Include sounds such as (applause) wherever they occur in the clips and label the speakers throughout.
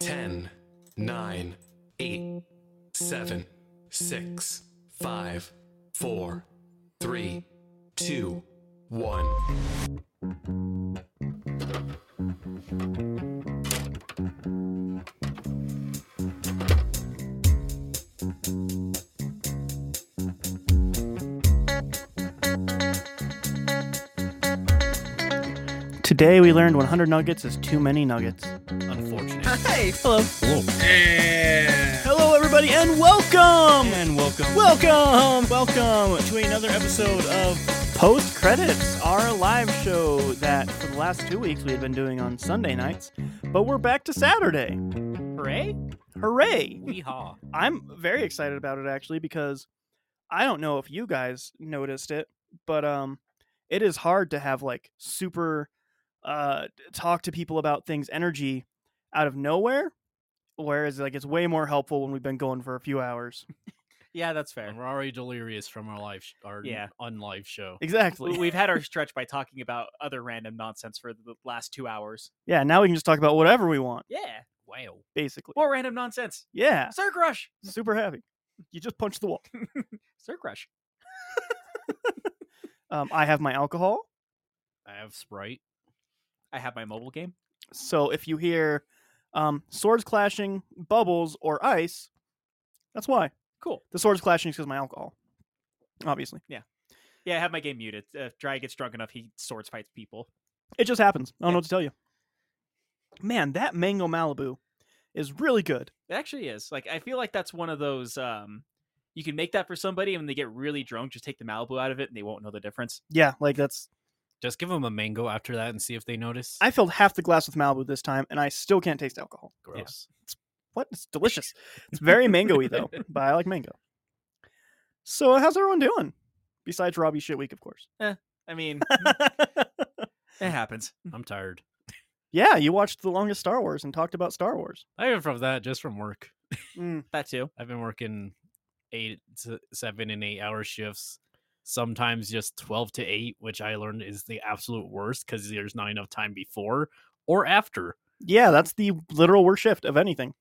Speaker 1: 10, 9, 8, 7, 6, 5, 4, 3, 2, 1.
Speaker 2: Today we learned 100 nuggets is too many nuggets.
Speaker 3: Unfortunate.
Speaker 2: Hey, hello.
Speaker 3: Yeah.
Speaker 2: Hello, everybody, and welcome!
Speaker 3: And welcome.
Speaker 2: Welcome, welcome to another episode of Post Credits, our live show that for the last two weeks we had been doing on Sunday nights, but we're back to Saturday.
Speaker 3: Hooray!
Speaker 2: Hooray!
Speaker 3: Weehaw.
Speaker 2: I'm very excited about it actually because I don't know if you guys noticed it, but um it is hard to have like super uh talk to people about things energy out of nowhere whereas like it's way more helpful when we've been going for a few hours.
Speaker 4: Yeah, that's fair.
Speaker 3: And we're already delirious from our live, sh- our
Speaker 4: Yeah.
Speaker 3: (laughs) unlive show.
Speaker 2: (laughs) Exactly.
Speaker 4: Oh, We- We've had our stretch by talking about other random nonsense for the last two hours.
Speaker 2: yeah, now we can just talk about whatever we want
Speaker 4: Yeah,
Speaker 3: Wow.
Speaker 2: basically.
Speaker 4: more random nonsense. (laughs)
Speaker 2: Yeah,
Speaker 4: Sir Crush,
Speaker 2: super happy. You just punched the wall.
Speaker 4: Sir Crush.
Speaker 2: Um I have my alcohol.
Speaker 3: I have Sprite.
Speaker 4: I have my mobile game.
Speaker 2: So if you hear um swords clashing, bubbles or ice, that's why.
Speaker 4: Cool.
Speaker 2: The sword's clashing because my alcohol, obviously.
Speaker 4: Yeah, I have my game muted. Uh, if Dry gets drunk enough, he swords fights people.
Speaker 2: It just happens. I don't
Speaker 4: Yeah.
Speaker 2: know what to tell you. Man, that mango Malibu is really good.
Speaker 4: It actually is. Like I feel like that's one of those. um You can make that for somebody, and when they get really drunk, just take the Malibu out of it, and they won't know the difference.
Speaker 2: Yeah, like that's.
Speaker 3: Just give them a mango after that and see if they notice.
Speaker 2: I filled half the glass with Malibu this time, and I still can't taste alcohol.
Speaker 3: Gross.
Speaker 2: What? (laughs) It's delicious. It's very mangoey though, but I like mango. So how's everyone doing? Besides Robbie shit week, of course. (laughs)
Speaker 4: I
Speaker 3: (laughs)
Speaker 4: mean, it happens.
Speaker 2: mm.
Speaker 3: I'm tired.
Speaker 2: yeah, you watched the longest Star Wars and talked about Star Wars.
Speaker 3: Not even from that, just from work.
Speaker 2: Mm,
Speaker 4: That too.
Speaker 3: I've been working eight, to seven, and eight hour shifts. Sometimes just twelve to eight, which I learned is the absolute worst because there's not enough time before or after.
Speaker 2: Yeah, that's the literal worst shift of anything.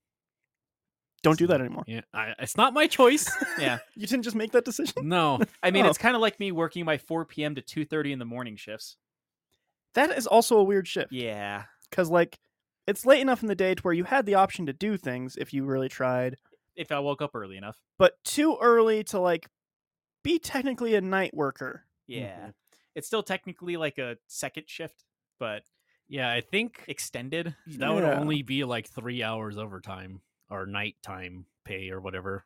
Speaker 2: Don't do that anymore.
Speaker 3: Yeah, I, it's not my choice.
Speaker 4: Yeah.
Speaker 2: (laughs) You didn't just make that decision. (laughs)
Speaker 3: no,
Speaker 4: I mean,
Speaker 2: Oh.
Speaker 4: it's kind of like me working my 4 p.m. to 2:30 in the morning shifts.
Speaker 2: That is also a weird shift.
Speaker 4: Yeah.
Speaker 2: because like it's late enough in the day to where you had the option to do things if you really tried
Speaker 4: If I woke up early enough.
Speaker 2: but too early to like be technically a night worker
Speaker 4: Yeah. It's still technically like a second shift, but
Speaker 3: yeah, I think
Speaker 4: extended.
Speaker 3: That would
Speaker 2: Yeah.
Speaker 3: only be like three hours overtime or nighttime pay or whatever.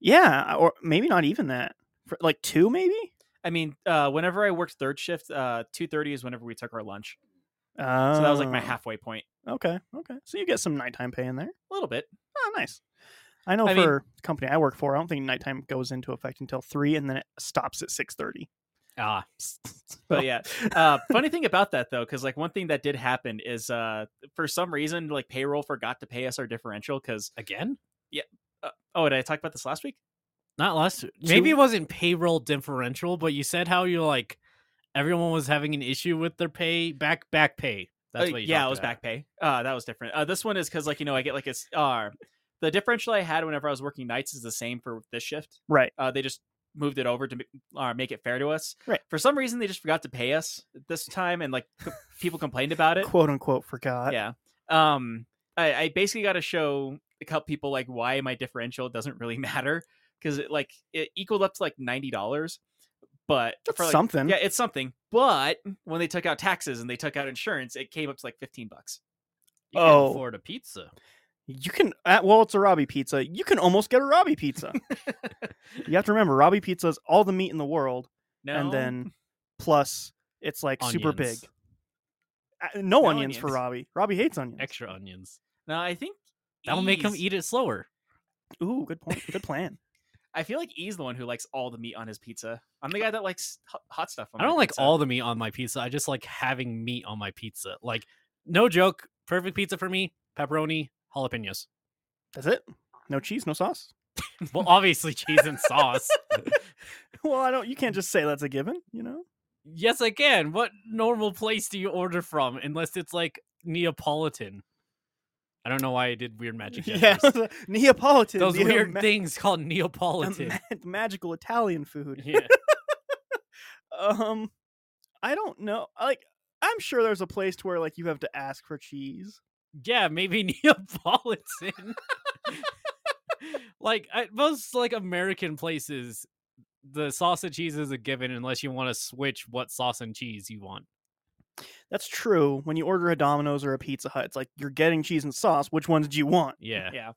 Speaker 2: yeah or maybe not even that For, like two maybe
Speaker 4: I mean, uh, whenever I worked third shift, uh, two thirty is whenever we took our lunch.
Speaker 2: uh,
Speaker 4: So that was like my halfway point.
Speaker 2: okay okay so you get some nighttime pay in there
Speaker 4: A little bit.
Speaker 2: oh nice i know
Speaker 4: I mean-
Speaker 2: for the company i work for i don't think nighttime goes into effect until three and then it stops at (laughs) 6.30
Speaker 3: Ah,
Speaker 4: But yeah. Uh, funny thing about that though, because like one thing that did happen is uh, for some reason like payroll forgot to pay us our differential because
Speaker 3: again?
Speaker 4: oh did I talk about this last week?
Speaker 3: Not last. Maybe
Speaker 2: Two-
Speaker 3: it wasn't payroll differential, but you said how you're like everyone was having an issue with their pay back back pay. That's
Speaker 4: Uh,
Speaker 3: what you
Speaker 4: yeah,
Speaker 3: talked
Speaker 4: it was
Speaker 3: about.
Speaker 4: back pay. Uh, that was different. Uh, this one is because like you know I get like a s- uh, the differential I had whenever I was working nights is the same for this shift.
Speaker 2: right
Speaker 4: Uh, they just moved it over to ma- uh, make it fair to us.
Speaker 2: Right.
Speaker 4: For some reason, they just forgot to pay us this time, and like p- people complained about
Speaker 3: (laughs)
Speaker 4: it.
Speaker 2: quote unquote forgot
Speaker 4: Yeah. Um, I, I basically got to show a couple people like why my differential doesn't really (laughs) matter because it like it equaled up to like ninety dollars, but
Speaker 2: That's
Speaker 4: for, like-
Speaker 2: something
Speaker 4: Yeah, it's something. But when they took out taxes and they took out insurance, it came up to like fifteen bucks.
Speaker 3: You can't
Speaker 2: Oh.
Speaker 3: afford a pizza.
Speaker 2: You can at well, it's a Robbie pizza. You can almost get a Robbie
Speaker 4: (laughs)
Speaker 2: pizza. you have to remember, Robbie pizza is all the meat in the world,
Speaker 4: No.
Speaker 2: and then plus it's like super big.
Speaker 3: Onions.
Speaker 2: Uh, No,
Speaker 4: No
Speaker 2: onions, for
Speaker 4: onions.
Speaker 2: Robbie. Robbie hates onions.
Speaker 3: extra onions.
Speaker 4: no, I think
Speaker 3: That'll make him
Speaker 4: Ease-
Speaker 3: eat it slower.
Speaker 2: Ooh, good point. Good plan.
Speaker 4: I feel like E's the one who likes all the meat on his pizza. I'm the guy that likes ho- hot stuff. On
Speaker 3: I
Speaker 4: my
Speaker 3: don't like
Speaker 4: pizza.
Speaker 3: all the meat on my pizza. I just like having meat on my pizza. Like no joke, perfect pizza for me: pepperoni, jalapenos.
Speaker 2: That's it. No cheese, no
Speaker 3: (laughs)
Speaker 2: sauce.
Speaker 3: Well, obviously cheese and
Speaker 4: (laughs)
Speaker 3: sauce.
Speaker 2: Well, I don't. You can't just say that's a given. You know.
Speaker 3: Yes, I can. What normal place do you order from unless it's like Neapolitan? I don't know why I did weird magic
Speaker 2: (laughs) Yeah,
Speaker 3: gestures.
Speaker 2: Neapolitan.
Speaker 3: Those
Speaker 2: you know,
Speaker 3: weird
Speaker 2: ma- (laughs)
Speaker 3: things called
Speaker 2: a
Speaker 3: Neapolitan.
Speaker 2: ma- magical Italian food.
Speaker 3: yeah.
Speaker 2: Um, I don't know. Like, I'm sure there's a place to where like you have to ask for cheese.
Speaker 3: yeah, maybe (laughs) Neapolitan. (laughs) like at most like American places, the sauce and cheese is a given unless you want to switch what sauce and cheese you want.
Speaker 2: That's true. When you order a Domino's or a Pizza Hut, it's like you're getting cheese and sauce. Which ones do you want?
Speaker 3: Yeah.
Speaker 4: Yeah.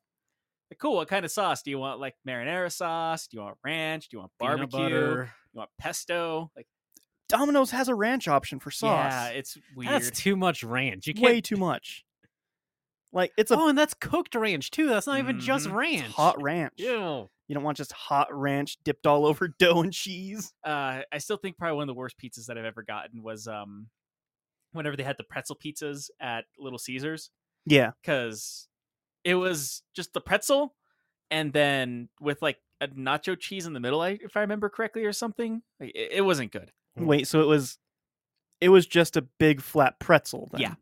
Speaker 4: Like, cool. What kind of sauce do you want? Like marinara sauce? Do you want ranch? Do you want
Speaker 3: Peanut
Speaker 4: barbecue?
Speaker 3: butter.
Speaker 4: You want pesto? Like
Speaker 2: Domino's has a ranch option for sauce.
Speaker 4: yeah, it's weird.
Speaker 3: That's too much ranch. You can't
Speaker 2: way too much. Like it's a Mm-hmm.
Speaker 3: oh, and that's cooked ranch too. That's not even just
Speaker 4: Mhm.
Speaker 2: it's
Speaker 3: ranch.
Speaker 2: hot ranch.
Speaker 3: Ew.
Speaker 2: You don't want just hot ranch dipped all (laughs) over dough and cheese.
Speaker 4: uh, I still think probably one of the worst pizzas that I've ever gotten was um, whenever they had the pretzel pizzas at Little Caesars
Speaker 2: Yeah,
Speaker 4: because it was just the pretzel and then with like a nacho cheese in the middle, I- if I remember correctly, or something. Like, it, it wasn't good.
Speaker 3: Mm.
Speaker 2: Wait, so it was it was just a big flat pretzel then.
Speaker 4: Yeah.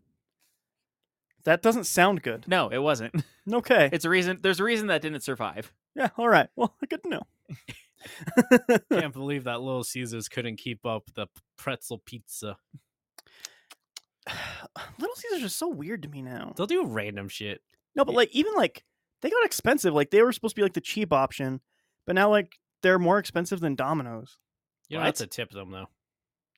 Speaker 2: That doesn't sound good.
Speaker 4: No, it wasn't. (laughs)
Speaker 2: Okay.
Speaker 4: It's a reason. There's a reason that didn't survive.
Speaker 2: yeah, all right. Well, (laughs) good to know. (sighs) (laughs)
Speaker 3: Can't believe that Little Caesars couldn't keep up the p- pretzel pizza.
Speaker 2: Little Caesars is so weird to me now.
Speaker 3: They'll do random shit.
Speaker 2: No, but like even like they got expensive. Like they were supposed to be like the cheap option, but now like they're more expensive than Domino's.
Speaker 3: You don't have
Speaker 2: What?
Speaker 3: to tip them though.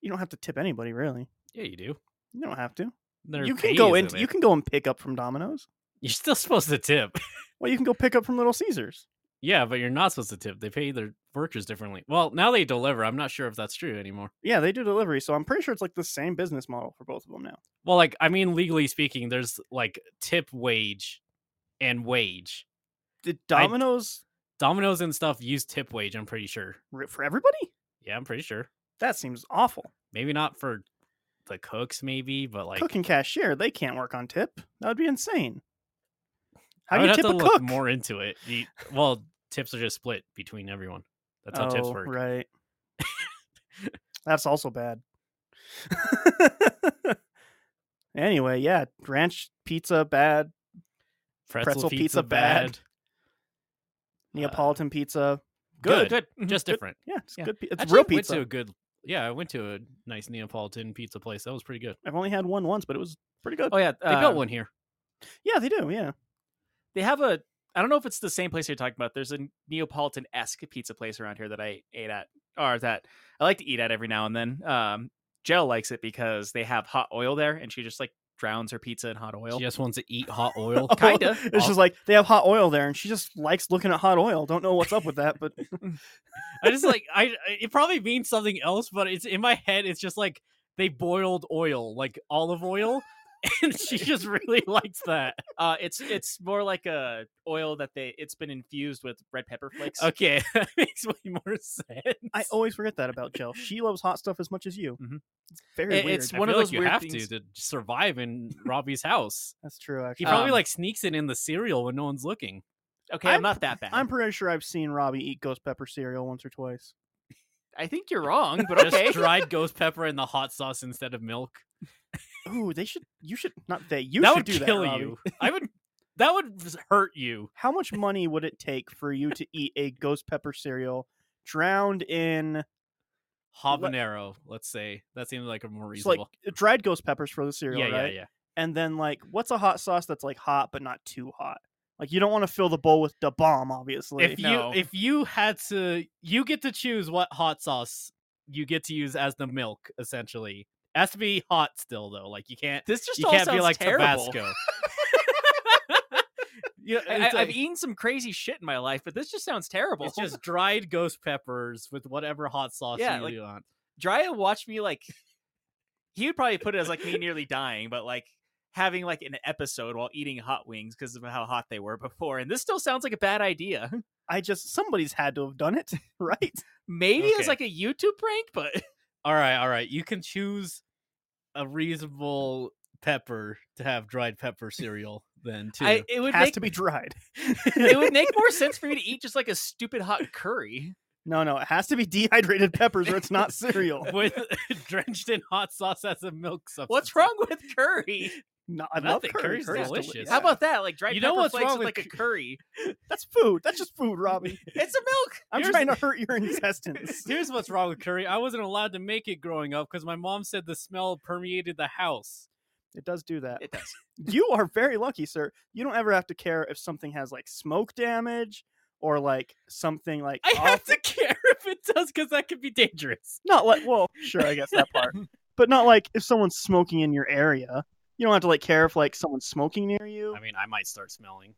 Speaker 2: You don't have to tip anybody really.
Speaker 3: Yeah, you do.
Speaker 2: You don't have to.
Speaker 3: Their
Speaker 2: you can
Speaker 3: pay
Speaker 2: go
Speaker 3: is
Speaker 2: in.
Speaker 3: there.
Speaker 2: You can go and pick up from Domino's.
Speaker 3: You're still supposed to tip. (laughs)
Speaker 2: Well, you can go pick up from Little Caesars.
Speaker 3: yeah, but you're not supposed to tip. They pay their workers differently. Well, now they deliver. I'm not sure if that's true anymore.
Speaker 2: Yeah, they do delivery, so I'm pretty sure it's like the same business model for both of them now.
Speaker 3: Well, like I mean, legally speaking, there's like tip wage and wage.
Speaker 2: Did
Speaker 3: I-
Speaker 2: Domino's
Speaker 3: Domino's and stuff use tip wage. I'm pretty sure.
Speaker 2: ri- for everybody?
Speaker 3: Yeah, I'm pretty sure.
Speaker 2: That seems awful.
Speaker 3: Maybe not for the cooks, maybe, but like
Speaker 2: cook and cashier, they can't work on tip. That would be insane. How
Speaker 3: I
Speaker 2: do
Speaker 3: would
Speaker 2: you tip
Speaker 3: have to
Speaker 2: a
Speaker 3: look
Speaker 2: cook?
Speaker 3: more into it. You- well, tips are just split between everyone. That's how tips
Speaker 2: Oh,
Speaker 3: work.
Speaker 2: (laughs) Right. That's also (laughs) bad. anyway, yeah, ranch pizza bad,
Speaker 3: Pretzel,
Speaker 2: Pretzel
Speaker 3: pizza,
Speaker 2: pizza
Speaker 3: bad.
Speaker 2: bad. Neapolitan pizza good.
Speaker 3: Good.
Speaker 4: Good.
Speaker 3: (laughs)
Speaker 4: Mhm.
Speaker 3: Just
Speaker 4: Good.
Speaker 3: different.
Speaker 2: Yeah, it's
Speaker 4: Yeah.
Speaker 2: good. pi- It's
Speaker 3: Actually,
Speaker 2: real
Speaker 3: I went
Speaker 2: pizza.
Speaker 3: to a good. Yeah, I went to a nice Neapolitan pizza place. That was pretty good.
Speaker 2: I've only had one once, but it was pretty good.
Speaker 4: Oh yeah,
Speaker 3: They
Speaker 2: Um,
Speaker 3: built
Speaker 4: uh,
Speaker 3: one here.
Speaker 2: Yeah, they do. Yeah.
Speaker 4: They have a. I don't know if it's the same place you're talking about. There's a Neapolitan esque pizza place around here that I ate at, or that I like to eat at every now and then. Um, Jill likes it because they have hot oil there, and she just like drowns her pizza in hot oil.
Speaker 3: She just wants to eat hot
Speaker 2: (laughs)
Speaker 3: (laughs) oil.
Speaker 4: Kinda.
Speaker 2: Oh, It's just like they have hot oil there, and she just likes looking at hot oil. Don't know what's up with that, but
Speaker 3: I just like I. I- It probably means something else, but it's in my head. It's just like they boiled oil, like olive oil, and (laughs) she just really likes
Speaker 2: (laughs)
Speaker 3: that.
Speaker 4: Uh, it's it's more like a oil that they it's been infused with red pepper flakes.
Speaker 3: Okay, (laughs) that makes way more sense. (laughs)
Speaker 2: I always forget that about Jill. She loves hot stuff as much as you.
Speaker 3: Mm-hmm.
Speaker 4: Mhm.
Speaker 2: It's very
Speaker 4: It-
Speaker 2: weird.
Speaker 4: it's
Speaker 3: I
Speaker 4: one of
Speaker 3: feel
Speaker 4: those
Speaker 3: like you
Speaker 4: weird
Speaker 3: have
Speaker 4: things-
Speaker 3: to to survive in Robbie's house.
Speaker 2: That's true.
Speaker 3: He
Speaker 2: Actually,
Speaker 3: probably
Speaker 4: Um,
Speaker 3: like sneaks it in the cereal when no one's looking.
Speaker 4: Okay, I'm,
Speaker 2: I'm-
Speaker 4: not that bad.
Speaker 2: I'm pretty sure I've seen Robbie eat ghost pepper cereal once or twice.
Speaker 4: I think
Speaker 3: (laughs)
Speaker 4: you're wrong, but okay.
Speaker 3: Just dried ghost pepper in the hot sauce instead of milk.
Speaker 2: Ooh, they should. You should not. They. You
Speaker 3: that
Speaker 2: should
Speaker 3: would
Speaker 2: do
Speaker 3: kill
Speaker 2: that, Robbie.
Speaker 4: (laughs)
Speaker 3: you. I would. That would s- hurt you.
Speaker 2: How much money would it take for you to eat a ghost pepper cereal drowned in uh,
Speaker 3: Habanero, let's say that seems like a more
Speaker 2: it's like
Speaker 3: reasonable.
Speaker 2: dried ghost peppers for the cereal,
Speaker 3: yeah,
Speaker 2: right?
Speaker 3: yeah, yeah.
Speaker 2: And then like, what's a hot sauce that's like hot but not too hot? Like you don't want to fill the bowl with the bomb, obviously.
Speaker 3: If
Speaker 4: No.
Speaker 3: you if you had to, you get to choose what hot sauce you get to use as the milk. Essentially, it has to be hot still though. Like you can't
Speaker 4: this just
Speaker 3: you
Speaker 4: all
Speaker 3: can't
Speaker 4: sounds
Speaker 3: be like
Speaker 4: terrible. (laughs)
Speaker 3: Tabasco. (laughs) yeah,
Speaker 4: I,
Speaker 3: it's
Speaker 4: I, I've
Speaker 3: like-
Speaker 4: eaten some crazy shit in my life, but this just sounds terrible. (laughs)
Speaker 3: It's just dried ghost peppers with whatever hot sauce
Speaker 4: Yeah,
Speaker 3: you
Speaker 4: like-
Speaker 3: want.
Speaker 4: Drya watched me like he would probably put it as like me nearly dying, but like having like an episode while eating hot wings because of how hot they were before. And this still sounds like a bad idea.
Speaker 2: I just somebody's had to have done it, (laughs) right?
Speaker 4: Maybe it's
Speaker 3: Okay.
Speaker 4: like a YouTube prank, but (laughs)
Speaker 3: All right, all right. You can choose a reasonable pepper to have dried pepper cereal then too.
Speaker 4: I, it would
Speaker 2: Has
Speaker 4: make
Speaker 2: to be dried.
Speaker 4: it would make more
Speaker 3: (laughs)
Speaker 4: sense for me to eat just like a stupid hot curry.
Speaker 2: (laughs) No, no, it has to be dehydrated peppers or it's not cereal.
Speaker 3: (laughs) with drenched in hot sauce as a milk substitute. (laughs)
Speaker 4: What's wrong with curry?
Speaker 2: No, I love
Speaker 3: Nothing.
Speaker 2: curry.
Speaker 3: Curry's
Speaker 2: Curry's
Speaker 3: delicious.
Speaker 2: deli-
Speaker 4: How about that? Like dried
Speaker 3: uh, You know
Speaker 4: pepper
Speaker 3: what's
Speaker 4: flakes
Speaker 3: wrong
Speaker 4: with
Speaker 3: with
Speaker 4: like a
Speaker 3: (laughs)
Speaker 4: curry.
Speaker 2: (laughs) that's food? That's just food, Robbie.
Speaker 4: it's a milk.
Speaker 2: I'm
Speaker 3: Here's- (laughs)
Speaker 2: trying to hurt your intestines.
Speaker 3: Here's what's wrong with curry. I wasn't allowed to make it growing up because my mom said the smell permeated the house.
Speaker 2: It does do that.
Speaker 4: It (laughs) does.
Speaker 2: You are very lucky, sir. You don't ever have to care if something has like smoke damage or like something like
Speaker 3: I have
Speaker 2: off-
Speaker 4: (laughs)
Speaker 3: to care if it does because that could be dangerous.
Speaker 2: not like well, sure, I guess that part. (laughs) But not like if someone's smoking in your area. You don't have to like care if like someone's smoking near you.
Speaker 3: I mean, I might start smelling.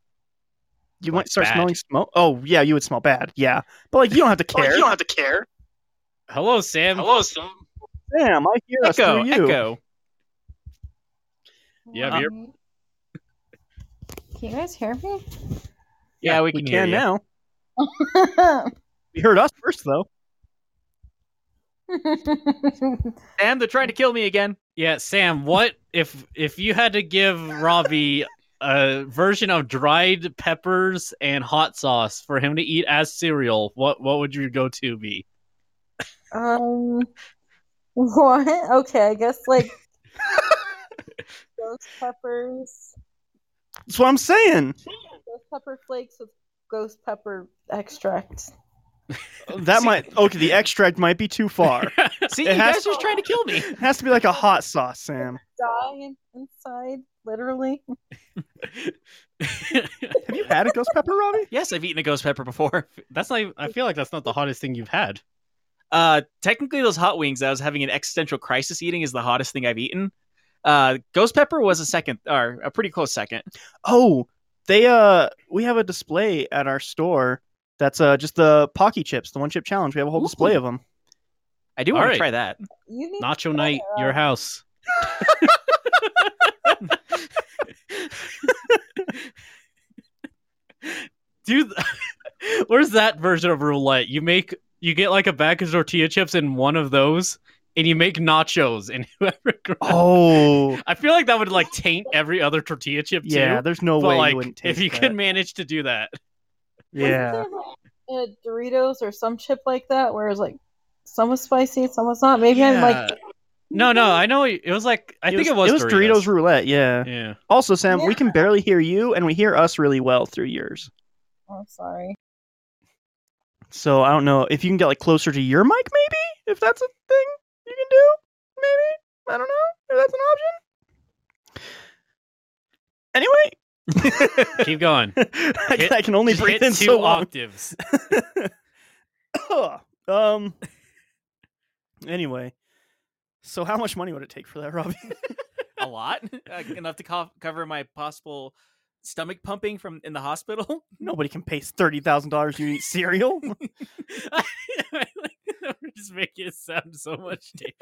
Speaker 2: You
Speaker 3: like
Speaker 2: might start
Speaker 3: bad.
Speaker 2: smelling smoke. Oh yeah, you would smell bad. Yeah, but like you don't have to
Speaker 4: Oh,
Speaker 2: care.
Speaker 5: Oh, have to care.
Speaker 3: Hello, Sam.
Speaker 5: Hello, Sam.
Speaker 2: Damn, I hear us
Speaker 4: Echo,
Speaker 2: through you.
Speaker 4: echo.
Speaker 3: You
Speaker 2: Uh,
Speaker 3: have your-
Speaker 6: Um, Can you guys hear me?
Speaker 4: Yeah, we
Speaker 2: We
Speaker 4: can,
Speaker 2: can
Speaker 4: hear
Speaker 2: now. You heard us first though.
Speaker 4: you. Sam, they're trying to kill me again.
Speaker 3: Yeah, Sam. What if if you had to give Robbie a version of dried peppers and hot sauce for him to eat as cereal? What what would your go to be?
Speaker 6: (laughs) um, what? Okay, I guess (laughs) like ghost peppers,
Speaker 2: That's what I'm saying.
Speaker 6: ghost pepper flakes with ghost pepper extract.
Speaker 2: That might okay. The extract might be too far.
Speaker 4: See,
Speaker 2: It
Speaker 4: you
Speaker 2: has
Speaker 4: guys are just trying to kill
Speaker 3: (laughs)
Speaker 4: me.
Speaker 2: It has to be like a hot sauce, Sam.
Speaker 6: Die in- inside, literally.
Speaker 2: Have you had a ghost pepper, Robbie?
Speaker 4: (laughs) Yes, I've eaten a ghost pepper before.
Speaker 3: that's not. even- I feel like that's not the hottest thing
Speaker 2: (laughs)
Speaker 3: you've had.
Speaker 4: Uh, technically, those hot wings I was having an existential crisis eating is the hottest thing I've eaten. Uh, ghost pepper was a second, or a pretty close second.
Speaker 2: Oh, they uh, we have a display at our store that's uh just the Pocky chips, the one chip challenge. We have a whole display of them.
Speaker 4: I do
Speaker 3: All
Speaker 4: want to
Speaker 3: right.
Speaker 4: try that.
Speaker 6: You need
Speaker 3: Nacho night, your house. Dude, (laughs) where's that version of roulette? You make you get like a bag of tortilla chips and one of those, and you make nachos, and (laughs) whoever. grabs- (laughs)
Speaker 2: Oh,
Speaker 3: I feel like that would like taint every other tortilla chip
Speaker 2: yeah.
Speaker 3: too.
Speaker 2: There's no
Speaker 3: But
Speaker 2: way
Speaker 3: like,
Speaker 2: you wouldn't taste
Speaker 3: if you
Speaker 2: that.
Speaker 3: could manage to do that,
Speaker 6: Wasn't
Speaker 2: yeah.
Speaker 6: there, like, uh, Doritos or some chip like that, where it's like some was spicy and some was not. Maybe I'm like,
Speaker 3: no, no, I know it was like I think it was
Speaker 2: Doritos. roulette. Yeah.
Speaker 3: Yeah.
Speaker 2: Also, Sam, we
Speaker 6: Yeah.
Speaker 2: can barely hear you, and we hear us really well through yours.
Speaker 6: I'm oh, sorry.
Speaker 2: So I don't know if you can get like closer to your mic, maybe if that's a thing you can do. Maybe I don't know if that's an option. Anyway,
Speaker 3: Keep (laughs) going.
Speaker 2: (laughs) I,
Speaker 3: Hit-
Speaker 2: I can only
Speaker 3: Just
Speaker 2: breathe
Speaker 3: hit
Speaker 2: in
Speaker 3: two
Speaker 2: so long.
Speaker 3: octaves.
Speaker 2: (laughs) um. Anyway, so how much money would it take for that, Robbie?
Speaker 4: a lot, (laughs) uh, enough to co- cover my possible stomach pumping from in the hospital. (laughs)
Speaker 2: Nobody can pay thirty thousand dollars you eat (laughs) cereal.
Speaker 3: We're just making it sound so
Speaker 4: (laughs)
Speaker 3: much. da-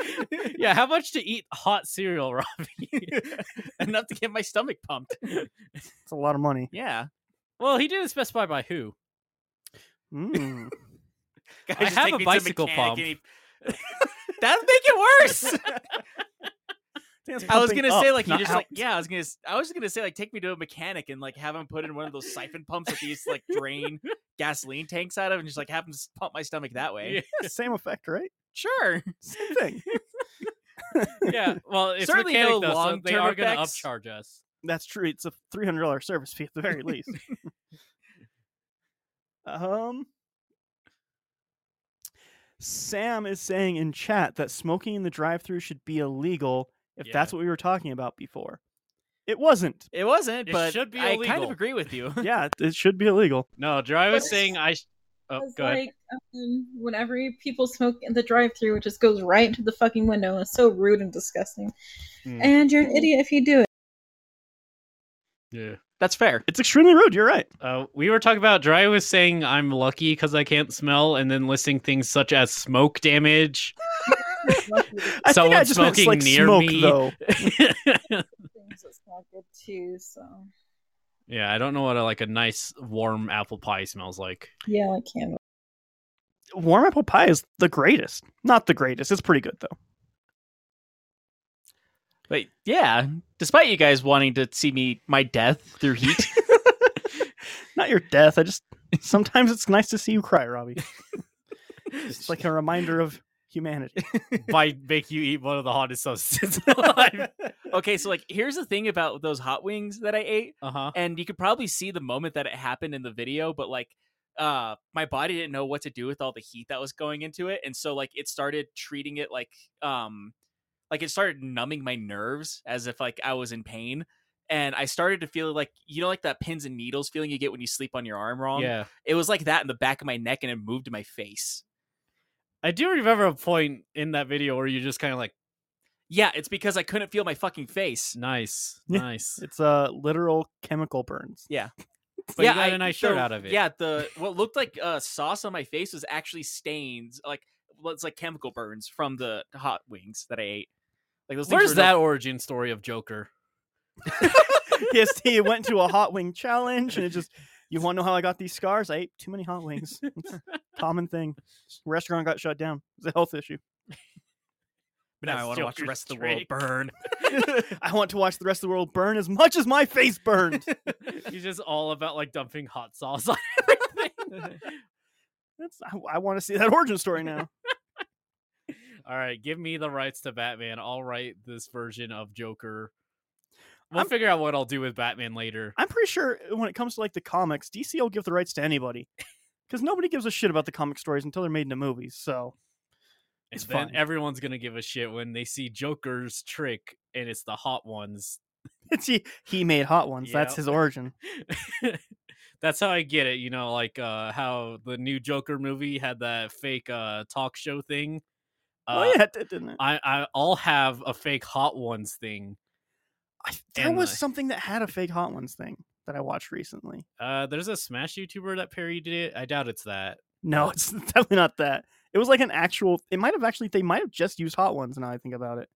Speaker 3: yeah, how much to eat hot cereal, Robbie?
Speaker 4: enough to get my stomach pumped.
Speaker 2: It's a lot of money.
Speaker 4: (laughs) Yeah,
Speaker 3: (laughs) well, he didn't specify by who.
Speaker 2: (laughs) Mm.
Speaker 4: Guys,
Speaker 3: I
Speaker 4: just
Speaker 3: have
Speaker 4: take
Speaker 3: a
Speaker 4: me to
Speaker 3: bicycle
Speaker 4: mechanic
Speaker 3: pump.
Speaker 4: and (laughs) he- That'd make it worse. I was
Speaker 2: Pumping
Speaker 4: gonna
Speaker 2: up,
Speaker 4: say like you
Speaker 2: not
Speaker 4: just
Speaker 2: out.
Speaker 4: like yeah. I was gonna s- I was just gonna say like take me to a mechanic and like have him put in one of those siphon pumps that these like drain gasoline tanks out of and just like have him s- pump my stomach that way.
Speaker 3: Yeah,
Speaker 2: (laughs) Yeah, same effect, right?
Speaker 4: Sure.
Speaker 2: Same
Speaker 4: (laughs)
Speaker 2: thing.
Speaker 3: yeah. Well, it's
Speaker 4: Certainly
Speaker 3: mechanic,
Speaker 4: no
Speaker 3: though, so they
Speaker 4: long-term
Speaker 3: are going to
Speaker 4: effects.
Speaker 3: upcharge us.
Speaker 2: That's true. It's a three hundred dollar service fee at the very
Speaker 4: (laughs)
Speaker 2: least. (laughs) um, Sam is saying in chat that smoking in the drive-through should be illegal. If
Speaker 3: Yeah.
Speaker 2: that's what we were talking about before, it
Speaker 4: (laughs)
Speaker 2: wasn't.
Speaker 4: It wasn't,
Speaker 3: It
Speaker 4: but
Speaker 3: should be
Speaker 4: I kind
Speaker 3: illegal.
Speaker 4: of agree with you.
Speaker 2: Yeah, it should be illegal.
Speaker 3: No, Dry
Speaker 6: But-
Speaker 3: was saying I. Sh- oh,
Speaker 6: Because,
Speaker 3: go ahead.
Speaker 6: like, um, whenever people smoke in the drive-through, it just goes right into the fucking window. It's so rude and disgusting.
Speaker 3: Mm.
Speaker 6: And you're an idiot if you do it.
Speaker 3: Yeah.
Speaker 4: That's fair.
Speaker 2: It's extremely rude. You're
Speaker 4: (laughs)
Speaker 2: right.
Speaker 3: Uh, we were talking about Dry was saying I'm lucky because I can't smell, and then listing things such as smoke damage. (laughs)
Speaker 2: I think I
Speaker 3: Someone
Speaker 2: just meant
Speaker 3: smoking
Speaker 2: like
Speaker 3: near
Speaker 2: smoke
Speaker 3: me.
Speaker 2: though.
Speaker 6: Things that's not good too. So
Speaker 3: yeah, I don't know what a, like a nice warm apple pie smells (laughs) like.
Speaker 6: yeah, I can.
Speaker 2: Warm apple pie is the greatest. Not the greatest. It's pretty good though.
Speaker 4: But yeah, despite you guys wanting to see me my death through heat, (laughs)
Speaker 2: Not your death. I just sometimes it's nice to see you cry, Robbie. It's like a reminder of humanity.
Speaker 3: by make you eat one of the hottest substances (laughs) alive.
Speaker 4: Okay, so like here's the thing about those hot wings that I ate,
Speaker 3: Uh huh.
Speaker 4: and you could probably see the moment that it happened in the video, but like uh my body didn't know what to do with all the heat that was going into it and so like it started treating it like um like it started numbing my nerves as if like I was in pain and I started to feel like you know like that pins and needles feeling you get when you sleep on your arm wrong
Speaker 3: Yeah.
Speaker 4: it was like that in the back of my neck and it moved to my face
Speaker 3: I do remember a point in that video where you just kind of like,
Speaker 4: yeah it's because I couldn't feel my fucking face
Speaker 3: (laughs) nice,
Speaker 2: Yeah.
Speaker 3: nice.
Speaker 2: it's uh literal chemical burns. (laughs)
Speaker 3: But you got a nice shirt
Speaker 4: the-
Speaker 3: out of it.
Speaker 4: Yeah, the what looked like uh, sauce on my face was actually stains, like well, it's like chemical burns from the hot wings that I ate. Like those. things
Speaker 3: Where's
Speaker 4: were (laughs)
Speaker 3: that
Speaker 4: no-
Speaker 3: origin story of Joker?
Speaker 2: yes, he went to a hot wing challenge and it just you want to know how I got these scars? I ate too many hot wings. It's a common thing. Restaurant got shut down. It's a health issue.
Speaker 4: But now I
Speaker 3: That's
Speaker 4: want to watch the
Speaker 3: Joker's
Speaker 4: rest of the
Speaker 3: trick.
Speaker 4: world burn.
Speaker 2: I want to watch the rest of the world burn as much as my face burned.
Speaker 3: (laughs) He's just all about like dumping hot sauce (laughs) on (laughs) everything.
Speaker 2: That's I, I want to see that origin story now.
Speaker 3: all right, give me the rights to Batman. I'll write this version of Joker. We'll
Speaker 2: I'm-
Speaker 3: figure out what I'll do with Batman later.
Speaker 2: I'm pretty sure when it comes to like the comics, DC will give the rights to anybody because nobody gives a shit about the comic stories until they're made into movies. So (laughs)
Speaker 3: And
Speaker 2: It's
Speaker 3: then
Speaker 2: fine.
Speaker 3: everyone's gonna give a shit when they see Joker's trick and it's the hot ones. (laughs)
Speaker 2: it's he, he made hot ones. That's
Speaker 3: Yep.
Speaker 2: his origin.
Speaker 3: That's how I get it, you know, like uh how the new Joker movie had that fake uh talk show thing. Uh
Speaker 2: oh yeah, it did, didn't it?
Speaker 3: I, I I'll have a fake hot ones thing.
Speaker 2: I, there was
Speaker 3: endless.
Speaker 2: something that had a fake hot ones thing that I watched recently.
Speaker 3: Uh there's a Smash YouTuber that parodied it. I doubt it's that.
Speaker 2: No, it's (laughs) definitely not that. It was like an actual. It might have actually. They might have just used hot ones. Now I think about it, it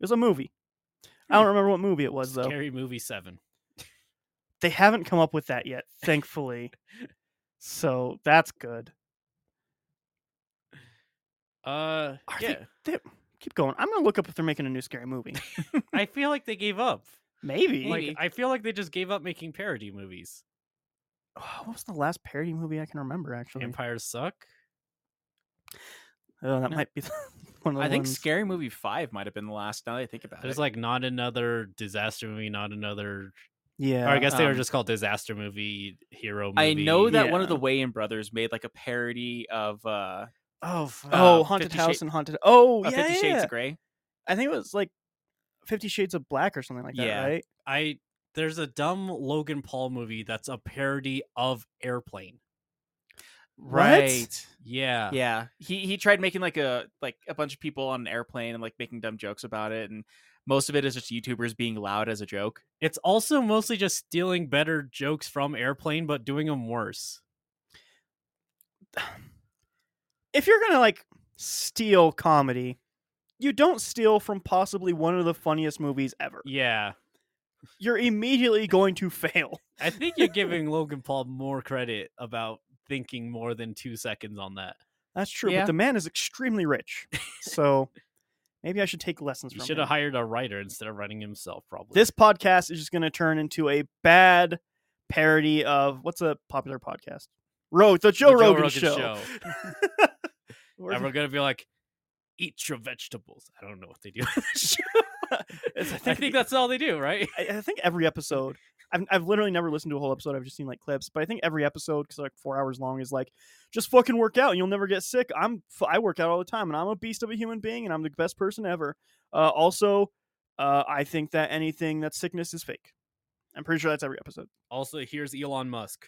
Speaker 2: was a movie. I don't remember what movie it was though.
Speaker 3: Hmm. Scary movie seven.
Speaker 2: They haven't come up with that
Speaker 3: (laughs)
Speaker 2: yet, thankfully. so that's good.
Speaker 3: Uh
Speaker 2: Are
Speaker 3: yeah.
Speaker 2: They, keep going. I'm gonna look up if they're making a new scary movie.
Speaker 3: I feel like they gave up.
Speaker 2: Maybe.
Speaker 3: Like
Speaker 4: Maybe.
Speaker 3: I feel like they just gave up making parody movies.
Speaker 2: (sighs) what was the last parody movie I can remember? Actually,
Speaker 3: Empires suck.
Speaker 2: oh, that might be (laughs) one of the
Speaker 4: I think
Speaker 2: ones.
Speaker 4: Scary Movie Five might have been the last. Now that I think about
Speaker 3: There's
Speaker 4: it,
Speaker 3: like not another disaster movie, not another
Speaker 2: yeah,
Speaker 3: or I guess they were
Speaker 4: um,
Speaker 3: just called disaster movie hero movie.
Speaker 4: I know that one of
Speaker 2: Yeah.
Speaker 4: the Wayan brothers made like a parody of uh,
Speaker 3: Oh, f-
Speaker 2: oh
Speaker 4: uh,
Speaker 2: haunted
Speaker 4: 50
Speaker 2: house
Speaker 4: Shade-
Speaker 2: and haunted. Oh
Speaker 4: of
Speaker 2: yeah,
Speaker 4: Fifty
Speaker 2: yeah,
Speaker 4: Shades
Speaker 2: yeah.
Speaker 4: of Grey.
Speaker 2: I think it was like Fifty Shades of Black or something like that,
Speaker 4: Yeah.
Speaker 2: right?
Speaker 3: I there's a dumb Logan Paul movie that's a parody of Airplane.
Speaker 2: Right.
Speaker 3: Yeah.
Speaker 4: yeah he he tried making like a like a bunch of people on an airplane and like making dumb jokes about it and most of it is just youtubers being loud as a joke
Speaker 3: It's also mostly just stealing better jokes from Airplane but doing them worse.
Speaker 2: If you're gonna like steal comedy, you don't steal from possibly one of the funniest movies ever.
Speaker 3: Yeah.
Speaker 2: You're immediately going to (laughs) fail.
Speaker 3: I think you're
Speaker 2: (laughs)
Speaker 3: giving Logan Paul more credit about thinking more than 2 seconds on that.
Speaker 2: That's true,
Speaker 4: Yeah.
Speaker 2: but the man is extremely rich,
Speaker 4: (laughs)
Speaker 2: so maybe I should take lessons
Speaker 3: You
Speaker 2: from
Speaker 3: should
Speaker 2: him.
Speaker 3: have hired a writer instead of writing himself probably.
Speaker 2: this podcast is just going to turn into a bad parody of what's a popular podcast? Rogue, the
Speaker 3: The
Speaker 2: Joe, Rogan, show. (laughs) Or-
Speaker 3: and we're going to be like eat your vegetables. I don't know what they do. on the (laughs) show. I
Speaker 2: It's- I
Speaker 3: think,
Speaker 2: think-
Speaker 3: that's all they do, right?
Speaker 2: I, I think every episode, I've, I've literally never listened to a whole episode. I've just seen like clips, but I think every episode, because like four hours long, is like just fucking work out and you'll never get sick. I'm f- I work out all the time and I'm a beast of a human being and I'm the best person ever. Uh, also, uh, I think that anything that's sickness is fake. I'm pretty sure that's every episode.
Speaker 3: Also, here's Elon Musk.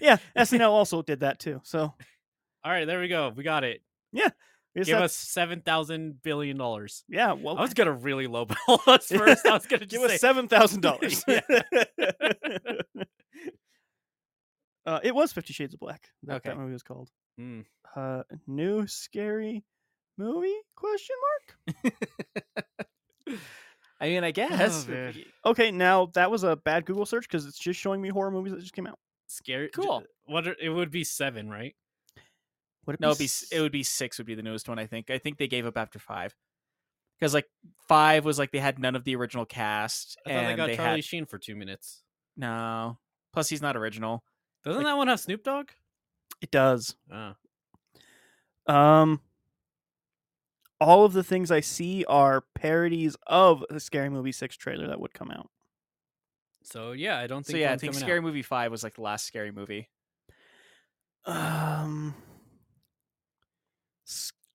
Speaker 2: Yeah, SNL also did that too. So
Speaker 3: All right, there we go. We got it.
Speaker 2: I guess
Speaker 3: Give
Speaker 2: that's-
Speaker 3: us seven thousand billion dollars.
Speaker 2: yeah. Well,
Speaker 3: I was gonna really lowball (laughs)
Speaker 2: (laughs)
Speaker 3: us first. I was gonna
Speaker 2: Give
Speaker 3: just say,
Speaker 2: us seven thousand
Speaker 4: (laughs)
Speaker 2: dollars. (laughs) Uh, it was Fifty Shades of Black. That,
Speaker 4: Okay.
Speaker 2: that movie was called.
Speaker 3: Hmm.
Speaker 2: Uh, new scary movie? Question
Speaker 4: i mean i guess
Speaker 3: Oh, man.
Speaker 2: mark. Okay, now that was a bad Google search because it's just showing me horror movies that just came out.
Speaker 3: scary. j-
Speaker 4: Cool.
Speaker 3: What are, it would be seven, right?
Speaker 2: Would it
Speaker 4: no it'd be s- it would be six would be the newest one i think i think they gave up after five because like five was like they had none of the original cast
Speaker 3: I
Speaker 4: and
Speaker 3: thought they got Charlie
Speaker 4: had
Speaker 3: Sheen for two minutes.
Speaker 4: no plus he's not original
Speaker 3: Ah, Doesn't that one have Snoop Dogg?
Speaker 2: it does.
Speaker 3: Ah,
Speaker 2: Um, all of the things I see are parodies of the Scary Movie 6 trailer that would come out.
Speaker 3: So yeah, I don't
Speaker 4: So
Speaker 3: think.
Speaker 4: yeah, I
Speaker 3: one's
Speaker 4: think
Speaker 3: coming out.
Speaker 4: Scary Movie Five was like the last Scary Movie.
Speaker 2: Um,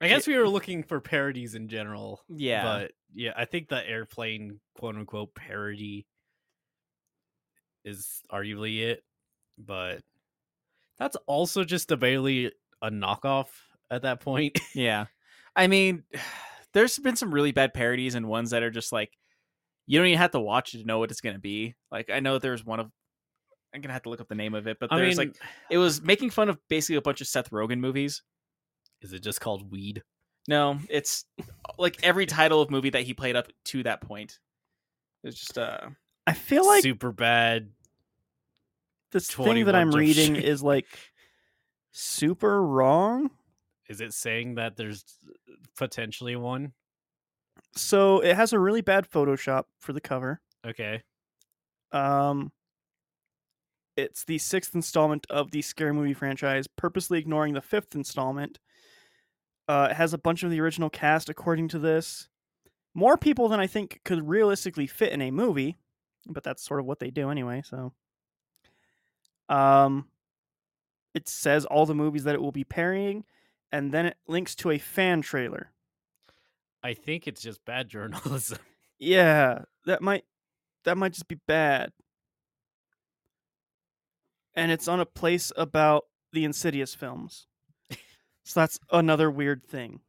Speaker 3: I guess we were looking for parodies in general.
Speaker 4: Yeah.
Speaker 3: But yeah, I think the airplane quote unquote parody is arguably it. But that's also just a barely a knockoff at that point. (laughs)
Speaker 4: Yeah. I mean, (sighs) there's been some really bad parodies and ones that are just like you don't even have to watch it to know what it's gonna be. Like I know there's one of I'm gonna have to look up the name of it, but
Speaker 3: I mean, uh
Speaker 4: there's like it was making fun of basically a bunch of Seth Rogen movies.
Speaker 3: is it just called weed?
Speaker 4: No, it's like every title of movie that he played up to that point. It's just uh
Speaker 2: I feel like
Speaker 3: Super bad.
Speaker 2: this thing that
Speaker 3: 21
Speaker 2: I'm
Speaker 3: jump
Speaker 2: reading
Speaker 3: street.
Speaker 2: is like super wrong.
Speaker 3: Is it saying that there's potentially one?
Speaker 2: So it has a really bad Photoshop for the cover.
Speaker 3: Okay.
Speaker 2: Um, it's the sixth installment of the Scary Movie franchise, purposely ignoring the fifth installment. Uh, it has a bunch of the original cast, according to this. More people than I think could realistically fit in a movie, but that's sort of what they do anyway. So, um, it says all the movies that it will be parrying, and then it links to a fan trailer.
Speaker 3: I think it's just bad (laughs) journalism.
Speaker 2: Yeah, that might that might just be bad. And it's on a place about the Insidious films. so that's another weird thing.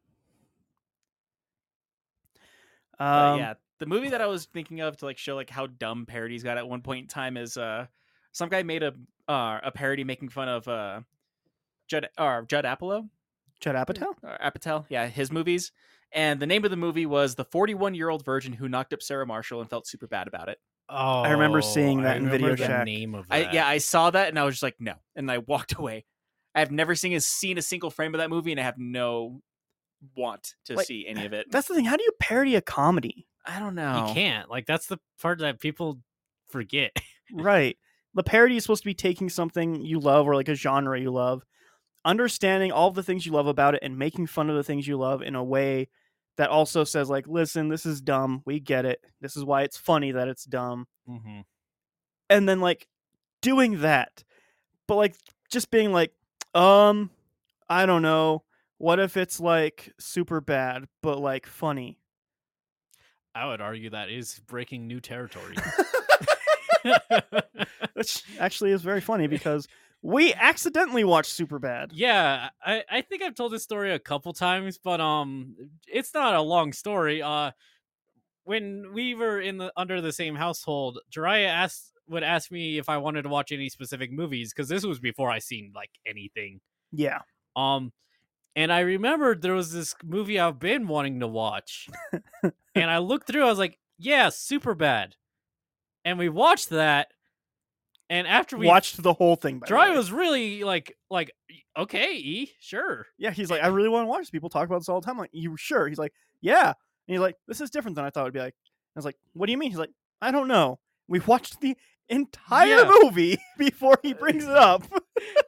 Speaker 4: but
Speaker 2: Um,
Speaker 4: Uh, yeah. The movie that I was thinking of to like show like how dumb parodies got at one point in time is uh some guy made a uh, a parody making fun of uh Judd or Judd Apollo.
Speaker 2: Judd Apatow?
Speaker 4: or Apatow, yeah, his movies. And the name of the movie was The 41 Year Old Virgin Who Knocked Up Sarah Marshall and Felt Super Bad About It.
Speaker 3: Oh,
Speaker 2: remember seeing that in
Speaker 3: remember
Speaker 2: Video
Speaker 3: the
Speaker 2: Shack.
Speaker 3: Name of
Speaker 4: I,
Speaker 3: that.
Speaker 4: yeah, I saw that and I was just like, no. And I walked (laughs) away. I've never seen a, seen a single frame of that movie and I have no want to
Speaker 2: Like,
Speaker 4: see any of it.
Speaker 2: That's the thing. How do you parody a comedy?
Speaker 4: I don't know.
Speaker 3: You can't. Like that's the part that people forget.
Speaker 2: right. The parody is supposed to be taking something you love or like a genre you love, understanding all of the things you love about it and making fun of the things you love in a way that also says like, listen, this is dumb. We get it. This is why it's funny that it's dumb.
Speaker 3: Mm-hmm.
Speaker 2: And then like doing that, but like just being like, um, I don't know. What if it's like super bad, but like funny?
Speaker 3: I would argue that is breaking new
Speaker 2: (laughs)
Speaker 3: territory. (laughs)
Speaker 2: Which actually is very funny because we accidentally watched super bad.
Speaker 3: yeah, I, I think I've told this story a couple times, but um, it's not a long story. Uh, when we were in the under the same household, Jiraiya asked would ask me if I wanted to watch any specific movies because this was before I seen like anything
Speaker 2: Yeah.
Speaker 3: Um, and I remembered there was this movie I've been wanting to watch, and I looked through. I was like, "Yeah, super bad," and we watched that. And after (laughs) we
Speaker 2: watched the whole thing. By the
Speaker 3: Dry
Speaker 2: way.
Speaker 3: was really like, like, okay, E,
Speaker 2: (laughs)
Speaker 3: sure.
Speaker 2: yeah, he's like, I really want to watch this. People talk about this all the time. I'm like, you sure? He's like, yeah. And he's like, this is different than I thought it'd be like. I was like, what do you mean? He's like, I don't know. We watched the entire
Speaker 3: Yeah. Uh,
Speaker 2: movie (laughs) before he brings it up.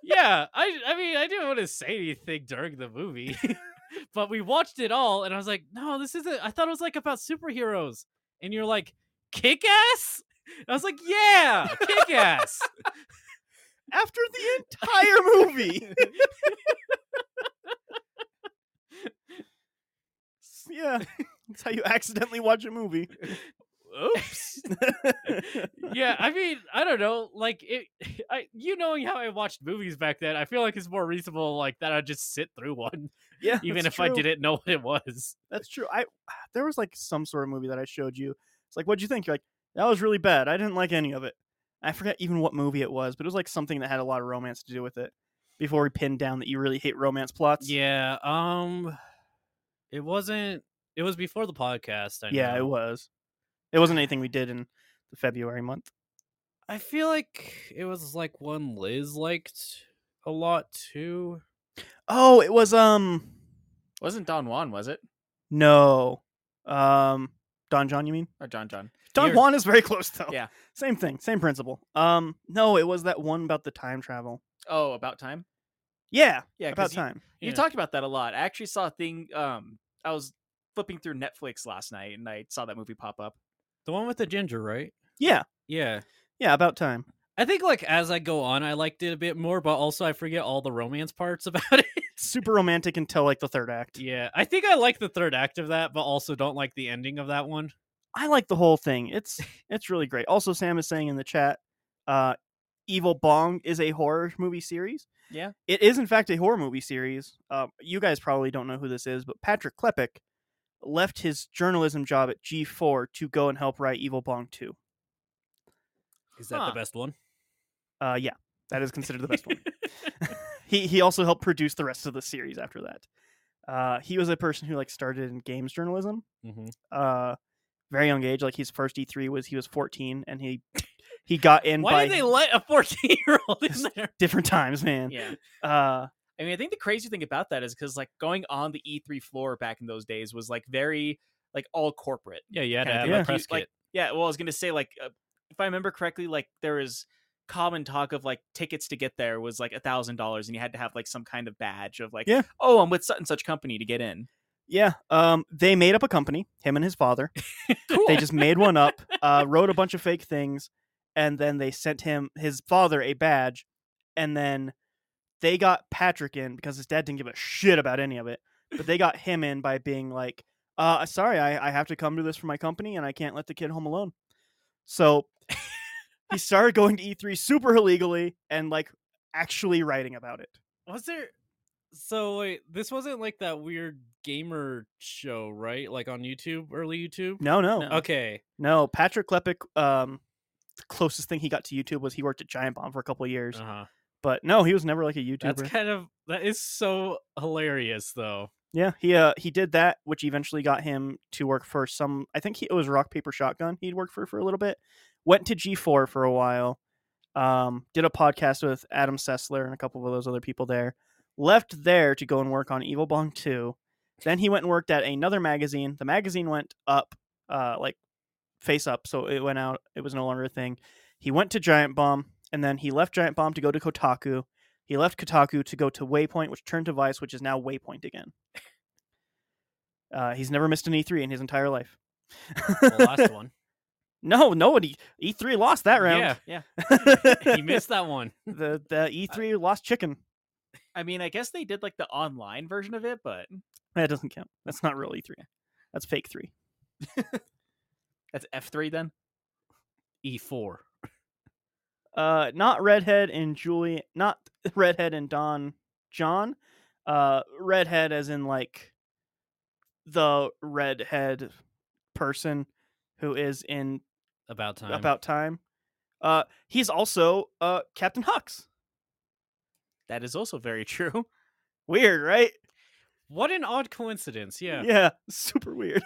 Speaker 3: yeah, I I mean I didn't want to say anything during the movie, (laughs) but we watched it all, and I was like, no, this isn't. I thought it was like about superheroes, and you're like, kick ass. I was like, yeah, kick ass.
Speaker 2: After the entire movie.
Speaker 3: (laughs)
Speaker 2: (laughs) yeah. That's how you accidentally watch a movie.
Speaker 3: Oops. yeah, I mean, I don't know. Like it, (laughs) I you knowing how I watched movies back then, I feel like it's more reasonable like that. I just sit through one,
Speaker 2: (laughs)
Speaker 3: (laughs)
Speaker 2: yeah.
Speaker 3: even
Speaker 2: that's
Speaker 3: if I
Speaker 2: true.
Speaker 3: didn't know what it was.
Speaker 2: That's true. I (sighs) there was like some sort of movie that I showed you. It's like, what'd you think? You're like, that was really bad. I didn't like any of it. I forget even what movie it was, but it was like something that had a lot of romance to do with it. Before we pinned down that you really hate romance plots.
Speaker 3: Yeah. Um, it wasn't. It was before the podcast. I
Speaker 2: yeah, it
Speaker 3: know.
Speaker 2: was. It wasn't anything we did in the February month.
Speaker 3: I feel like it was like one Liz liked a lot too.
Speaker 2: Oh, it was um
Speaker 4: Wasn't Don Juan, was it?
Speaker 2: no. Um Don John, you mean?
Speaker 4: Or John John?
Speaker 2: Don
Speaker 3: You're-
Speaker 2: Juan is very (laughs) close though.
Speaker 4: Yeah.
Speaker 2: Same thing, same principle. Um no, it was that one about the time travel.
Speaker 4: Oh, About Time?
Speaker 2: Yeah,
Speaker 4: Yeah,
Speaker 2: about
Speaker 4: 'cause you-
Speaker 2: time.
Speaker 4: You
Speaker 3: Yeah.
Speaker 4: talked about that a lot. I actually saw a thing. Um, I was flipping through Netflix last night and I saw that movie pop up.
Speaker 3: The one with the ginger, right?
Speaker 2: Yeah,
Speaker 3: Yeah.
Speaker 2: yeah, about time.
Speaker 3: I think like as I go on, I liked it a bit more, but also I forget all the romance parts (laughs) about it.
Speaker 2: Super romantic until like the third act.
Speaker 3: yeah, I think I like the third act of that, but also don't like the ending of that one.
Speaker 2: I like the whole thing. It's it's really great. Also, Sam is saying in the chat, uh, Evil Bong is a horror movie series.
Speaker 4: Yeah.
Speaker 2: it is in fact a horror movie series. Um, you guys probably don't know who this is, but Patrick Klepek left his journalism job at G4 to go and help write Evil Bong 2.
Speaker 3: Is that
Speaker 4: Huh.
Speaker 3: the best one?
Speaker 2: Uh, yeah, that is considered the best
Speaker 4: (laughs)
Speaker 2: one. he he also helped produce the rest of the series after that. Uh, he was a person who like started in games journalism.
Speaker 3: hmm
Speaker 2: Uh, very young age, like his first E3 was he was 14, and he he got in
Speaker 3: Why
Speaker 2: by
Speaker 3: did they let a fourteen-year-old in there?
Speaker 2: different (laughs) times, man.
Speaker 4: Yeah.
Speaker 2: Uh,
Speaker 4: I mean, I think the crazy thing about that is because like going on the E3 floor back in those days was like very like all corporate.
Speaker 3: Yeah, you had to
Speaker 4: Kinda
Speaker 3: have
Speaker 2: thing.
Speaker 3: a
Speaker 2: Yeah.
Speaker 3: press
Speaker 4: Like-
Speaker 3: kit.
Speaker 4: Yeah, well, I was gonna say like uh, if I remember correctly, like there was common talk of like tickets to get there was like a thousand dollars, and you had to have like some kind of badge of like,
Speaker 2: Yeah.
Speaker 4: oh, I'm with such and such company to get in.
Speaker 2: yeah. Um, they made up a company, him and his father. They just made one up, uh, wrote a bunch of fake things, and then they sent him his father a badge, and then they got Patrick in because his dad didn't give a shit about any of it. But they got him in by being like, uh, "Sorry, I, I have to come to this for my company, and I can't let the kid home alone." So he started going to E3 super illegally and like actually writing about it.
Speaker 3: Was there? So wait, this wasn't like that weird gamer show, right? Like on YouTube, early YouTube.
Speaker 2: No, no,
Speaker 4: No.
Speaker 3: Okay.
Speaker 2: No, Patrick Klepek, um, the closest thing he got to YouTube was he worked at Giant Bomb for a couple of years.
Speaker 3: Uh-huh.
Speaker 2: But no, he was never like a YouTuber.
Speaker 3: That's kind of that is so hilarious though.
Speaker 2: yeah, he uh, he did that, which eventually got him to work for some. I think he, it was Rock Paper Shotgun. He'd worked for for a little bit. Went to G4 for a while. Um, did a podcast with Adam Sessler and a couple of those other people there. Left there to go and work on Evil Bong 2. Then he went and worked at another magazine. The magazine went up, uh, like face up, so it went out. It was no longer a thing. He went to Giant Bomb, and then he left Giant Bomb to go to Kotaku. He left Kotaku to go to Waypoint, which turned to Vice, which is now Waypoint again. Uh, he's never missed an E3 in his entire life.
Speaker 3: The last one. (laughs)
Speaker 2: no, nobody. E3 lost that round.
Speaker 4: Yeah,
Speaker 3: Yeah,
Speaker 2: (laughs)
Speaker 3: he missed that one.
Speaker 2: the the E3 lost chicken.
Speaker 4: I mean, I guess they did like the online version of it, but
Speaker 2: That doesn't count. That's not real E3. That's fake three.
Speaker 4: that's F3 then.
Speaker 3: E four.
Speaker 2: Uh, not redhead and Julie. Not (laughs) redhead and Don John. Uh, redhead as in like the redhead person who is in
Speaker 3: About time.
Speaker 2: about time. Uh, he's also uh Captain Hux.
Speaker 4: That is also very (laughs) true.
Speaker 2: Weird, right?
Speaker 3: what an odd coincidence. Yeah.
Speaker 2: Yeah, (laughs) super weird.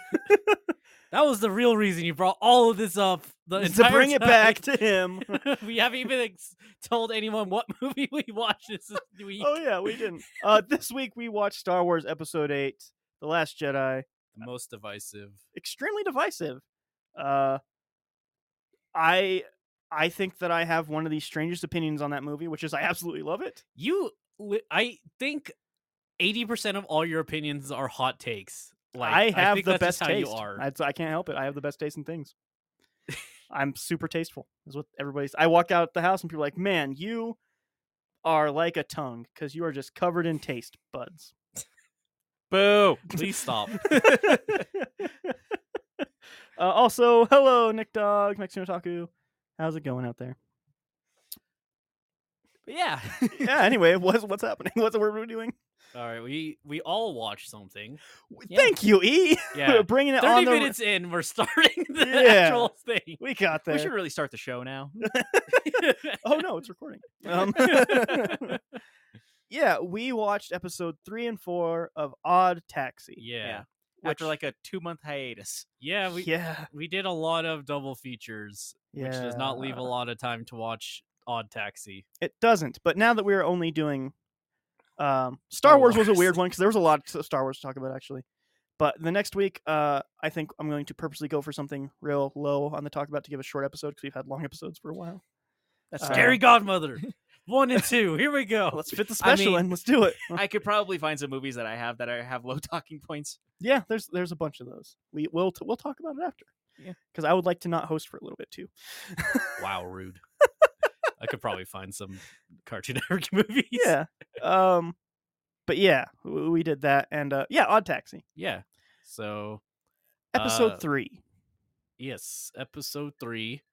Speaker 3: That was the real reason you brought all of this up. The
Speaker 2: to
Speaker 3: entire
Speaker 2: bring it
Speaker 3: time.
Speaker 2: back
Speaker 3: (laughs)
Speaker 2: to him.
Speaker 3: we haven't even ex- told anyone what (laughs) movie we watched this week.
Speaker 2: (laughs) oh yeah, we didn't. Uh, this week we watched Star Wars Episode Eight: The Last Jedi.
Speaker 3: The most divisive.
Speaker 2: extremely divisive. Uh, I I think that I have one of the strangest opinions on that movie, which is I absolutely love it.
Speaker 3: You li- I think 80% of all your opinions are hot takes. Like
Speaker 2: I have
Speaker 3: think
Speaker 2: the
Speaker 3: that's
Speaker 2: best
Speaker 3: just how
Speaker 2: taste.
Speaker 3: you are.
Speaker 2: I, I can't help it. I have the best taste in
Speaker 3: (laughs)
Speaker 2: things. I'm super tasteful. Is what everybody's. I walk out the house and people are like, "Man, you are like a tongue because you are just covered in taste buds." (laughs)
Speaker 4: Boo.
Speaker 3: Please (laughs) stop.
Speaker 2: uh, also, hello, Nick Dog, Mexican Otaku. How's it going out there?
Speaker 4: But yeah. (laughs)
Speaker 2: yeah. Anyway, what's what's happening? (laughs) What's what we're doing?
Speaker 3: All right, we we all
Speaker 2: (laughs)
Speaker 3: watch something.
Speaker 2: W-
Speaker 4: Yeah.
Speaker 2: Thank you, E.
Speaker 3: Yeah.
Speaker 2: We're bringing it on
Speaker 3: Thirty
Speaker 2: the.
Speaker 3: minutes in, we're starting (laughs) the
Speaker 2: Yeah.
Speaker 3: actual
Speaker 2: (laughs)
Speaker 3: thing. (laughs)
Speaker 2: We got
Speaker 4: We
Speaker 2: there.
Speaker 4: should really start the
Speaker 2: (laughs)
Speaker 4: show now.
Speaker 2: Oh no, it's recording. Um, (laughs) yeah, we watched episode three and four of Odd Taxi.
Speaker 3: yeah,
Speaker 4: After
Speaker 2: Which-
Speaker 4: like a two month hiatus.
Speaker 3: yeah, we
Speaker 2: yeah,
Speaker 3: we did a lot of double features, which does not leave a
Speaker 2: yeah.
Speaker 3: lot of time to watch Odd Taxi.
Speaker 2: It doesn't. But now that we're only doing, um, Star Wars was a
Speaker 3: Wars.
Speaker 2: weird one because there was a lot of Star Wars to talk about actually. But the next week, uh, I think I'm going to purposely go for something real low on the talk about to give a short episode because we've had long episodes for a while.
Speaker 4: That's
Speaker 2: Uh,
Speaker 3: Scary Godmother. One and two. Here we go.
Speaker 2: (laughs) Let's fit the special
Speaker 4: mean-
Speaker 2: in. Let's do it. Uh,
Speaker 4: I could probably find some movies that I have that I have low (laughs) talking points.
Speaker 2: yeah, there's there's a bunch of those. We we'll t- we'll talk about it after.
Speaker 4: Yeah.
Speaker 2: because I would like to not host for a little bit too.
Speaker 3: Wow, rude. I could probably find some Cartoon (laughs) Network movies.
Speaker 2: Yeah. Um, but yeah, w- we did that, and uh, yeah, Odd Taxi
Speaker 3: Yeah. So
Speaker 2: episode
Speaker 3: Uh,
Speaker 2: three.
Speaker 3: yes, episode three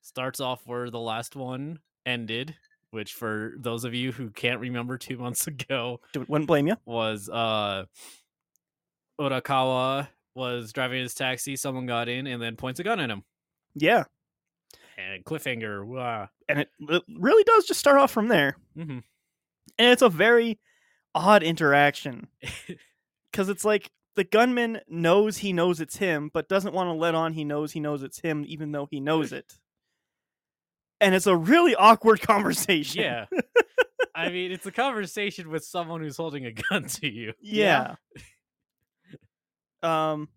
Speaker 3: starts off where the last one ended, which for those of you who can't remember two months (laughs) ago
Speaker 2: Do- Wouldn't blame you.
Speaker 3: was uh Urakawa was driving his taxi, someone got in and then points a gun at him.
Speaker 2: Yeah,
Speaker 3: And cliffhanger. Wow.
Speaker 2: and it, it really does just start off from there,
Speaker 4: Mm-hmm.
Speaker 3: hmm
Speaker 2: and it's a very odd
Speaker 4: (laughs)
Speaker 2: interaction because it's like the gunman knows he knows it's him, but doesn't want to let on he knows he knows it's him, even though he knows it. And it's a really awkward (laughs) conversation.
Speaker 3: Yeah. (laughs) I mean, it's a conversation with someone who's holding a (laughs) gun to you.
Speaker 2: Yeah. (laughs) um,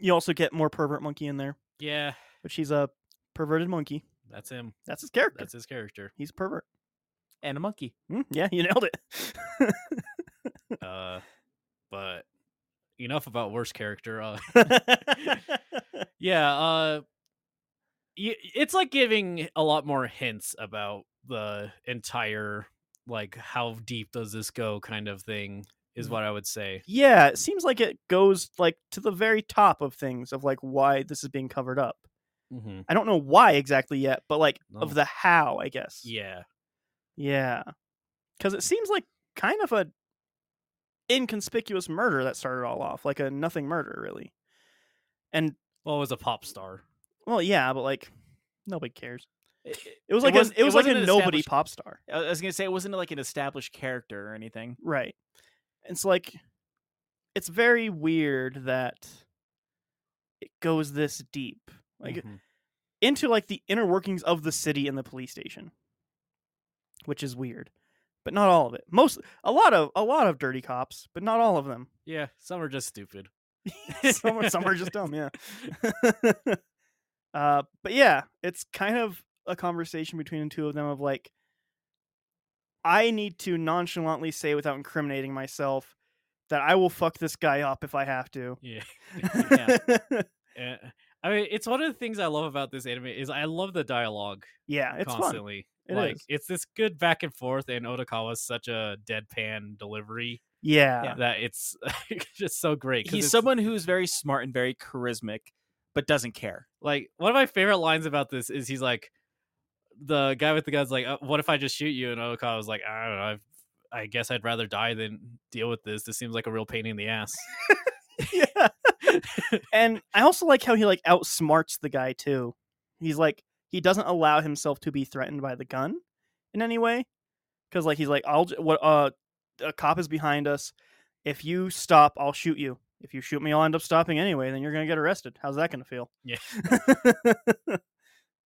Speaker 2: you also get more pervert monkey in there,
Speaker 3: Yeah,
Speaker 2: but she's a perverted monkey.
Speaker 3: that's him.
Speaker 2: That's his character.
Speaker 3: That's his character.
Speaker 2: He's a pervert.
Speaker 4: And a monkey.
Speaker 2: Mm, yeah, you nailed it. (laughs)
Speaker 3: Uh, but enough about worst character. (laughs) Uh, yeah. Uh, y- it's like giving a lot more hints about the entire like how deep does this go kind of thing is what I would say.
Speaker 2: yeah, it seems like it goes like to the very top of things of like why this is being covered up.
Speaker 3: Mm-hmm.
Speaker 2: I don't know why exactly yet, but like of
Speaker 3: No.
Speaker 2: the how, I guess.
Speaker 3: Yeah.
Speaker 2: Yeah. Cuz it seems like kind of a inconspicuous murder that started all off, like a nothing murder really. And
Speaker 3: Well, it was a pop star.
Speaker 2: well, yeah, but like nobody cares.
Speaker 4: It,
Speaker 2: It was like
Speaker 4: wasn't-
Speaker 2: a, it was like
Speaker 4: wasn't
Speaker 2: a
Speaker 4: an
Speaker 2: nobody
Speaker 4: established-
Speaker 2: pop star.
Speaker 4: I was gonna say it wasn't like an established character or anything.
Speaker 2: Right. It's like it's very weird that it goes this deep. Like
Speaker 3: Mhm.
Speaker 2: into like the inner workings of the city and the police station. Which is weird. But not all of it. Most a lot of a lot of dirty cops, but not all of them. (laughs)
Speaker 3: yeah, some are just stupid.
Speaker 2: some,
Speaker 4: (laughs)
Speaker 2: are, some are just dumb, yeah. (laughs) uh, but yeah, it's kind of a conversation between the two of them of like, I need to nonchalantly say without incriminating myself that I will fuck this guy up if I have to.
Speaker 3: Yeah. (laughs) Uh, I mean, it's one of the things I love about this anime is I love the dialogue
Speaker 2: (laughs) yeah, it's fun.
Speaker 3: constantly.
Speaker 2: It
Speaker 3: like
Speaker 2: is.
Speaker 3: it's this good back and forth, and Otakawa's such a deadpan delivery
Speaker 2: Yeah.
Speaker 3: that it's (laughs) just so great. 'cause
Speaker 4: He's
Speaker 3: it's-
Speaker 4: someone who's very smart and very charismatic, but doesn't care.
Speaker 3: like one of my favorite lines about this is he's like the guy with the gun's like, uh, "What if I just shoot you?" And Otakawa was like, "I don't know. I've, I guess I'd rather die than deal with this. This seems like a real pain in the ass."
Speaker 2: yeah. and I also like how he like outsmarts the guy too. He's like he doesn't allow himself to be threatened by the gun in any way cuz like he's like I'll j- what uh a cop is behind us. If you stop, I'll shoot you. If you shoot me, I'll end up stopping anyway, then you're going to get arrested. How's that going to feel?
Speaker 3: Yeah.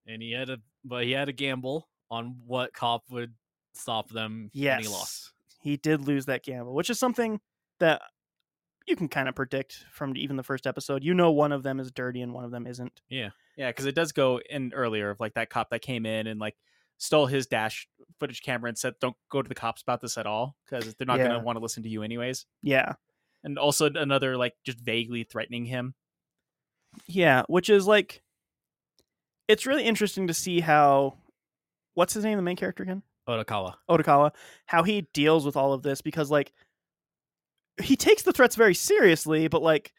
Speaker 3: and he had a but he had a gamble on what cop would stop them. and
Speaker 2: yes.
Speaker 3: he lost.
Speaker 2: He did lose that gamble, which is something that you can kind of predict from even the first episode. You know one of them is dirty and one of them isn't.
Speaker 4: Yeah, because it does go in earlier of like that cop that came in and like stole his dash footage camera and said, "Don't go to the cops about this at all because they're not
Speaker 2: Yeah.
Speaker 4: gonna want to listen to you anyways."
Speaker 2: Yeah.
Speaker 4: And also another like just vaguely threatening him.
Speaker 2: Yeah, which is like it's really interesting to see how what's his name, the main character again?
Speaker 3: Otakawa.
Speaker 2: Otakawa, how he deals with all of this because like he takes the threats very seriously, but like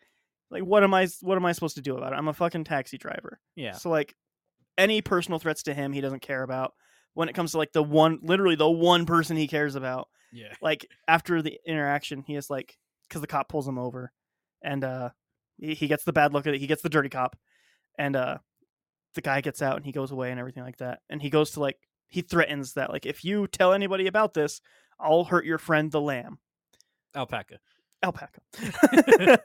Speaker 2: like what am I what am I supposed to do about it? I'm a fucking taxi driver.
Speaker 4: Yeah,
Speaker 2: So like any personal threats to him he doesn't care about. When it comes to like the one literally the one person he cares about,
Speaker 3: Yeah.
Speaker 2: like after the interaction, he is like, because the cop pulls him over, and uh, he, he gets the bad look at it. He gets the dirty cop, and uh, the guy gets out and he goes away and everything like that. And he goes to like he threatens that like if you tell anybody about this, I'll hurt your friend the lamb
Speaker 3: Alpaca.
Speaker 2: alpaca. (laughs) and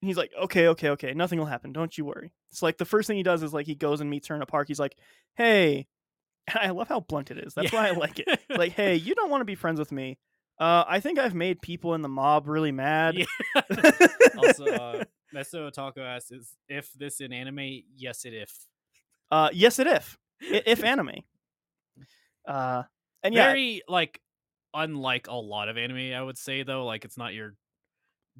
Speaker 2: he's like, okay, okay, okay, nothing will happen. Don't you worry. So like the first thing he does is like he goes and meets her in a park. He's like, hey, (laughs) and I love how blunt it is. That's
Speaker 3: Yeah.
Speaker 2: why I like (laughs) it. It's like, hey, you don't want to be friends with me. Uh, I think I've made people in the mob really mad. (laughs)
Speaker 3: Yeah. also, uh, Meso Otako asks, "Is if this in anime? Yes, it if."
Speaker 4: (laughs)
Speaker 2: Uh, yes, it if I- if anime. Uh, And yeah,
Speaker 3: very like unlike a lot of anime, I would say though. Like it's not your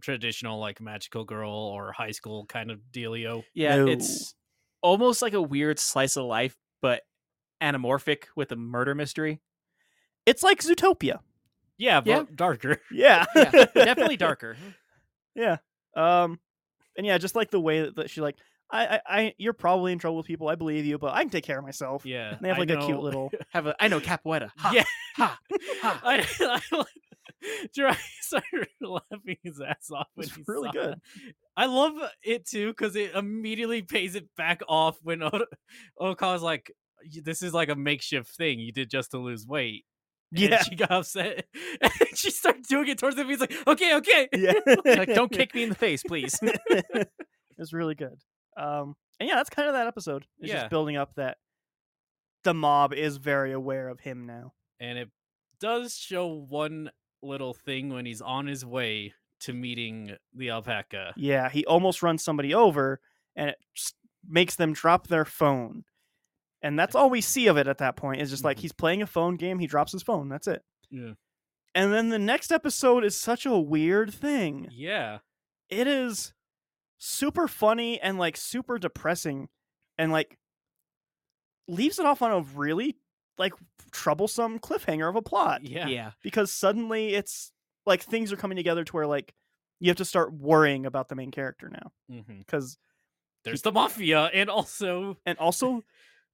Speaker 3: traditional like magical girl or high school kind of dealio.
Speaker 4: Yeah,
Speaker 2: No.
Speaker 4: it's almost like a weird slice of life, but anamorphic with a murder mystery.
Speaker 2: it's like Zootopia.
Speaker 3: Yeah, but
Speaker 4: Yeah.
Speaker 2: (laughs)
Speaker 3: darker.
Speaker 2: Yeah.
Speaker 4: Yeah, definitely darker.
Speaker 2: Yeah. Um, and yeah, just like the way that, that she like, I, I, I, you're probably in trouble with people. I believe you, but I can take care of myself.
Speaker 3: Yeah,
Speaker 2: And they have
Speaker 3: I
Speaker 2: like a
Speaker 3: know-
Speaker 2: cute
Speaker 4: (laughs)
Speaker 2: little.
Speaker 4: Have a I know capoeira. Ha.
Speaker 3: Yeah.
Speaker 4: ha, ha.
Speaker 3: (laughs) I, I, love- Jiraiya started laughing his ass off. When
Speaker 2: It's
Speaker 3: he
Speaker 2: really
Speaker 3: saw
Speaker 2: good.
Speaker 3: it. I love it too because it immediately (laughs) pays it back off when o- Oka's like, "Y- "This is like a makeshift thing you did just to lose weight."
Speaker 2: Yeah.
Speaker 3: and she got upset. (laughs) And she started doing it towards him. He's like, "Okay, okay."
Speaker 2: Yeah.
Speaker 4: Like, don't kick me in the face, (laughs)
Speaker 2: (laughs)
Speaker 4: please.
Speaker 2: it was really good. Um, and yeah, that's kind of that episode. It's
Speaker 3: Yeah.
Speaker 2: just building up that the mob is very aware of him now.
Speaker 3: and it does show one little thing when he's on his way to meeting the alpaca.
Speaker 2: Yeah, he almost runs somebody over, and it s- makes them drop their phone. And that's all we see of it at that point. Is just like
Speaker 3: Mhm.
Speaker 2: he's playing a phone game. He drops his phone. That's it.
Speaker 3: Yeah.
Speaker 2: And then the next episode is such a weird thing.
Speaker 3: Yeah,
Speaker 2: it is super funny and like super depressing and like leaves it off on a really like troublesome cliffhanger of a plot
Speaker 3: (laughs) yeah,
Speaker 2: because suddenly it's like things are coming together to where like you have to start worrying about the main character now
Speaker 3: hmm
Speaker 2: cuz
Speaker 3: There's the mafia, and also
Speaker 2: and also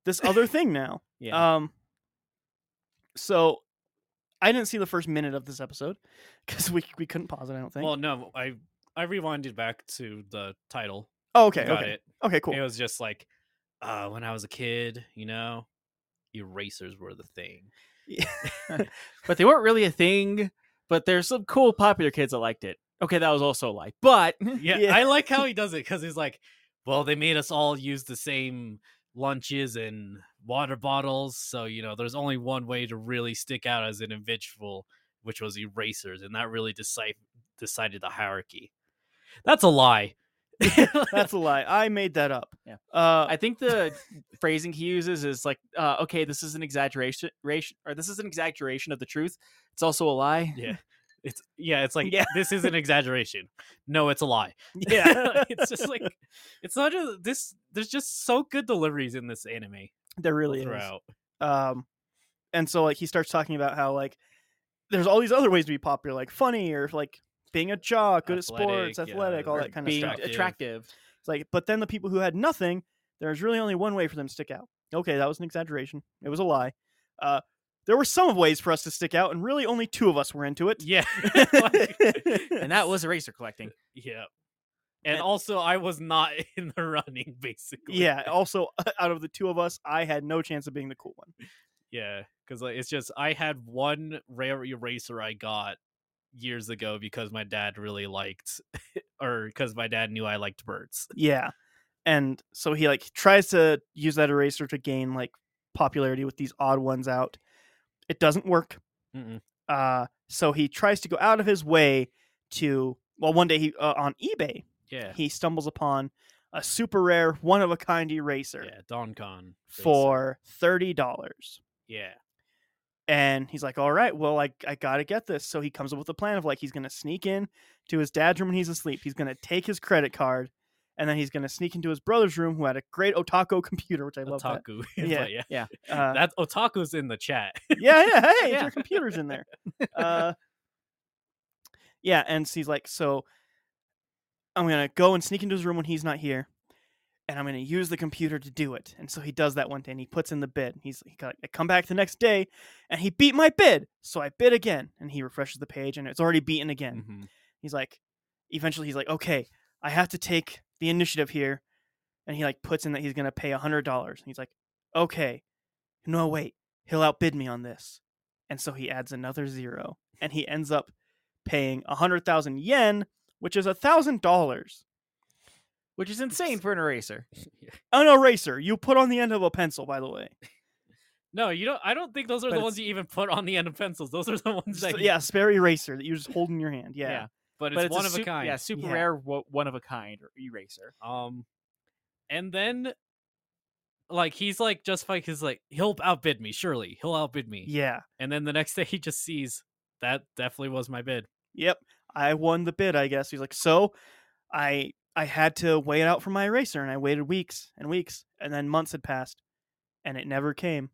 Speaker 2: this other thing
Speaker 3: (laughs)
Speaker 2: now
Speaker 4: Yeah.
Speaker 2: um so I didn't see the first minute of this episode cuz we we couldn't pause it I don't think.
Speaker 3: well, no, I I rewinded back to the title.
Speaker 2: oh, okay,
Speaker 3: Got
Speaker 2: okay.
Speaker 3: it.
Speaker 2: Okay, cool.
Speaker 3: (laughs) It was just like uh, when I was a kid, you know, erasers were the thing.
Speaker 4: but they weren't really a thing. But there's some cool popular kids that liked it. Okay, that was also a lie.
Speaker 3: (laughs)
Speaker 4: But
Speaker 3: Yeah,
Speaker 2: Yeah.
Speaker 3: I like how he does it because he's like, well, they made us all use the same lunches and water bottles, so you know, there's only one way to really stick out as an individual, which was erasers, and that really decide decided the hierarchy. That's a lie.
Speaker 2: (laughs) That's a lie. I made that up.
Speaker 4: Yeah.
Speaker 2: Uh
Speaker 4: I think the phrasing he uses is like, uh, okay, this is an exaggeration, ration- or this is an exaggeration of the truth. It's also a lie.
Speaker 3: yeah. (laughs) It's yeah, it's like
Speaker 2: Yeah.
Speaker 3: this is an exaggeration. No, it's a lie.
Speaker 2: (laughs) (laughs) yeah
Speaker 3: it's just (laughs) like it's not a, this there's just so good deliveries in this anime
Speaker 2: there really is
Speaker 3: throughout.
Speaker 2: um and so like he starts talking about how like there's all these other ways to be popular like funny or like being a jock good at sports
Speaker 3: Athletic, yeah,
Speaker 2: athletic all
Speaker 3: or
Speaker 2: that kind of
Speaker 4: Being
Speaker 2: stuff
Speaker 4: attractive.
Speaker 3: Attractive. (laughs)
Speaker 2: it's like but then the people who had nothing there's really only one way for them to stick out okay that was an exaggeration it was a lie uh there were some ways for us to stick out and really only two of us were into it (laughs)
Speaker 3: Yeah. (laughs) Like-
Speaker 4: and that was eraser collecting.
Speaker 3: Yeah. And,
Speaker 2: And-
Speaker 3: also, I was not (laughs) in the running, basically. (laughs)
Speaker 2: yeah also (laughs) out of the two of us i had no chance of being the cool one
Speaker 3: Yeah. Because like, it's just, I had one rare eraser I got years ago because my dad really liked, (laughs) or because my dad knew I liked birds.
Speaker 2: Yeah. And so he like tries to use that eraser to gain like popularity with these odd ones out. It doesn't work.
Speaker 3: Mm-mm.
Speaker 2: Uh so he tries to go out of his way to well one day he uh, on eBay
Speaker 3: Yeah.
Speaker 2: he stumbles upon a super rare one of a kind eraser
Speaker 3: Yeah. Don Con.
Speaker 2: for $30.
Speaker 3: Yeah.
Speaker 2: And he's like, all right, well, I, I got to get this. So he comes up with a plan of like, he's going to sneak in to his dad's room when he's asleep. He's going to take his credit card and then he's going to sneak into his brother's room who had a great Otako (laughs) computer, which I love. That.
Speaker 3: Otaku. (laughs)
Speaker 2: Yeah.
Speaker 3: yeah. (laughs)
Speaker 2: Uh,
Speaker 3: That Otaku's in the chat. (laughs)
Speaker 2: yeah, yeah, hey,
Speaker 4: Yeah.
Speaker 2: your computer's in there. Uh, yeah, and so he's like, so I'm gonna go and sneak into his room when he's not here, and I'm gonna use the computer to do it. And so he does that one day, and he puts in the bid. And he's like, I come back the next day, and he beat my bid, so I bid again, and he refreshes the page, and it's already beaten again.
Speaker 3: Mhm.
Speaker 2: He's like, eventually, he's like, okay, I have to take the initiative here. And he like puts in that he's going to pay a $100. And he's like, okay, no, wait, he'll outbid me on this. And so he adds another zero and he ends up paying a 100,000 yen, which is a $1,000.
Speaker 4: Which is insane for an eraser.
Speaker 2: An eraser Oh, you put on the end of a pencil, by the way.
Speaker 3: No, you don't. I don't think those are
Speaker 2: But
Speaker 3: the
Speaker 2: it's-
Speaker 3: ones you even put on the end of pencils. Those are the (laughs) ones
Speaker 2: Just
Speaker 3: that.
Speaker 2: a-
Speaker 3: you-
Speaker 2: yeah, a spare eraser that you just hold in your hand. Yeah.
Speaker 4: Yeah.
Speaker 3: But it's,
Speaker 4: but
Speaker 3: one of
Speaker 4: su-
Speaker 3: a kind.
Speaker 4: Yeah, super
Speaker 2: Yeah.
Speaker 4: er, rare, wo- one of a kind eraser.
Speaker 3: Um, and then Um, like he's like justified because like he'll outbid me, surely he'll outbid me.
Speaker 2: Yeah.
Speaker 3: And then the next (laughs) day he just sees that definitely was my bid.
Speaker 2: Yep. I won the bid, I guess. He's like, so I I had to wait out for my eraser and I waited weeks and weeks and then months had passed and it never came.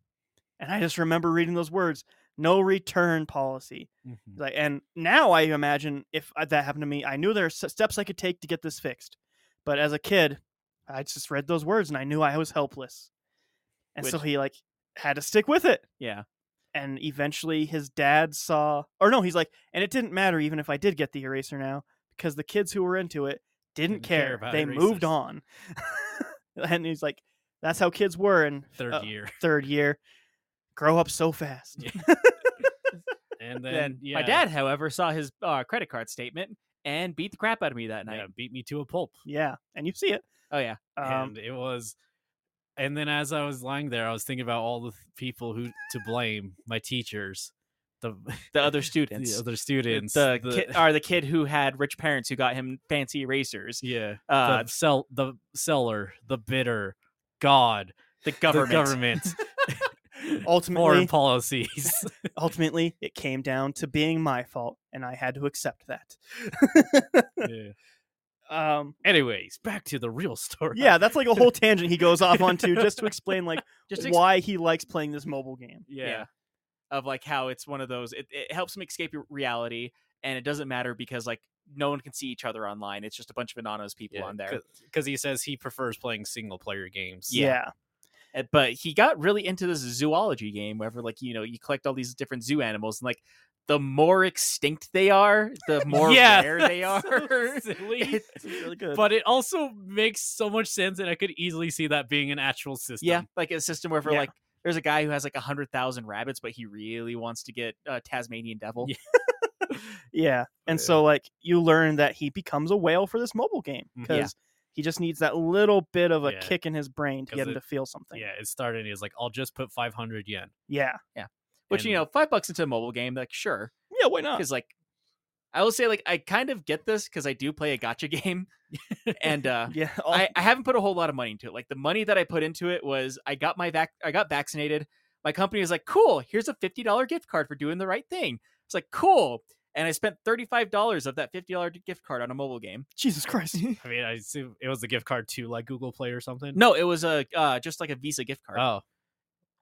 Speaker 2: And I just remember reading those words, no return policy.
Speaker 4: Mm-hmm.
Speaker 2: Like, and now I imagine if I- that happened to me, I knew there are s- steps I could take to get this fixed. But as a kid, I just read those words and I knew I was helpless. And so
Speaker 4: Which-
Speaker 2: he like had to stick with it.
Speaker 4: Yeah.
Speaker 2: And eventually his dad saw, or no, he's like, and it didn't matter even if I did get the eraser now because the kids who were into it didn't,
Speaker 3: Didn't care
Speaker 2: care.
Speaker 3: about
Speaker 2: they moved
Speaker 3: erasers.
Speaker 2: on. (laughs) and he's like, that's how kids were in
Speaker 3: Third
Speaker 4: Oh.
Speaker 2: Uh,
Speaker 4: (laughs)
Speaker 3: year. (laughs)
Speaker 2: third year. Grow up so fast.
Speaker 3: Yeah. And then,
Speaker 4: Then
Speaker 3: yeah,
Speaker 4: my dad, however, saw his uh, credit card statement and beat the crap out of me that night.
Speaker 3: yeah, beat me to a pulp.
Speaker 2: Yeah. And you see it.
Speaker 4: Oh yeah.
Speaker 2: Um,
Speaker 3: and it was and then as i was lying there i was thinking about all the th- people who to blame my teachers the
Speaker 4: (laughs)
Speaker 3: (laughs)
Speaker 4: The other
Speaker 3: the
Speaker 4: students.
Speaker 3: other students
Speaker 4: the, uh, (laughs)
Speaker 3: the-
Speaker 4: kid are the kid who had rich parents who got him fancy erasers.
Speaker 3: (laughs) yeah
Speaker 4: Uh,
Speaker 3: the sell the seller the bidder god
Speaker 4: the government.
Speaker 3: the government (laughs)
Speaker 2: ultimately,
Speaker 4: (laughs)
Speaker 3: foreign (laughs) policies
Speaker 2: ultimately it came down to being my fault and i had to accept that
Speaker 3: Yeah. (laughs)
Speaker 2: um
Speaker 3: anyways back to the real story
Speaker 2: yeah that's like a whole tangent he goes off onto just to explain
Speaker 3: (laughs)
Speaker 2: like
Speaker 4: Just to
Speaker 2: why he likes playing this mobile game
Speaker 3: yeah,
Speaker 4: of like how it's one of those it, it helps them escape your reality and it doesn't matter because like no one can see each other online it's just a bunch of anonymous people on there
Speaker 3: because he says he prefers playing single player games
Speaker 2: yeah
Speaker 4: Uh, but he got really into this zoology game wherever like you know you collect all these different zoo animals and like the more extinct they are the
Speaker 3: (laughs)
Speaker 4: more
Speaker 3: yeah,
Speaker 4: rare they are (laughs)
Speaker 3: that's so silly. (laughs)
Speaker 4: It's
Speaker 2: really good.
Speaker 3: But it also makes so much sense, and I could easily see that being an actual system.
Speaker 4: yeah like a system where for
Speaker 2: Yeah.
Speaker 4: like there's a guy who has like a hundred thousand rabbits but he really wants to get a tasmanian devil
Speaker 3: Yeah.
Speaker 2: yeah and
Speaker 3: Yeah.
Speaker 2: so like you learn that he becomes a whale for this mobile game
Speaker 3: Mhm.
Speaker 2: because
Speaker 3: Yeah.
Speaker 2: he just needs that little bit of a
Speaker 3: Yeah.
Speaker 2: kick in his brain to
Speaker 3: 'Cause
Speaker 2: get him
Speaker 3: it-
Speaker 2: to feel something
Speaker 3: yeah. It started. He's like, I'll just put five hundred yen.
Speaker 2: yeah
Speaker 4: which you know
Speaker 3: And-
Speaker 4: five bucks into a mobile game like sure
Speaker 2: yeah why not
Speaker 4: because like I will say like I kind of get this because I do play a gotcha (laughs)
Speaker 3: (laughs)
Speaker 4: game, and uh,
Speaker 2: yeah (laughs) oh, all-
Speaker 4: I, I haven't put a whole lot of money into it. Like the money that I put into it was I got my vac I got vaccinated. My company was like, cool, here's a fifty dollar gift card for doing the right thing. It's like cool, and I spent thirty five dollars of that fifty dollar gift card on a mobile game.
Speaker 2: jesus
Speaker 4: (laughs)
Speaker 2: christ
Speaker 3: I mean, I assume it was a gift card to like Google Play or something.
Speaker 4: No, it was a uh, just like a Visa gift card.
Speaker 3: Oh,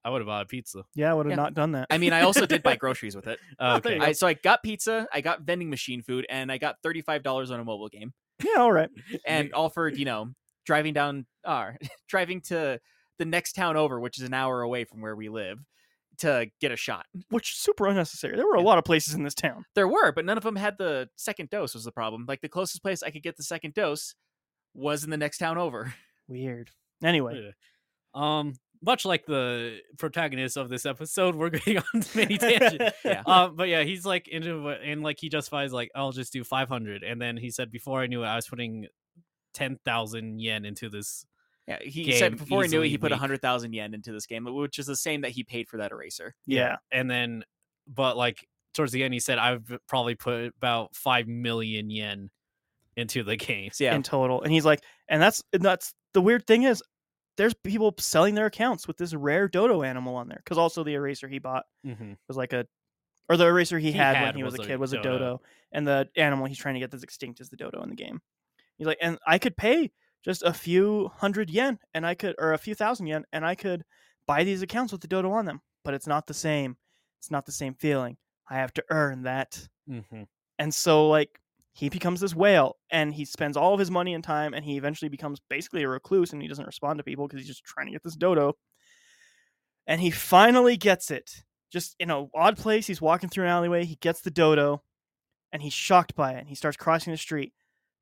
Speaker 3: I would have bought a pizza.
Speaker 2: yeah i would have
Speaker 4: Yeah.
Speaker 2: not done that
Speaker 4: I mean, I also did
Speaker 2: (laughs)
Speaker 4: buy groceries with it.
Speaker 3: Oh,
Speaker 2: there
Speaker 3: okay.
Speaker 2: you
Speaker 4: I, so I got pizza, I got vending machine food, and I got thirty five dollars on a mobile game.
Speaker 2: yeah all right
Speaker 4: and all for you know driving down or (laughs) driving to the next town over which is an hour away from where we live to get a shot
Speaker 2: which is super unnecessary there were a
Speaker 4: Yeah.
Speaker 2: lot of places in this town
Speaker 4: there were but none of them had the second dose was the problem like the closest place i could get the second dose was in the next town over (laughs)
Speaker 2: weird anyway
Speaker 3: Yeah. Um, much like the protagonist of this episode, we're (laughs) going on many
Speaker 2: (laughs)
Speaker 3: (laughs) tangents.
Speaker 4: yeah
Speaker 3: um, but yeah, he's like into it, and like he justifies like I'll just do five hundred, and then he said before I knew it, I was putting ten thousand yen into this.
Speaker 4: yeah he
Speaker 3: Game
Speaker 4: said before he knew it
Speaker 3: easily
Speaker 4: he put
Speaker 3: weak.
Speaker 4: 100000 yen into this game which is the same that he paid for that eraser
Speaker 2: yeah
Speaker 3: and then but like towards the end, he said I've probably put about five million yen into the game.
Speaker 4: so yeah
Speaker 2: in total. And he's like, and that's and that's the weird thing is, there's people selling their accounts with this rare dodo animal on there because also the eraser he bought
Speaker 3: Mm-hmm.
Speaker 2: was like a, or the eraser he,
Speaker 3: He
Speaker 2: had,
Speaker 3: had
Speaker 2: when he was,
Speaker 3: was
Speaker 2: a
Speaker 3: a
Speaker 2: kid was a
Speaker 3: dodo.
Speaker 2: dodo, and the animal he's trying to get that's extinct is the dodo in the game. He's like, and I could pay just a few hundred yen, and I could, or a few thousand yen, and I could buy these accounts with the dodo on them, but it's not the same. It's not the same feeling. I have to earn that.
Speaker 3: Mm-hmm.
Speaker 2: And so like he becomes this whale and he spends all of his money and time and he eventually becomes basically a recluse and he doesn't respond to people because he's just trying to get this dodo. And he finally gets it. Just in an odd place, he's walking through an alleyway, he gets the dodo and he's shocked by it and he starts crossing the street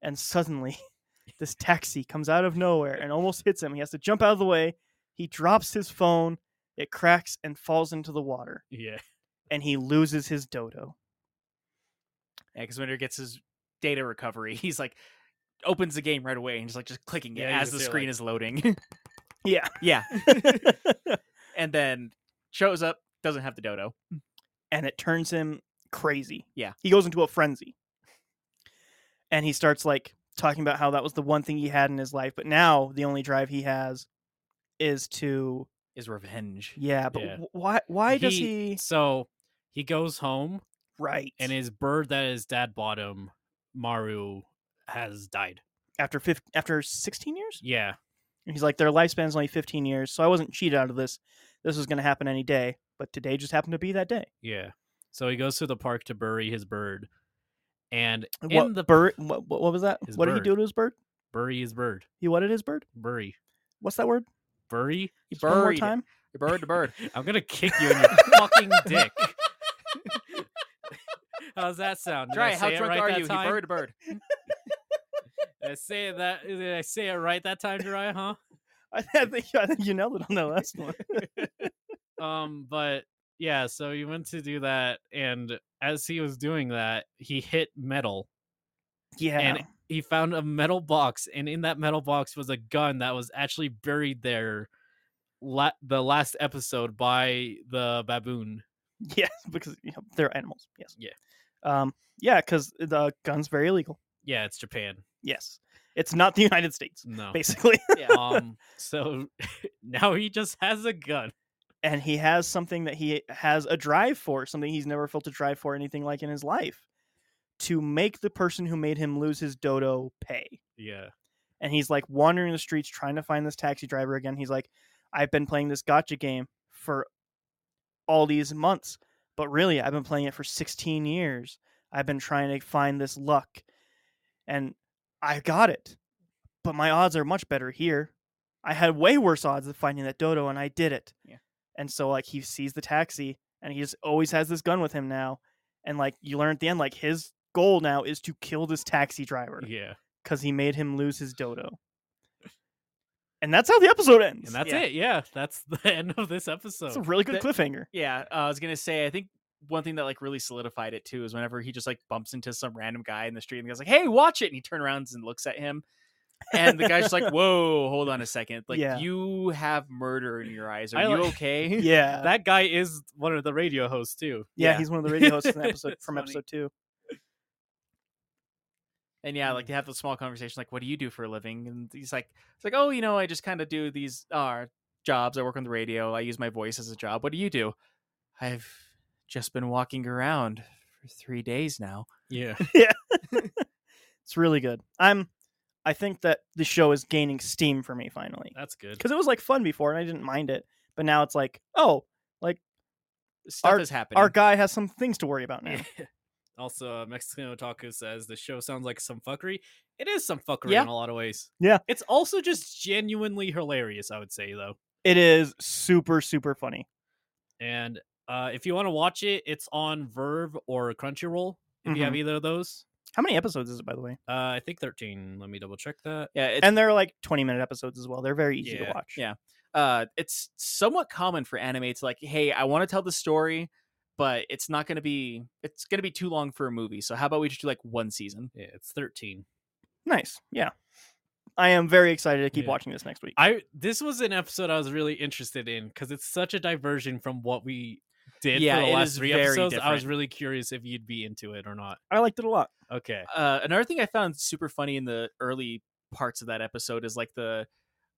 Speaker 2: and suddenly (laughs) this taxi comes out of nowhere and almost hits him. He has to jump out of the way. He drops his phone, it cracks and falls into the water
Speaker 3: Yeah.
Speaker 2: and he loses his dodo.
Speaker 4: because when he gets his data recovery he's like opens the game right away and just like just clicking it
Speaker 3: Yeah, you
Speaker 4: as
Speaker 3: can
Speaker 4: the
Speaker 3: see,
Speaker 4: screen
Speaker 3: like-
Speaker 4: is loading (laughs)
Speaker 2: Yeah.
Speaker 4: yeah and then shows up, doesn't have the dodo.
Speaker 2: and it turns him crazy.
Speaker 4: Yeah.
Speaker 2: He goes into a frenzy. And he starts like talking about how that was the one thing he had in his life, but now the only drive he has is to
Speaker 4: is revenge.
Speaker 3: (laughs)
Speaker 2: yeah. But
Speaker 3: Yeah.
Speaker 2: wh- why why does he
Speaker 3: So he goes home,
Speaker 2: right
Speaker 3: and his bird that his dad bought him, Maru, has died.
Speaker 2: after 15, after sixteen years?
Speaker 3: Yeah,
Speaker 2: And he's like their lifespan's only fifteen years, so I wasn't cheated out of this. This was going to happen any day, but today just happened to be that day.
Speaker 3: yeah. So he goes to the park to bury his bird, and in
Speaker 2: what
Speaker 3: the
Speaker 2: bird? What, what what was that?
Speaker 3: his
Speaker 2: What did
Speaker 3: bird.
Speaker 2: he do to his bird?
Speaker 3: bury his bird,
Speaker 2: He what did his bird?
Speaker 3: bury,
Speaker 2: What's that word?
Speaker 3: bury.
Speaker 4: He
Speaker 2: One more
Speaker 4: buried it.
Speaker 2: time.
Speaker 4: bird to bird.
Speaker 3: I'm gonna kick you
Speaker 4: (laughs)
Speaker 3: in your fucking dick. (laughs) How's that sound? Did I
Speaker 4: Dry, how
Speaker 3: say it
Speaker 4: drunk
Speaker 3: right
Speaker 4: are
Speaker 3: that
Speaker 4: you?
Speaker 3: time?
Speaker 4: He bird to
Speaker 3: (laughs)
Speaker 4: bird.
Speaker 3: Did I say it that? Did I say it right that time, Dry? Huh?
Speaker 2: I (laughs) think I think you nailed it on that last one.
Speaker 3: um but yeah so he went to do that and as he was doing that he hit metal
Speaker 2: yeah.
Speaker 3: he found a metal box and in that metal box was a gun that was actually buried there la- the last episode by the baboon
Speaker 2: (laughs) Yes, because you know, they're animals. Yes.
Speaker 3: Yeah.
Speaker 2: Um. Yeah, because the gun's very illegal.
Speaker 3: yeah it's japan
Speaker 2: Yes, it's not the United States,
Speaker 3: no
Speaker 2: (laughs) basically.
Speaker 3: um so (laughs) now he just has a gun
Speaker 2: and he has something that he has a drive for, something he's never felt a drive for anything like in his life, to make the person who made him lose his dodo pay.
Speaker 3: yeah
Speaker 2: And he's like wandering the streets trying to find this taxi driver again. He's like, I've been playing this gotcha game for all these months, but really, I've been playing it for 16 years. I've been trying to find this luck, and I got it. But my odds are much better here. I had way worse odds of finding that dodo, and I did it.
Speaker 4: Yeah.
Speaker 2: And so, like, he sees the taxi, and he just always has this gun with him now. And like, you learn at the end, like, his goal now is to kill this taxi driver
Speaker 3: yeah
Speaker 2: because he made him lose his dodo. And that's how the episode ends.
Speaker 3: and that's
Speaker 4: Yeah.
Speaker 3: it yeah that's (laughs) the end of this episode
Speaker 2: It's a really good
Speaker 4: That-
Speaker 2: cliffhanger.
Speaker 4: Yeah, uh, I was gonna say. I think one thing that like really solidified it too is whenever he just like bumps into some random guy in the street and the guy's like, "Hey, watch it!" and he turns around and looks at him, and the guy's
Speaker 2: (laughs)
Speaker 4: just like, "Whoa, hold on a second! Like,
Speaker 2: Yeah.
Speaker 4: you have murder in your eyes. Are
Speaker 3: I
Speaker 2: (laughs)
Speaker 4: you
Speaker 3: like-
Speaker 4: okay?"
Speaker 2: Yeah.
Speaker 3: (laughs) that guy is one of the radio hosts too
Speaker 2: yeah,
Speaker 4: yeah.
Speaker 2: he's one of the radio
Speaker 3: (laughs)
Speaker 2: hosts in the episode
Speaker 3: It's
Speaker 2: from
Speaker 3: funny.
Speaker 2: episode two.
Speaker 4: And yeah, like they have the small conversation, like, "What do you do for a living?" And he's like, "It's like, oh, you know, I just kind of do these uh, jobs. I work on the radio. I use my voice as a job. What do you do?" I've just been walking around for three days now.
Speaker 3: yeah
Speaker 2: It's really good. I'm I think that the show is gaining steam for me finally.
Speaker 3: that's good
Speaker 2: Because it was like fun before and I didn't mind it. But now it's like, oh,
Speaker 4: Stuff
Speaker 2: Our-
Speaker 4: is happening.
Speaker 2: our guy has some things to worry about now.
Speaker 3: Yeah. Also, uh, Mexican Otaku says the show sounds like some fuckery. It is some fuckery
Speaker 4: Yeah.
Speaker 3: in a lot of ways.
Speaker 2: Yeah.
Speaker 3: It's also just genuinely hilarious, I would say, though.
Speaker 2: It is super, super funny.
Speaker 3: And uh, if you want to watch it, it's on Verve or Crunchyroll, if
Speaker 4: Mm-hmm.
Speaker 3: you have either of those.
Speaker 2: Mm-hmm. How many episodes is it by the way?
Speaker 3: Uh, I think 13. Let me double check that.
Speaker 4: yeah, it's
Speaker 2: and they're like twenty minute episodes as well. They're very easy
Speaker 3: Yeah,
Speaker 2: to watch.
Speaker 4: yeah. uh it's somewhat common for anime to like hey i want to tell the story but it's not going to be it's going to be too long for a movie so how about we just do like one season
Speaker 3: Yeah, it's 13.
Speaker 2: Nice. Yeah. I am very excited to keep
Speaker 3: Yeah.
Speaker 2: watching this next week.
Speaker 3: I This was an episode I was really interested in because it's such a diversion from what we did
Speaker 4: Yeah,
Speaker 3: for the
Speaker 4: it
Speaker 3: last
Speaker 4: is
Speaker 3: three
Speaker 4: very
Speaker 3: episodes. I was
Speaker 4: different.
Speaker 3: really curious if you'd be into it or not.
Speaker 2: I liked it a lot.
Speaker 3: Okay.
Speaker 4: uh another thing i found super funny in the early parts of that episode is like the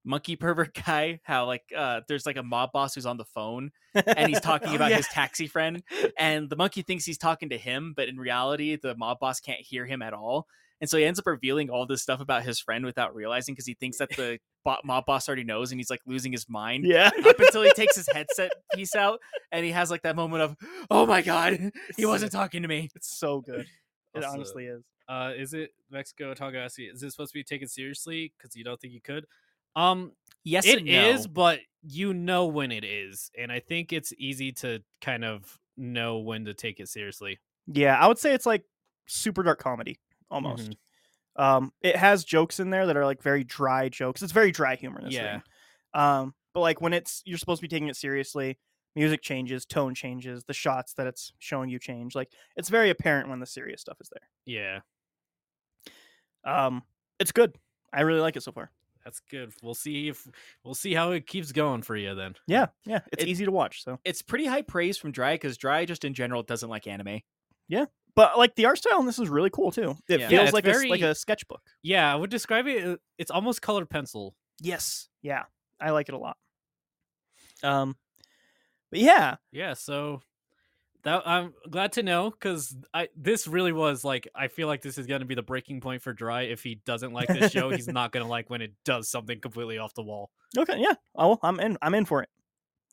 Speaker 4: monkey (laughs) pervert guy how like uh there's like a mob boss who's on the phone and (laughs)
Speaker 2: (laughs)
Speaker 4: he's talking about
Speaker 2: Yeah.
Speaker 4: his taxi friend and the monkey thinks he's talking to him but in reality the mob boss can't hear him at all and so he ends up revealing all this stuff about his friend without realizing because he thinks that (laughs) the bo- mob boss already knows and he's like losing his mind
Speaker 2: Yeah.
Speaker 4: up until he takes his headset piece out and he has like that moment of oh my god (laughs) he wasn't talking to me
Speaker 2: It's so good. It
Speaker 3: Also-
Speaker 2: honestly is.
Speaker 3: uh, is it Mexico Tagasi? Is this supposed to be taken seriously? Because you don't think you could. Um,
Speaker 4: yes
Speaker 3: it
Speaker 4: and
Speaker 3: is,
Speaker 4: no.
Speaker 3: but you know when it is, and I think it's easy to kind of know when to take it seriously.
Speaker 2: Yeah, I would say it's like super dark comedy almost. Um, it has jokes in there that are like very dry jokes. It's very dry humor. This
Speaker 3: Yeah.
Speaker 2: thing. Um, but like when it's you're supposed to be taking it seriously, music changes, tone changes, the shots that it's showing you change. Like it's very apparent when the serious stuff is
Speaker 3: Yeah,
Speaker 2: there. Um, it's good. I really like it so far.
Speaker 3: that's good. We'll see if we'll see how it keeps going for you then.
Speaker 2: Yeah, yeah, it's
Speaker 4: It-
Speaker 2: easy to watch. So,
Speaker 4: it's pretty high praise from dry because dry just in general doesn't like anime
Speaker 2: but like the art style in this is really cool too. It
Speaker 4: Yeah. Yeah,
Speaker 2: feels
Speaker 3: it's
Speaker 2: like a, s- like
Speaker 3: very-
Speaker 2: a sketchbook.
Speaker 3: Yeah, I would describe it. uh, It's almost colored pencil.
Speaker 2: Yes. Yeah, I like it a lot. Um, but yeah,
Speaker 3: Yeah, so that I'm glad to know because I this really was like I feel like this is going to be the breaking point for Dry. If he doesn't like this show, he's not going to like when it does something completely off the wall.
Speaker 2: okay, yeah. Oh, well, I'm in. I'm in for it.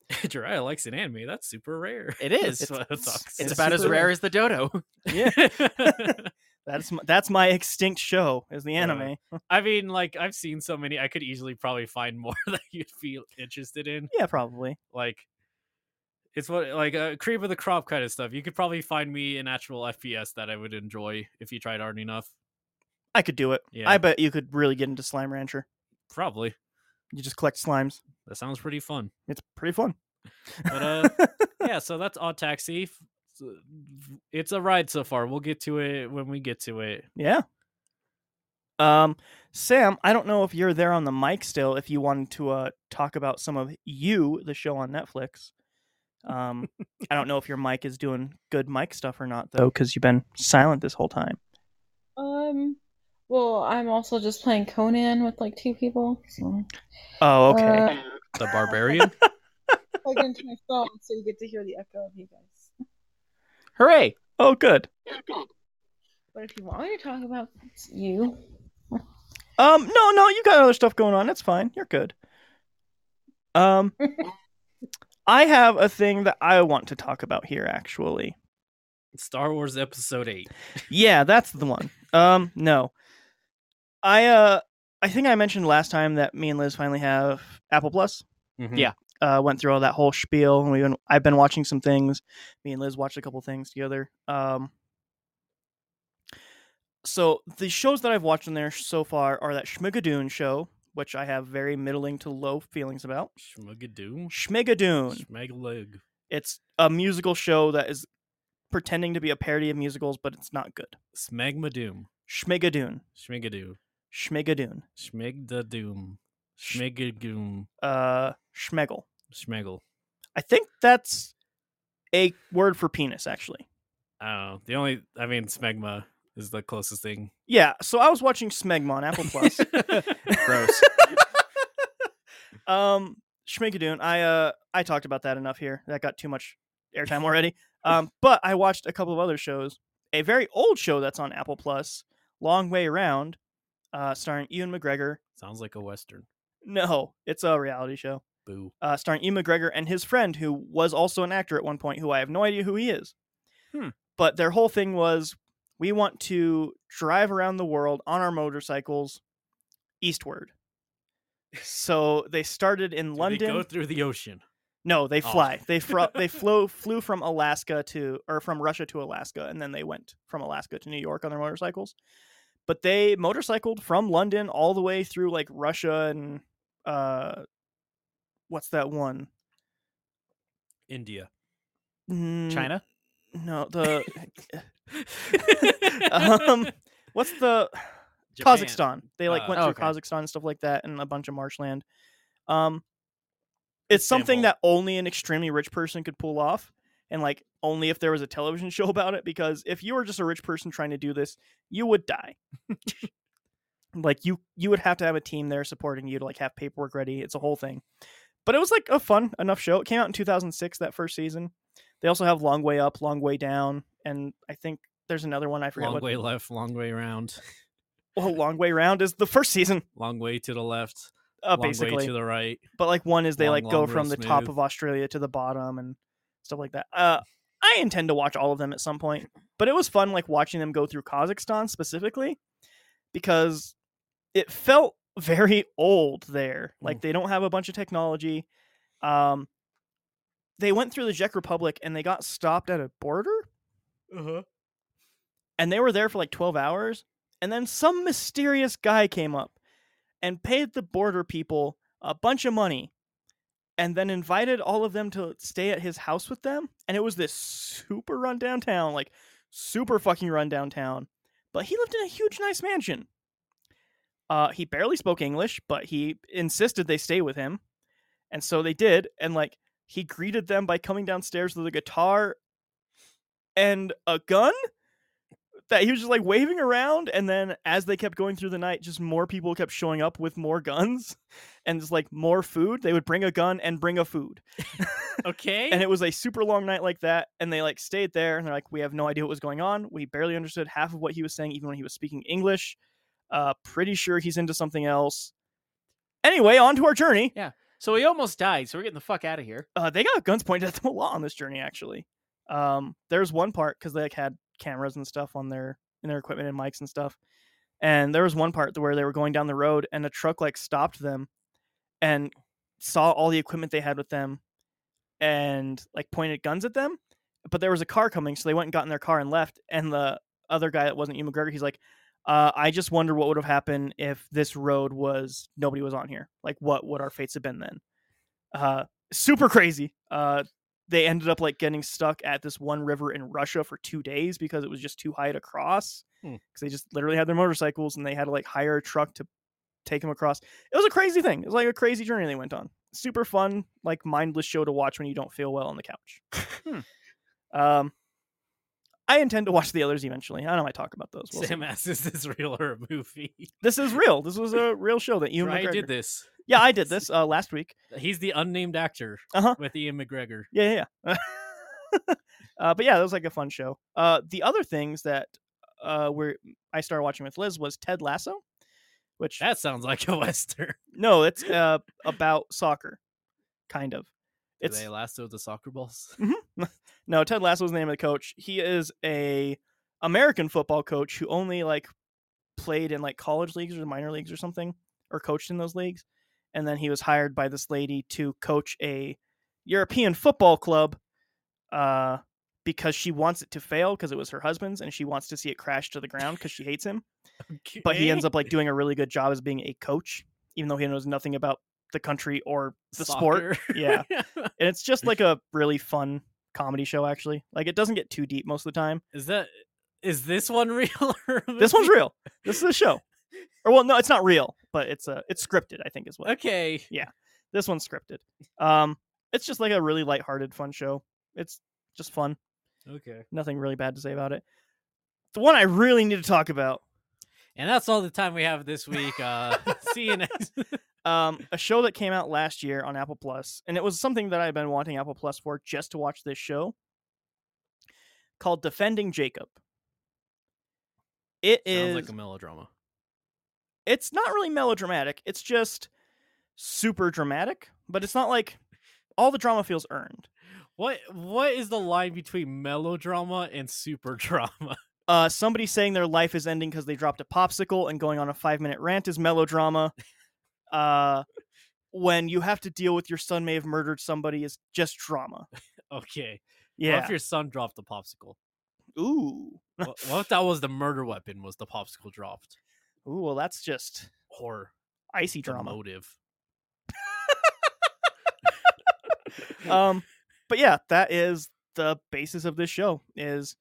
Speaker 3: (laughs) Dry likes an anime. That's super rare. (laughs)
Speaker 4: It is.
Speaker 3: That's
Speaker 4: It's,
Speaker 3: what it sucks.
Speaker 2: it's
Speaker 4: about as
Speaker 2: super
Speaker 4: rare
Speaker 2: rare.
Speaker 4: as the dodo.
Speaker 2: Yeah, that's my, that's my extinct show is the anime.
Speaker 3: I mean, like I've seen so many. I could easily probably find more (laughs) that you'd be interested in.
Speaker 2: yeah, probably.
Speaker 3: Like it's what like uh, cream of the crop kind of stuff. You could probably find me an actual FPS that I would enjoy if you tried hard enough.
Speaker 2: I could do it.
Speaker 3: Yeah,
Speaker 2: I bet you could really get into Slime Rancher.
Speaker 3: probably.
Speaker 2: You just collect slimes.
Speaker 3: That sounds pretty fun.
Speaker 2: It's pretty fun.
Speaker 3: But uh, yeah, so that's Odd Taxi. F- s- v- It's a ride so far. We'll get to it when we get to it.
Speaker 2: Yeah. Um, Sam, I don't know if you're there on the mic still. If you wanted to uh, talk about some of you, the show on Netflix. (laughs) Um, I don't know if your mic is doing good mic stuff or not though, because Oh, you've been silent this whole time.
Speaker 6: Um, well, I'm also just playing Conan with like two people. So,
Speaker 2: Oh, okay.
Speaker 6: Uh,
Speaker 3: The Barbarian.
Speaker 6: plug into my phone so you get to hear the echo of you guys.
Speaker 4: (laughs) Hooray!
Speaker 2: oh, good.
Speaker 6: But if you want me to talk about you,
Speaker 2: Um, no, no, you got other stuff going on. It's fine. You're good. Um, I have a thing that I want to talk about here, actually.
Speaker 3: (laughs) Star Wars Episode Eight.
Speaker 2: Yeah, that's the one. Um, no, I uh, I think I mentioned last time that me and Liz finally have Apple Plus.
Speaker 4: Yeah.
Speaker 2: Uh, went through all that whole spiel, and we've been I've been watching some things. Me and Liz watched a couple things together. Um, so the shows that I've watched on there so far are that Schmigadoon show, which I have very middling to low feelings about.
Speaker 3: Schmigadoon.
Speaker 2: Schmigadoon.
Speaker 3: Schmegleg.
Speaker 2: It's a musical show that is pretending to be a parody of musicals, but it's not good.
Speaker 3: Smegmadoom.
Speaker 2: Schmigadoon.
Speaker 3: Schmigadoo.
Speaker 2: Schmigadoon.
Speaker 3: Schmigdadoom.
Speaker 2: Sh-
Speaker 3: Schmigadoom.
Speaker 2: uh schmegel.
Speaker 3: Schmegel.
Speaker 2: I think that's a word for penis actually.
Speaker 3: I don't know. The only, I mean, smegma is the
Speaker 2: (laughs)
Speaker 3: closest thing.
Speaker 2: Yeah, so I was watching Smegma on Apple
Speaker 3: (laughs)
Speaker 2: Plus.
Speaker 4: Gross.
Speaker 2: um Schmigadoon, I uh I talked about that enough here. That got too much airtime already. Um but I watched a couple of other shows. A very old show that's on Apple Plus, Long Way Round, uh starring Ian McGregor.
Speaker 3: Sounds like a western.
Speaker 2: No, it's a reality show.
Speaker 3: Boo.
Speaker 2: Uh starring Ian McGregor and his friend who was also an actor at one point who I have no idea who he is.
Speaker 4: Hmm.
Speaker 2: But their whole thing was we want to drive around the world on our motorcycles
Speaker 3: (laughs)
Speaker 2: eastward. So they started in
Speaker 3: Do
Speaker 2: London.
Speaker 3: They go through the ocean.
Speaker 2: No, they
Speaker 3: Oh.
Speaker 2: fly. They
Speaker 3: (laughs)
Speaker 2: fro- they flew flew from Alaska to or from Russia to Alaska, and then they went from Alaska to New York on their motorcycles. But they motorcycled from London all the way through like Russia and uh, what's that one?
Speaker 3: India.
Speaker 2: Mm,
Speaker 4: China?
Speaker 2: No, the
Speaker 4: Mm. (laughs)
Speaker 2: Um, what's the
Speaker 3: Japan.
Speaker 2: Kazakhstan? They like
Speaker 3: Uh,
Speaker 2: went
Speaker 4: oh,
Speaker 2: through
Speaker 4: okay.
Speaker 2: Kazakhstan and stuff like that, and a bunch of marshland. Um, it's something
Speaker 3: Istanbul.
Speaker 2: that only an extremely rich person could pull off, and like only if there was a television (laughs) show about it. Because if you were just a rich person trying to do this, you would
Speaker 3: (laughs)
Speaker 2: die. like you, you would have to have a team there supporting you to like have paperwork ready. It's a whole thing. But it was like a fun enough show. It came out in 2006, that first season. They also have Long Way Up, Long Way Down, and I think there's another one I forget
Speaker 3: Long
Speaker 2: what.
Speaker 3: way left, long way round,
Speaker 2: Well, (laughs) Long Way Round is the first season,
Speaker 3: long way to the left,
Speaker 2: uh,
Speaker 3: long way
Speaker 2: basically.
Speaker 3: to the right. (laughs)
Speaker 2: but like one is they
Speaker 3: long,
Speaker 2: like go
Speaker 3: long,
Speaker 2: from the
Speaker 3: real
Speaker 2: top
Speaker 3: smooth.
Speaker 2: of Australia to the bottom and stuff like that. Uh, I intend to watch all of them at some point, but it was fun like watching them go through Kazakhstan specifically because it felt very old there.
Speaker 3: Mm.
Speaker 2: Like they don't have a bunch of technology. Um, they went through the Czech Republic and they got stopped at a border
Speaker 3: Uh-huh.
Speaker 2: and they were there for like 12 hours and then some mysterious guy came up and paid the border people a bunch of money and then invited all of them to stay at his house with them and it was this super run downtown like super fucking run downtown but he lived in a huge nice mansion uh he barely spoke english but he insisted they stay with him and so they did and like he greeted them by coming downstairs with a guitar and a gun that he was just like waving around and then as they kept going through the night just more people kept showing up with more guns and just like more food they would bring a gun and bring a food
Speaker 3: Okay.
Speaker 2: and it was a super long night like that and they like stayed there and they're like we have no idea what was going on we barely understood half of what he was saying even when he was speaking english uh pretty sure he's into something else anyway on to our journey
Speaker 4: So he almost died. So we're getting the fuck out of here.
Speaker 2: uh, they got guns pointed at them a lot on this journey actually um, there's one part because they like had cameras and stuff on their in their equipment and mics and stuff and there was one part where they were going down the road and a truck like stopped them and saw all the equipment they had with them and like pointed guns at them but there was a car coming so they went and got in their car and left and the other guy that wasn't you mcgregor he's like uh, i just wonder what would have happened if this road was nobody was on here like what would our fates have been then uh, super crazy. Uh, they ended up like getting stuck at this one river in Russia for two days because it was just too high to cross.
Speaker 3: Hmm.
Speaker 2: Because they just literally had their motorcycles and they had to like hire a truck to take them across. It was a crazy thing. It was like a crazy journey they went on. Super fun, like mindless show to watch when you don't feel well on the couch.
Speaker 4: Hmm.
Speaker 2: Um, I intend to watch the others eventually. I know I talk about those. We'll see.
Speaker 3: Sam asks, (laughs) "Is this real or a
Speaker 2: (laughs)
Speaker 3: movie?"
Speaker 2: This is real. This was a real show that you
Speaker 3: Ryan did
Speaker 2: did this.
Speaker 3: this.
Speaker 2: Yeah,
Speaker 3: (laughs)
Speaker 2: I did this uh, last week.
Speaker 3: He's the unnamed actor
Speaker 2: Uh-huh.
Speaker 3: with Ian McGregor.
Speaker 2: Yeah, yeah. yeah. uh, but yeah, (laughs) that was like a fun show. Uh, the other things that uh, were I started watching with Liz was Ted Lasso, which
Speaker 3: That sounds like a (laughs) western.
Speaker 2: no,
Speaker 3: (laughs)
Speaker 2: it's uh, about soccer, kind of.
Speaker 3: It's...
Speaker 2: It's
Speaker 3: They lasso the soccer balls. (laughs)
Speaker 2: no Ted Lasso is the name of the coach. He is a American football coach who only like played in like college leagues or minor leagues or something, or coached in those leagues, and then he was hired by this lady to coach a European football club uh, because she wants it to fail because it was her husband's and she wants to see it crash to the ground because she hates him. But he ends up like doing a really good job as being a coach, even though he knows nothing about the country or the sport
Speaker 4: (laughs)
Speaker 2: Yeah. and it's just like a really fun comedy show actually like it doesn't get too deep most of the time
Speaker 3: Is that is this one (laughs) real? Or a
Speaker 2: this one's
Speaker 3: movie?
Speaker 2: real this is a show or well no it's not real but it's a it's scripted i think is what
Speaker 3: Okay.
Speaker 2: this one's scripted um it's just like a really lighthearted fun show it's just fun
Speaker 3: Okay.
Speaker 2: nothing really bad to say about it the one i really need to talk about
Speaker 3: And that's all the time we have this week.
Speaker 2: (laughs)
Speaker 3: Uh, see you next.
Speaker 2: um a show that came out last year on apple plus and it was something that i've been wanting apple plus for just to watch this show called defending jacob It is.
Speaker 3: Sounds like a melodrama.
Speaker 2: it's not really melodramatic. It's just super dramatic, but it's not like all the drama feels earned.
Speaker 3: What what is the line between melodrama and super drama?
Speaker 2: Uh, somebody saying their life is ending because they dropped a popsicle and going on a five minute rant is melodrama. Uh, when you have to deal with your son may have murdered somebody is just drama.
Speaker 3: (laughs) Okay. What
Speaker 2: Yeah.
Speaker 3: if your son dropped
Speaker 2: (laughs)
Speaker 3: the popsicle?
Speaker 2: Ooh.
Speaker 3: What, what if that was the murder weapon? Was the popsicle dropped?
Speaker 2: Ooh. Well, that's just
Speaker 3: Or
Speaker 2: icy
Speaker 3: the
Speaker 2: drama.
Speaker 3: motive?
Speaker 2: um but yeah that is the basis of this show is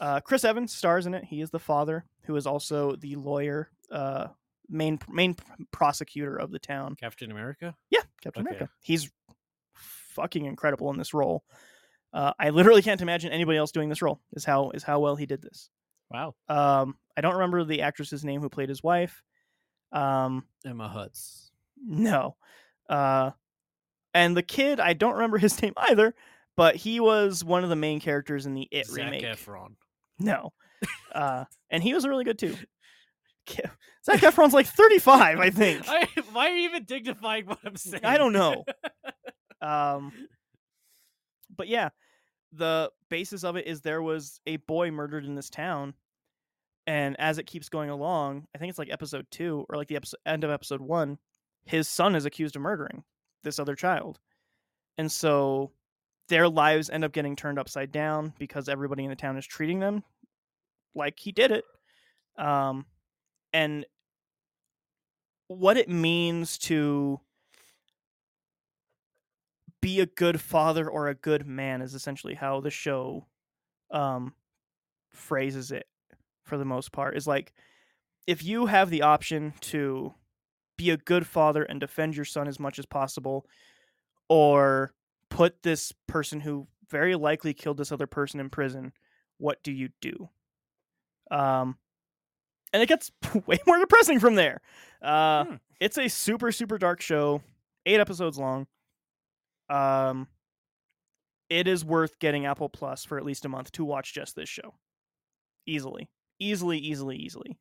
Speaker 2: uh chris evans stars in it he is the father who is also the lawyer uh main main prosecutor of the town
Speaker 3: Captain America.
Speaker 2: yeah captain
Speaker 3: Okay.
Speaker 2: america he's fucking incredible in this role uh i literally can't imagine anybody else doing this role is how is how well he did this
Speaker 3: Wow.
Speaker 2: um i don't remember the actress's name who played his wife um
Speaker 3: Emma Hutz.
Speaker 2: no. Uh and the kid, I don't remember his (laughs) name either, but he was one of the main characters in the It
Speaker 3: Zac
Speaker 2: remake.
Speaker 3: Efron.
Speaker 2: No. Uh and he was really good
Speaker 3: (laughs)
Speaker 2: too. Ki- Zac Efron's like 35, I think. I,
Speaker 3: I, why are you even dignifying what I'm (laughs) saying?
Speaker 2: don't know. Um but yeah, the basis of it is there was a boy murdered in this town and as it keeps going along, I think it's like episode 2 or like the episode, end of episode 1, his son is accused of murdering this other child. And so their lives end up getting turned upside down because everybody in the town is treating them like he did it. Um, and what it means to be a good father or a good man is essentially how the show um, phrases it for the most part. Is like if you have the option to be a good father and defend your son as much as possible or put this person who very likely killed this other person in prison what do you do Um, and it gets (laughs) way more depressing from there. Uh,
Speaker 4: Hmm.
Speaker 2: It's a super super dark show, eight episodes long. Um, it is worth getting Apple Plus for at least a month to watch just this show, easily, easily, easily, easily.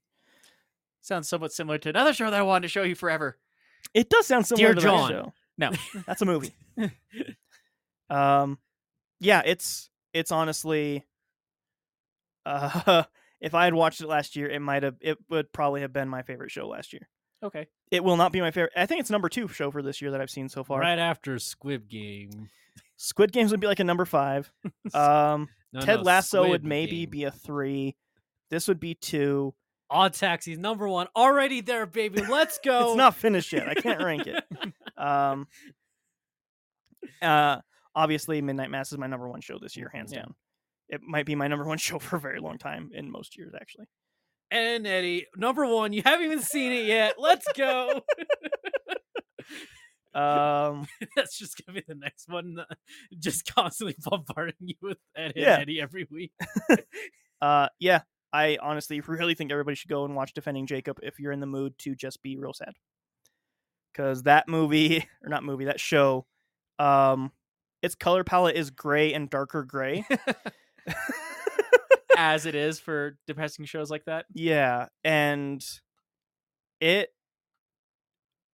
Speaker 4: Sounds somewhat similar to another show that I wanted to show you forever.
Speaker 2: It does sound similar
Speaker 4: Dear
Speaker 2: to
Speaker 4: John.
Speaker 2: that show.
Speaker 4: No.
Speaker 2: (laughs) that's a
Speaker 4: (laughs)
Speaker 2: movie. um, yeah, it's it's honestly, uh, (laughs) if I had watched it last year, it might have it would probably have been my favorite show last year.
Speaker 4: Okay.
Speaker 2: It will not be my favorite. I think it's number two show for this year that I've seen so far.
Speaker 3: Right after Squib Game.
Speaker 2: Squid Games would be like a number
Speaker 4: (laughs)
Speaker 2: five. Um,
Speaker 3: No,
Speaker 2: Ted
Speaker 3: no,
Speaker 2: Lasso
Speaker 3: Squib
Speaker 2: would maybe
Speaker 3: Game.
Speaker 2: be a three. This would be two.
Speaker 3: Odd Taxi's number one. Already there, baby. Let's
Speaker 2: (laughs)
Speaker 3: go.
Speaker 2: It's not finished yet. I can't rank it. Um, uh, obviously, Midnight Mass is my number one show this year, hands
Speaker 4: Yeah.
Speaker 2: down. It might be my number one (laughs) show for a very long time in most years, actually.
Speaker 3: (laughs) and Eddie, number one. You haven't even seen it yet. Let's go. (laughs)
Speaker 2: Um,
Speaker 3: That's just gonna be the next one. uh, Just constantly (laughs) bombarding you with Ed and
Speaker 2: Yeah.
Speaker 3: Eddie every week.
Speaker 2: uh, yeah, I honestly really think everybody should go and watch Defending Jacob if you're in the mood to just be real sad. Because that movie, (laughs) or not movie, that show, um, its color palette is gray and darker gray.
Speaker 4: As it is for depressing shows like that.
Speaker 2: Yeah, and it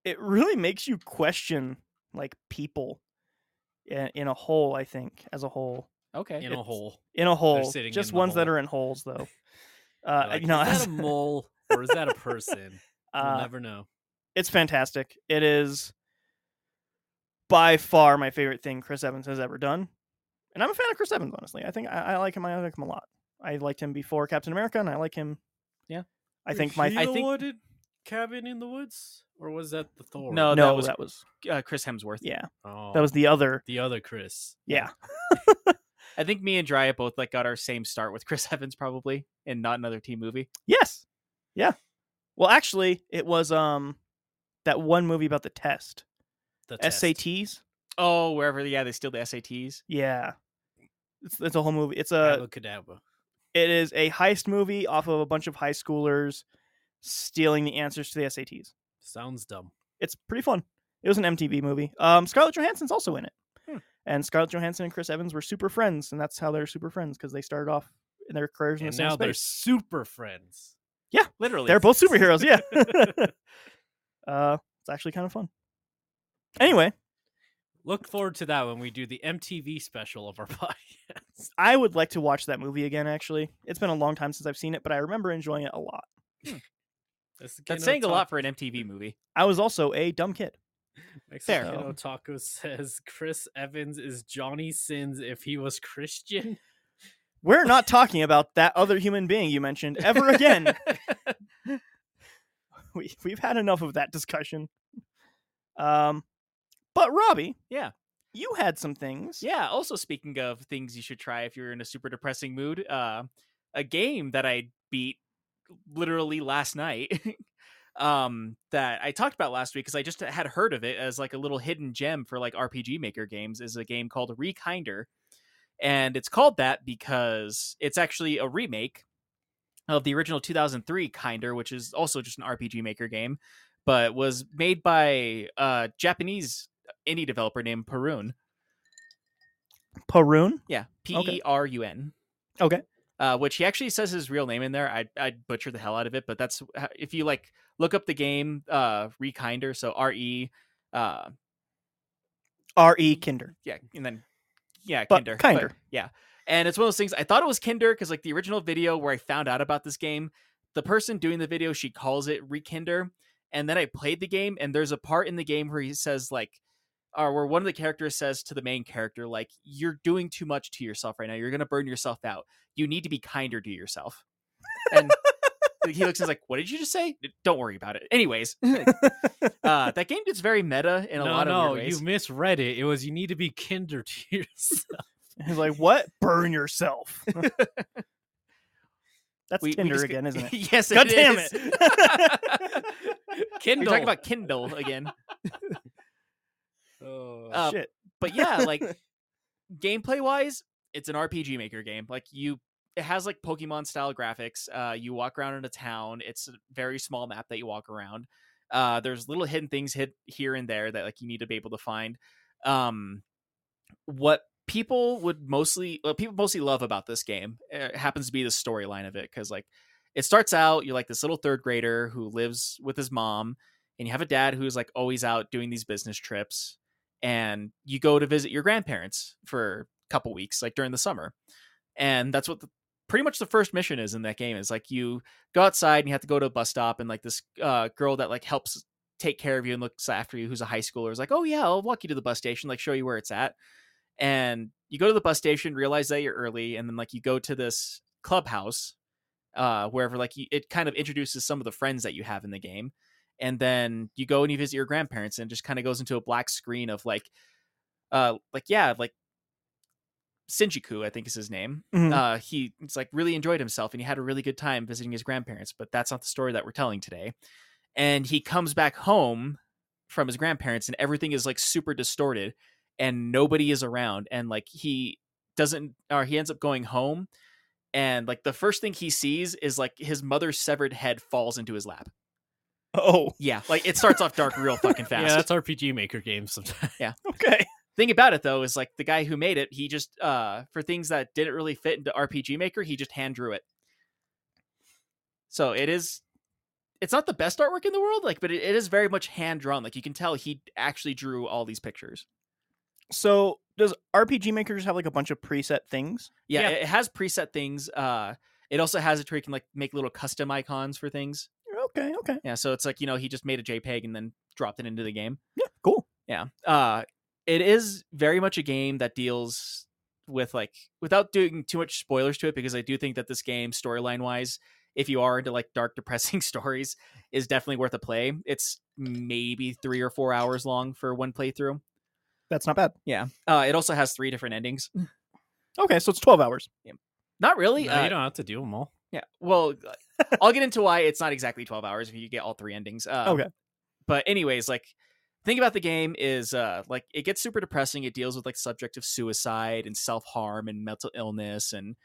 Speaker 2: it really makes you question like people in, in a whole, I think, as a whole.
Speaker 4: Okay.
Speaker 3: In a
Speaker 2: It's-
Speaker 3: hole.
Speaker 2: In a hole.
Speaker 3: sitting
Speaker 2: Just
Speaker 3: in the
Speaker 2: ones that
Speaker 3: hole.
Speaker 2: are in holes
Speaker 3: (laughs)
Speaker 2: though.
Speaker 3: You're
Speaker 2: Uh,
Speaker 3: like,
Speaker 2: you know, (laughs)
Speaker 3: is that a (laughs) mole or is that a person?
Speaker 2: uh,
Speaker 3: we'll never know.
Speaker 2: it's fantastic. It is by far my favorite thing Chris Evans has ever done, and I'm a fan of Chris Evans. Honestly, I think I, I like him. I like him a lot. I liked him before Captain America, and I like him.
Speaker 4: Yeah.
Speaker 2: I think my I think
Speaker 3: wooded cabin in the woods, or was that the Thor?
Speaker 4: No,
Speaker 2: no,
Speaker 4: that was
Speaker 2: that was
Speaker 4: uh, Chris Hemsworth.
Speaker 2: yeah,
Speaker 3: oh,
Speaker 2: that was the other
Speaker 3: the other Chris.
Speaker 2: yeah.
Speaker 4: I think me and Drya both like got our same start with Chris (laughs) Evans probably, and not another team movie.
Speaker 2: Yes. Yeah. Well, actually, it was um that one movie about the test.
Speaker 3: the test.
Speaker 2: SATs.
Speaker 4: Oh, wherever. Yeah, they steal the SATs.
Speaker 2: Yeah. It's, it's a whole movie. It's
Speaker 4: uh,
Speaker 2: a
Speaker 3: Abracadabra.
Speaker 2: it is a heist movie off of a bunch of high schoolers stealing the answers to the SATs.
Speaker 3: Sounds dumb.
Speaker 2: It's pretty fun. It was an MTV movie. Um, Scarlett Johansson's also in it,
Speaker 4: Hmm.
Speaker 2: and Scarlett Johansson and Chris Evans were super friends, and that's how they're super friends because they started off in their careers in
Speaker 3: And
Speaker 2: the same
Speaker 3: now they're
Speaker 2: space.
Speaker 3: super friends.
Speaker 4: Literally.
Speaker 2: They're both superheroes. Yeah.
Speaker 4: (laughs)
Speaker 2: (laughs) uh, it's actually kind of fun. Anyway,
Speaker 3: Look forward to that when we do the MTV special of our (laughs) podcast.
Speaker 2: I would like to watch that movie again. Actually, it's been a long time since I've seen it, but I remember enjoying it a lot.
Speaker 3: That's, the
Speaker 4: That's
Speaker 3: Kano
Speaker 4: saying a lot
Speaker 3: Taco-
Speaker 4: for an MTV movie.
Speaker 2: I was also a dumb kid.
Speaker 3: Mexican
Speaker 2: Fair.
Speaker 3: Kano Taco (laughs) says Chris Evans is Johnny Sins if he was Christian.
Speaker 2: We're not talking about that other human being you mentioned ever again. (laughs) we, we've had enough of that discussion. Um, but Robbie,
Speaker 4: Yeah.
Speaker 2: you had some things.
Speaker 4: Yeah. Also, speaking of things you should try if you're in a super depressing mood, uh, a game that I beat literally last night (laughs) um, that I talked about last week because I just had heard of it as like a little hidden gem for like RPG Maker games is a game called Rekinder. And it's called that because it's actually a remake of the original 2003 Kinder, which is also just an RPG Maker game, but was made by a Japanese indie developer named Perun.
Speaker 2: Paroon.
Speaker 4: Yeah, P
Speaker 2: Okay.
Speaker 4: E R U N.
Speaker 2: Okay.
Speaker 4: Uh, which he actually says his real name in there. I I butcher the hell out of it, but that's h- if you like look up the game uh Rekinder, so R E uh
Speaker 2: R. E. Kinder.
Speaker 4: yeah, and then yeah,
Speaker 2: But
Speaker 4: Kinder.
Speaker 2: kinder.
Speaker 4: yeah. And it's one of those things I thought it was Kinder because like the original video where I found out about this game, the person doing the video, she calls it Rekinder. And then I played the game, and there's a part in the game where he says, like, or where one of the characters says to the main character, like, you're doing too much to yourself right now. You're gonna burn yourself out. You need to be kinder to yourself. And
Speaker 2: (laughs)
Speaker 4: he looks and is like, What did you just say? Don't worry about it. Anyways,
Speaker 2: (laughs)
Speaker 4: uh, that game gets very meta (laughs) in a
Speaker 3: no,
Speaker 4: lot of
Speaker 3: no,
Speaker 4: weird ways.
Speaker 3: you misread it. It was you need to be kinder to (laughs) yourself.
Speaker 2: (laughs) He's like, what? Burn yourself. (laughs) That's Tinder
Speaker 4: just get-
Speaker 2: again, isn't it?
Speaker 4: (laughs) yes,
Speaker 2: God damn
Speaker 4: is.
Speaker 2: it. (laughs)
Speaker 4: (laughs) You're
Speaker 3: Kindle.
Speaker 4: talking about Kindle again,
Speaker 3: Oh,
Speaker 4: uh,
Speaker 2: Shit.
Speaker 4: but yeah, like gameplay wise, it's an RPG Maker game. Like you it has like Pokemon style graphics. Uh, you walk around in a town. It's a very small map that you walk around. Uh, there's little hidden things hid here and there that like you need to be able to find. Um, what people would mostly what people mostly love about this game it happens to be the storyline of it because like it starts out you're like this little third grader who lives with his mom and you have a dad who's like always out doing these business trips and you go to visit your grandparents for a couple weeks like during the summer and that's what the, pretty much the first mission is in that game is like you go outside and you have to go to a bus stop and like this uh, girl that like helps take care of you and looks after you who's a high schooler is like oh yeah i'll walk you to the bus station like show you where it's at and you go to the bus station realize that you're early and then like you go to this clubhouse uh wherever like you, it kind of introduces some of the friends that you have in the game and then you go and you visit your grandparents and it just kind of goes into a black screen of like uh like yeah like Shinjiku, I think is his name.
Speaker 2: Mhm.
Speaker 4: Uh, he it's like really enjoyed himself and he had a really good time visiting his grandparents, but that's not the story that we're telling today. And he comes back home from his grandparents and everything is like super distorted and nobody is around and like he doesn't or he ends up going home and like the first thing he sees is like his mother's severed head falls into his lap.
Speaker 2: Oh,
Speaker 4: Yeah, like it starts off dark real fucking fast.
Speaker 3: Yeah, that's RPG Maker games sometimes.
Speaker 2: okay.
Speaker 4: thing about it though is like the guy who made it, he just uh for things that didn't really fit into RPG Maker, he just hand drew it. So it is it's not the best artwork in the world, like, but it, it is very much hand drawn. Like you can tell he actually drew all these pictures.
Speaker 2: So does RPG Maker just have like a bunch of preset things?
Speaker 4: Yeah,
Speaker 3: Yeah.
Speaker 4: It, it has preset things. Uh it also has it where you can like make little custom icons for things.
Speaker 2: Okay, okay.
Speaker 4: Yeah, so it's like, you know, he just made a JPEG and then dropped it into the game.
Speaker 2: Yeah, cool.
Speaker 4: Yeah. Uh it is very much a game that deals with like without doing too much spoilers to it because I do think that this game storyline wise, if you are into like dark depressing (laughs) stories, is definitely worth a play. It's maybe 3 or 4 hours long for one playthrough.
Speaker 2: That's not bad.
Speaker 4: Yeah. Uh it also has three different endings.
Speaker 2: Okay, so it's 12 hours.
Speaker 4: Not really.
Speaker 3: No,
Speaker 4: uh,
Speaker 3: you don't have to do them all.
Speaker 4: Yeah. Well, I'll get into why it's not exactly 12 hours if you get all three endings. Uh,
Speaker 2: Okay.
Speaker 4: But anyways, like thing about the game is uh like it gets super depressing. It deals with like subject of suicide and self-harm and mental illness and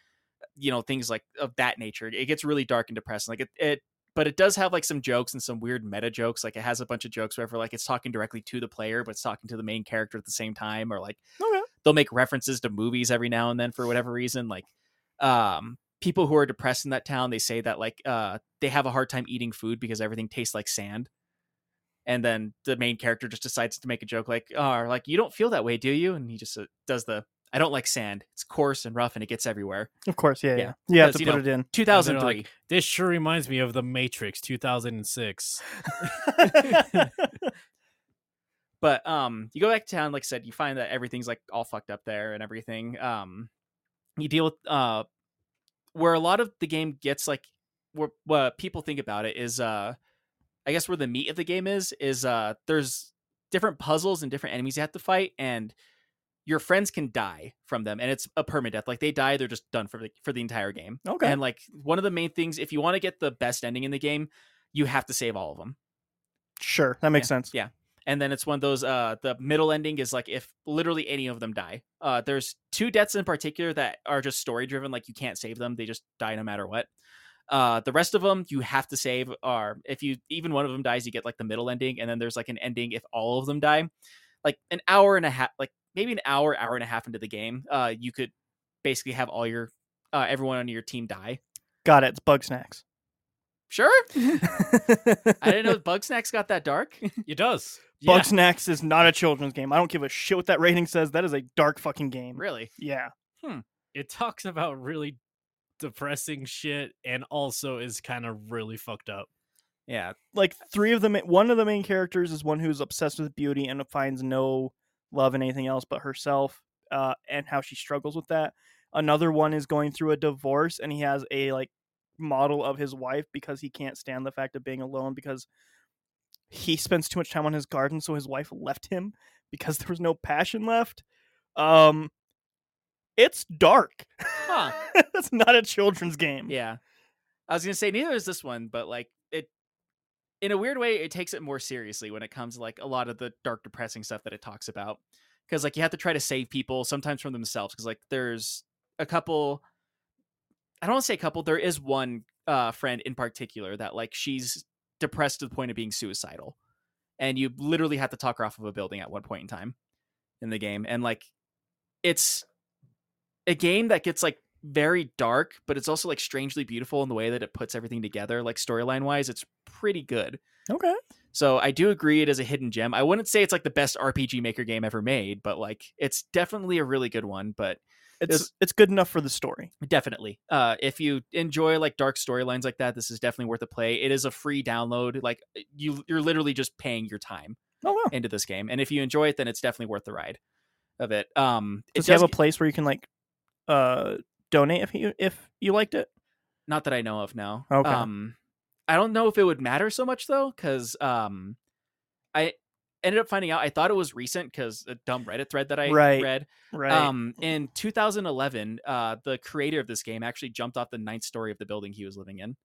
Speaker 4: you know things like of that nature. It gets really dark and depressing. Like it, it but it does have like some jokes and some weird meta jokes. Like it has a bunch of jokes where like it's talking directly to the player, but it's talking to the main character at the same time, or like
Speaker 2: Okay.
Speaker 4: they'll make references to movies every now and then for whatever reason like um people who are depressed in that town they say that like uh they have a hard time eating food because everything tastes like sand and then the main character just decides to make a joke like oh like you don't feel that way do you and he just uh, does the i don't like sand it's coarse and rough and it gets everywhere
Speaker 2: Of course, yeah,
Speaker 4: Yeah.
Speaker 2: yeah. You have
Speaker 4: Because,
Speaker 2: to
Speaker 4: you
Speaker 2: put
Speaker 4: know-
Speaker 2: it in.
Speaker 4: 2003
Speaker 3: This sure reminds me of The Matrix 2006.
Speaker 4: (laughs) but um you go back to town like i said you find that everything's like all fucked up there and everything um you deal with uh where a lot of the game gets like where what people think about it is uh i guess where the meat of the game is is uh there's different puzzles and different enemies you have to fight and your friends can die from them and it's a permadeath like they die they're just done for the, for the entire game
Speaker 2: Okay.
Speaker 4: and like one of the main things if you want to get the best ending in the game you have to save all of them
Speaker 2: (laughs) sure, that makes sense.
Speaker 4: yeah. and then it's one of those uh the middle ending is like if literally any of them die uh there's two deaths in particular that are just story driven like you can't save them they just die no matter what uh the rest of them you have to save are if you even one of them dies you get like the middle ending and then there's like an ending if all of them die like an hour and a half like maybe an hour hour and a half into the game uh you could basically have all your uh everyone on your team die
Speaker 2: Got it. It's bug snacks.
Speaker 4: sure (laughs) i didn't know bugsnax got that dark
Speaker 3: It does.
Speaker 2: (laughs) Bug Snacks is not a children's game. I don't give a shit what that rating says. That is a dark fucking game.
Speaker 4: really
Speaker 2: Yeah.
Speaker 3: it talks about really depressing shit and also is kind of really fucked up.
Speaker 4: yeah
Speaker 2: Like three of the ma- one of the main characters is one who's obsessed with beauty and finds no love in anything else but herself uh, and how she struggles with that. Another one is going through a divorce and he has a like model of his wife because he can't stand the fact of being alone because he spends too much time on his garden so his wife left him because (laughs) there was no passion left. Um it's dark.
Speaker 4: Huh.
Speaker 2: (laughs) That's not a children's game.
Speaker 4: Yeah. I was gonna say neither is this one, but like it in a weird way, it takes it more seriously when it comes to like a lot of the dark depressing stuff that it talks about. Cause like you have to try to save people sometimes from themselves. Cause like there's a couple I don't want to say couple. There is one uh, friend in particular that like she's depressed to the point of being suicidal, and you literally have to talk her off of a building at one point in time in the game. And like, it's a game that gets like very dark, but it's also like strangely beautiful in the way that it puts everything together. Like storyline wise, it's pretty good.
Speaker 2: Okay.
Speaker 4: So I do agree it is a hidden gem. I wouldn't say it's like the best RPG maker game ever made, but like it's definitely a really good one. But
Speaker 2: It's
Speaker 4: This-
Speaker 2: it's good enough for the story.
Speaker 4: definitely uh if you enjoy like dark storylines like that this is definitely worth a play it is a free download like you you're literally just paying your time
Speaker 2: Oh wow.
Speaker 4: into this game and if you enjoy it then it's definitely worth the ride of it um it
Speaker 2: Does it have a
Speaker 4: does-
Speaker 2: place where you can like uh donate if you if you liked it?
Speaker 4: not that i know of now
Speaker 2: Okay.
Speaker 4: um i don't know if it would matter so much though because um i ended up finding out i thought it was recent because a dumb reddit thread that i
Speaker 2: Right.
Speaker 4: read
Speaker 2: Right.
Speaker 4: Um, in 2011, uh, the creator of this game actually jumped off the ninth story of the building he was living in.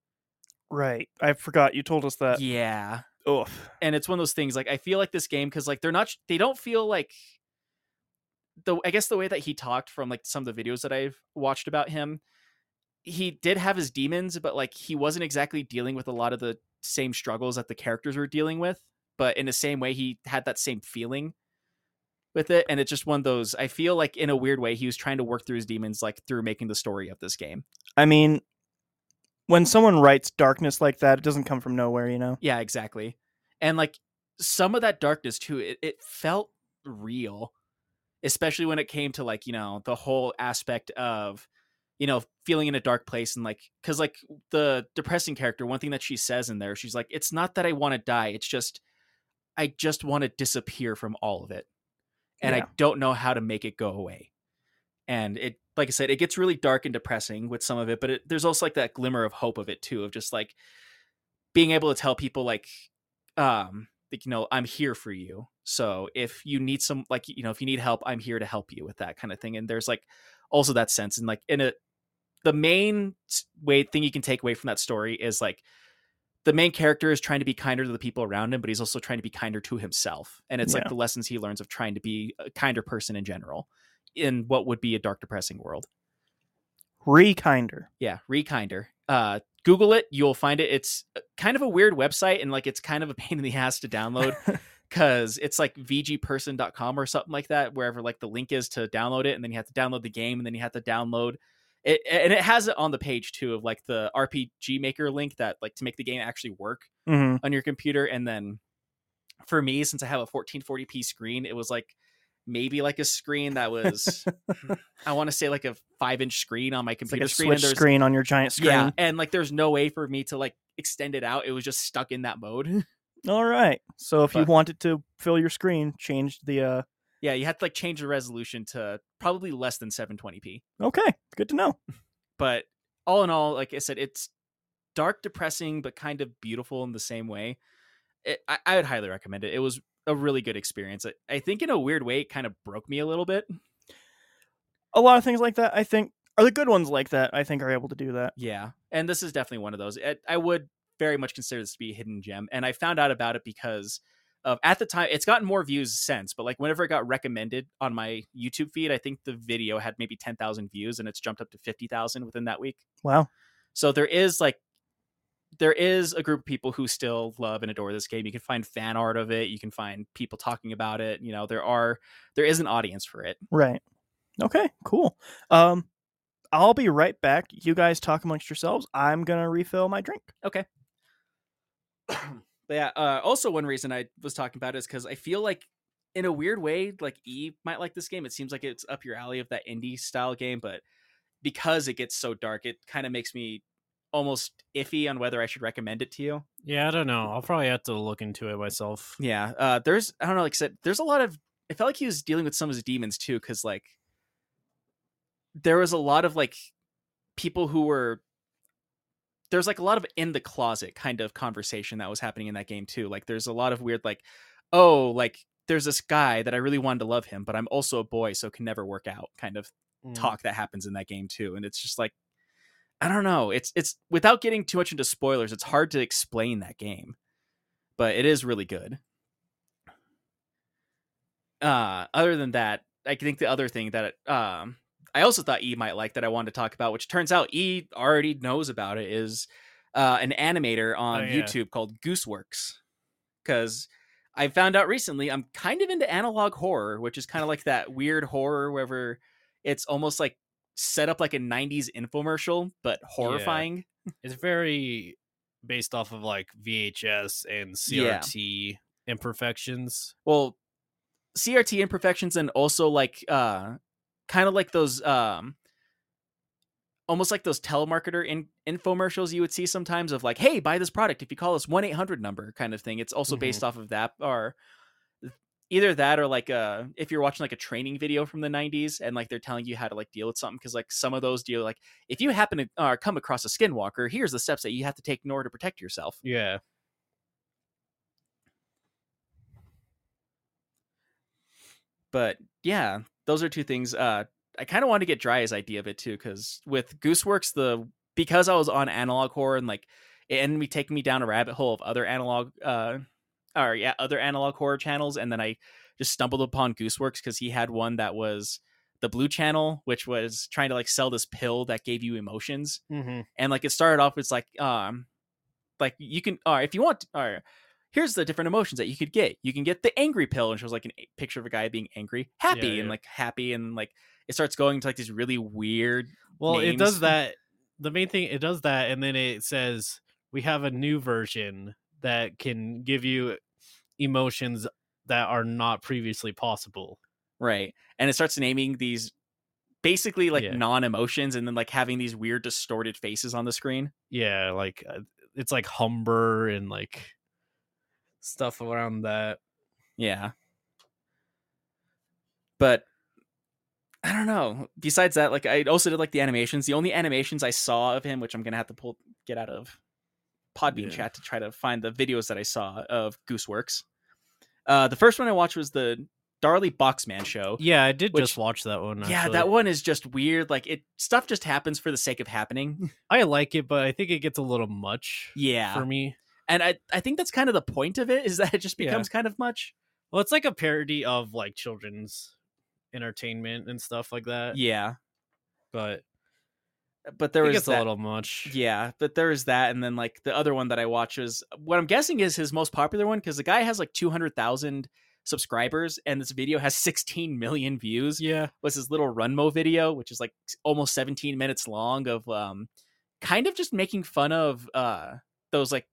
Speaker 2: right. I forgot you told us that.
Speaker 4: yeah,
Speaker 2: Oof.
Speaker 4: and it's one of those things. Like I feel like this game because like they're not, they don't feel like the. I guess the way that he talked from like some of the videos that I've watched about him, he did have his demons, but like he wasn't exactly dealing with a lot of the same struggles that the characters were dealing with. But in the same way, he had that same feeling with it, and it's just one of those. I feel like in a weird way, he was trying to work through his demons like through making the story of this game.
Speaker 2: I mean, when someone writes darkness like that, it doesn't come from nowhere, you know.
Speaker 4: Yeah, exactly. And like some of that darkness too, it, it felt real, especially when it came to like, you know, the whole aspect of, you know, feeling in a dark place and like, cause like the depressing character, one thing that she says in there, she's like, it's not that I want to die. It's just, I just want to disappear from all of it. And
Speaker 2: Yeah.
Speaker 4: I don't know how to make it go away. And it, like I said, it gets really dark and depressing with some of it, but it, there's also like that glimmer of hope of it too, of just like, being able to tell people like um like you know i'm here for you so if you need some like you know if you need help i'm here to help you with that kind of thing and there's like also that sense and like in a the main s- way thing you can take away from that story is like the main character is trying to be kinder to the people around him but he's also trying to be kinder to himself and it's like
Speaker 2: Yeah.
Speaker 4: the lessons he learns of trying to be a kinder person in general in what would be a dark depressing world
Speaker 2: Rekinder.
Speaker 4: yeah, Rekinder. Uh, Google it, you'll find it. It's uh, kind of a weird website and like it's kind of a (laughs) pain in the ass
Speaker 2: (laughs)
Speaker 4: to download because it's like vgperson.com or something like that, wherever like the link is to download it, and then you have to download the game, and then you have to download it, and it has it on the page too of like the RPG Maker link that like to make the game actually work
Speaker 2: hmm
Speaker 4: on your computer, and then for me, since I have a 1440p screen, it was like maybe like a screen that
Speaker 2: (laughs)
Speaker 4: was I want to say like a five inch screen on my
Speaker 2: It's
Speaker 4: computer
Speaker 2: like a
Speaker 4: screen. and
Speaker 2: switch
Speaker 4: there's-
Speaker 2: screen on your giant screen.
Speaker 4: yeah, and like there's no way for me to like extend it out. It was just stuck in that mode. (laughs)
Speaker 2: All right. So if you
Speaker 4: But-
Speaker 2: wanted to fill your screen, change the uh
Speaker 4: yeah, you had to like change the resolution to probably less than 720p.
Speaker 2: Okay, good to know.
Speaker 4: But all in all, like I said, it's dark, depressing, but kind of beautiful in the same way. It, I, I would highly recommend it. It was a really good experience. I, I think in a weird way, it kind of broke me a little bit.
Speaker 2: A lot of things like that, I think, are the good ones like that. I think are able to do that.
Speaker 4: Yeah, and this is definitely one of those. It, I would very much consider this to be a hidden gem, and I found out about it because of at the time it's gotten more views since. But like whenever it got recommended on my YouTube feed, I think the video had maybe ten thousand views, and it's jumped up to fifty thousand within that week.
Speaker 2: Wow.
Speaker 4: So there is like there is a group of people who still love and adore this game. You can find fan art of it. You can find people talking about it. You know, there are there is an audience for it.
Speaker 2: Right. Okay, cool. Um I'll be right back. You guys talk amongst yourselves. I'm going to refill my drink.
Speaker 4: (coughs) But yeah, uh, also one reason I was talking about it is because I feel like in a weird way, like E might like this game. It seems like it's up your alley of that indie style game, but because it gets so dark, it kind of makes me almost iffy on whether I should recommend it to you.
Speaker 3: Yeah, I don't know. I'll probably have to look into
Speaker 4: (laughs)
Speaker 3: it myself.
Speaker 4: Yeah. Uh there's I don't know, like I said, there's a lot of it felt like he was dealing with some of his demons too, because like there was a lot of like people who were there's like a lot of in the closet kind of conversation that was happening in that game too. Like there's a lot of weird like, oh, like there's this guy that I really wanted to love him, but I'm also a boy, so it can never work out kind of
Speaker 3: Mm.
Speaker 4: talk that happens in that game too and it's just like i don't know it's it's without getting too much into spoilers it's hard to explain that game but it is really good uh other than that i think the other thing that um I also thought E might like that I wanted to talk about, which turns out E already knows about it, is uh, an animator on
Speaker 3: Oh, yeah.
Speaker 4: YouTube called Gooseworks. Because I found out recently I'm kind of into analog horror, which is kind of like that weird horror wherever it's almost like set up like a 90s infomercial, but horrifying.
Speaker 3: It's very based off of like VHS and
Speaker 4: Yeah.
Speaker 3: CRT imperfections.
Speaker 4: well crt imperfections and also like uh kind of like those um almost like those telemarketer in- infomercials you would see sometimes of like hey buy this product if you call us 1-800 number kind of thing it's also based off of that or either that or like uh if you're watching like a training video from the 90s and like they're telling you how to like deal with something because like some of those deal like if you happen to uh, come across a skinwalker here's the steps that you have to take in order to protect yourself
Speaker 3: Yeah.
Speaker 4: but yeah, those are two things. Uh, I kind of want to get Dry's idea of it too, because with Gooseworks, the because I was on analog horror and like it ended me taking me down a rabbit hole of other analog, uh, or yeah, other analog horror channels, and then I just stumbled upon Gooseworks because he had one that was the blue channel, which was trying to like sell this pill that gave you emotions,
Speaker 2: Mm-hmm.
Speaker 4: and like it started off it's like um like you can or if you want or here's the different emotions that you could get you can get the angry pill and shows like an a- picture of a guy being angry happy
Speaker 3: Yeah, yeah.
Speaker 4: and like happy and like it starts going to like these really weird
Speaker 3: Well, it
Speaker 4: names.
Speaker 3: does that. The main thing it does that, and then it says we have a new version that can give you emotions that are not previously possible.
Speaker 4: right and it starts naming these basically like
Speaker 3: Yeah.
Speaker 4: non-emotions and then like having these weird distorted faces on the screen
Speaker 3: Yeah, like uh, it's like Humber and like stuff around that.
Speaker 4: Yeah. But I don't know. Besides that, like I also did like the animations. The only animations I saw of him, which I'm gonna have to pull get out of Podbean
Speaker 3: Yeah.
Speaker 4: chat to try to find the videos that I saw of Gooseworks. Uh, the first one I watched was the Darley Boxman show.
Speaker 3: Yeah, I did
Speaker 4: Which-
Speaker 3: just watch that one.
Speaker 4: Yeah,
Speaker 3: actually.
Speaker 4: that one is just weird. Like it stuff just happens for the sake of happening. (laughs)
Speaker 3: I like it, but I think it gets a little much
Speaker 4: yeah,
Speaker 3: for me.
Speaker 4: and I I think that's kind of the point of it is that it just
Speaker 3: Yeah.
Speaker 4: becomes kind of much.
Speaker 3: Well, it's like a parody of like children's entertainment and stuff like that.
Speaker 4: Yeah,
Speaker 3: But
Speaker 4: but there
Speaker 3: Uh, it
Speaker 4: was
Speaker 3: gets
Speaker 4: that,
Speaker 3: a little much.
Speaker 4: Yeah, but there is that, and then like the other one that I watch is what I'm guessing is his most popular one because the guy has like 200,000 subscribers, and this video has 16 million views.
Speaker 3: Yeah.
Speaker 4: Was his little Runmo video, which is like s- almost 17 minutes long of um, kind of just making fun of uh those like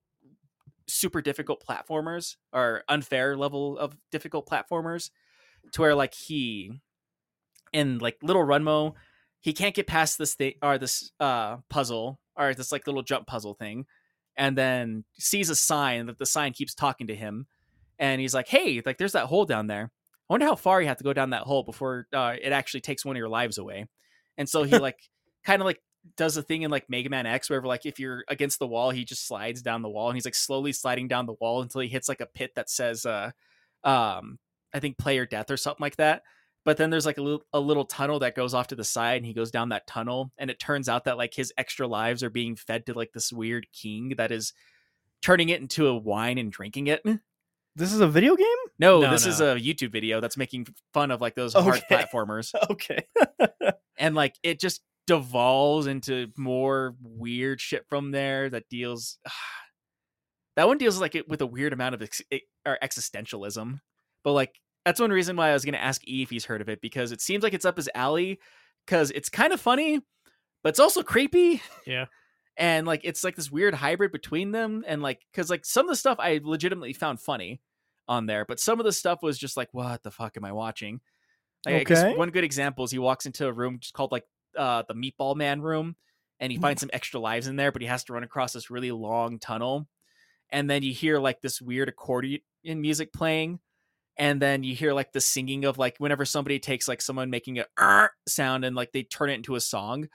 Speaker 4: super difficult platformers or unfair level of difficult platformers, to where like he in like little Runmo he can't get past this thing or this uh puzzle or this like little jump puzzle thing and then sees a sign that the sign keeps talking to him and he's like hey like there's that hole down there i wonder how far you have to go down that hole before uh, it actually takes one of your lives away and so he like kind of like does a thing in like mega man x wherever like if you're against the wall he just slides down the wall and he's like slowly sliding down the wall until he hits like a pit that says uh um i think player death or something like that but then there's like a little, a little tunnel that goes off to the side and he goes down that tunnel and it turns out that like his extra lives are being fed to like this weird king that is turning it into a wine and drinking it
Speaker 2: This is a video
Speaker 4: (laughs)
Speaker 2: game.
Speaker 4: no,
Speaker 3: No,
Speaker 4: this is
Speaker 3: no.
Speaker 4: a youtube video that's making fun of like those hard
Speaker 2: Okay.
Speaker 4: platformers
Speaker 2: Okay.
Speaker 4: and like it just devolves into more weird shit from there that deals (sighs) that one deals like it with a weird amount of ex- e- or existentialism but like that's one reason why i was going to ask e if he's heard of it because it seems like it's up his alley because it's kind of funny but it's also creepy
Speaker 3: Yeah.
Speaker 4: (laughs) and like it's like this weird hybrid between them and like because like some of the stuff i legitimately found funny on there but some of the stuff was just like what the fuck am i watching like, I guess
Speaker 2: Okay.
Speaker 4: one good example is he walks into a room just called like uh the meatball man room and he finds some extra lives in there but he has to run across this really long tunnel and then you hear like this weird accordion music playing and then you hear like the singing of like whenever somebody takes like someone making a "Arr" sound and like they turn it into a song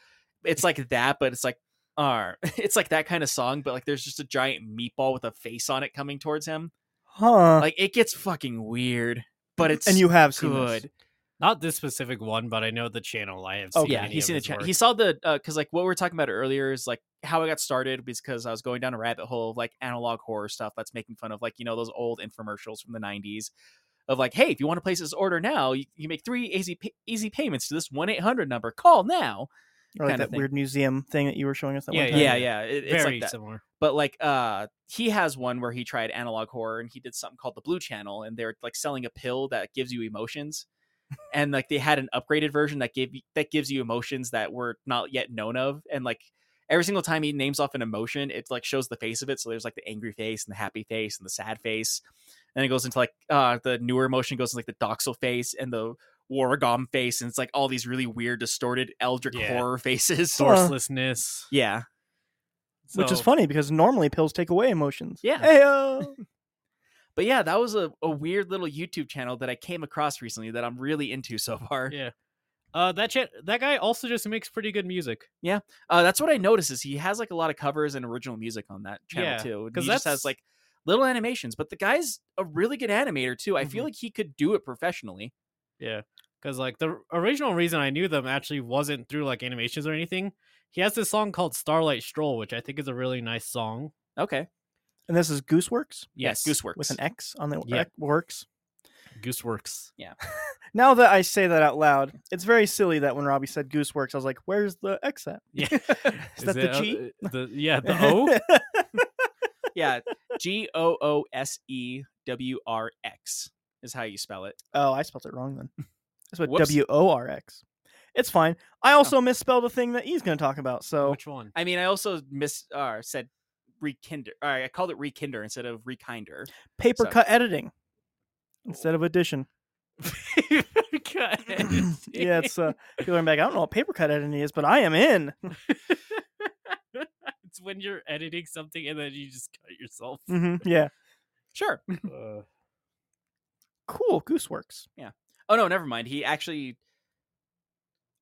Speaker 4: it's like that but it's like are (laughs) it's like that kind of song but like there's just a giant meatball with a face on it coming towards him
Speaker 2: Huh.
Speaker 4: like it gets fucking weird but it's
Speaker 2: and you have seen this.
Speaker 4: good
Speaker 3: Not this specific one, but I know the channel. I have seen.
Speaker 2: Okay.
Speaker 4: yeah,
Speaker 3: any
Speaker 4: he's
Speaker 3: of
Speaker 4: seen the
Speaker 3: his
Speaker 4: chat.
Speaker 3: work.
Speaker 4: He saw the because like what we were talking about earlier is like how I got started was because I was going down a rabbit hole of like analog horror stuff that's making fun of like you know those old infomercials from the '90s, of like, hey, if you want to place this order now, you, you make three easy pa- easy payments to this one eight hundred number. Call now.
Speaker 2: Or like
Speaker 4: kinda
Speaker 2: that
Speaker 4: thing.
Speaker 2: weird museum thing that you were showing us that
Speaker 3: Yeah,
Speaker 2: one time.
Speaker 4: Yeah, yeah, it- it's
Speaker 3: Very
Speaker 4: like that.
Speaker 3: similar.
Speaker 4: But like, uh, he has one where he tried analog horror and he did something called the Blue Channel, and they're like selling a pill that gives you emotions, and like they had an upgraded version that gave you, that gives you emotions that were not yet known of, and like. Every single time he names off an emotion, it like shows the face of it. So there's like the angry face and the happy face and the sad face, and it goes into like uh the newer emotion goes into like the doxal face and the waragom face, and it's like all these really weird, distorted eldritch
Speaker 3: Yeah.
Speaker 4: horror (laughs) faces.
Speaker 2: Huh.
Speaker 3: Sourcelessness.
Speaker 4: Yeah,
Speaker 2: Which is
Speaker 3: So-
Speaker 2: funny because normally pills take away emotions.
Speaker 4: Yeah. (laughs)
Speaker 2: Heyo!
Speaker 4: But yeah, that was a, a weird little YouTube channel that I came across recently that I'm really into so far.
Speaker 3: Yeah. Uh, that cha- that guy also just makes pretty good music.
Speaker 4: Uh, that's what I noticed is he has like a lot of covers and original music on that channel
Speaker 3: Yeah,
Speaker 4: too. and
Speaker 3: 'cause
Speaker 4: he just
Speaker 3: that's-
Speaker 4: has like little animations. But the guy's a really good animator too. I feel like he could do it professionally.
Speaker 3: Yeah, because like the original reason I knew them actually wasn't through like animations or anything. He has this song called Starlight Stroll, which I think is a really nice song.
Speaker 4: Okay.
Speaker 2: and this is Gooseworks
Speaker 4: Yes, Gooseworks.
Speaker 2: with an X on the
Speaker 3: Yeah.
Speaker 2: X works.
Speaker 3: Gooseworks.
Speaker 2: Now that I say that out loud, it's very silly that when Robbie said Gooseworks, I was like, "Where's the X at?"
Speaker 3: (laughs) Yeah.
Speaker 2: (laughs) Is that the
Speaker 3: it, uh,
Speaker 2: G?
Speaker 3: uh, the- yeah, the O.
Speaker 4: yeah. G O O S E W R X is how you spell it.
Speaker 2: Oh, I spelled it wrong then. That's what
Speaker 4: Whoops.
Speaker 2: W O R X. It's fine. I also misspelled a thing that he's going to talk about. So
Speaker 3: Which one?
Speaker 4: I mean, I also mis uh, said rekinder. All right, I called it rekinder instead of (laughs) rekinder.
Speaker 2: paper
Speaker 4: So-
Speaker 2: cut editing instead of addition. yeah, it's uh, people are back. I don't know what paper cut editing is, but I am in.
Speaker 3: it's when you're editing something and then you just cut yourself.
Speaker 2: hmm Yeah,
Speaker 4: (laughs) Sure.
Speaker 3: Uh,
Speaker 2: cool. Gooseworks.
Speaker 4: Oh no, never mind. He actually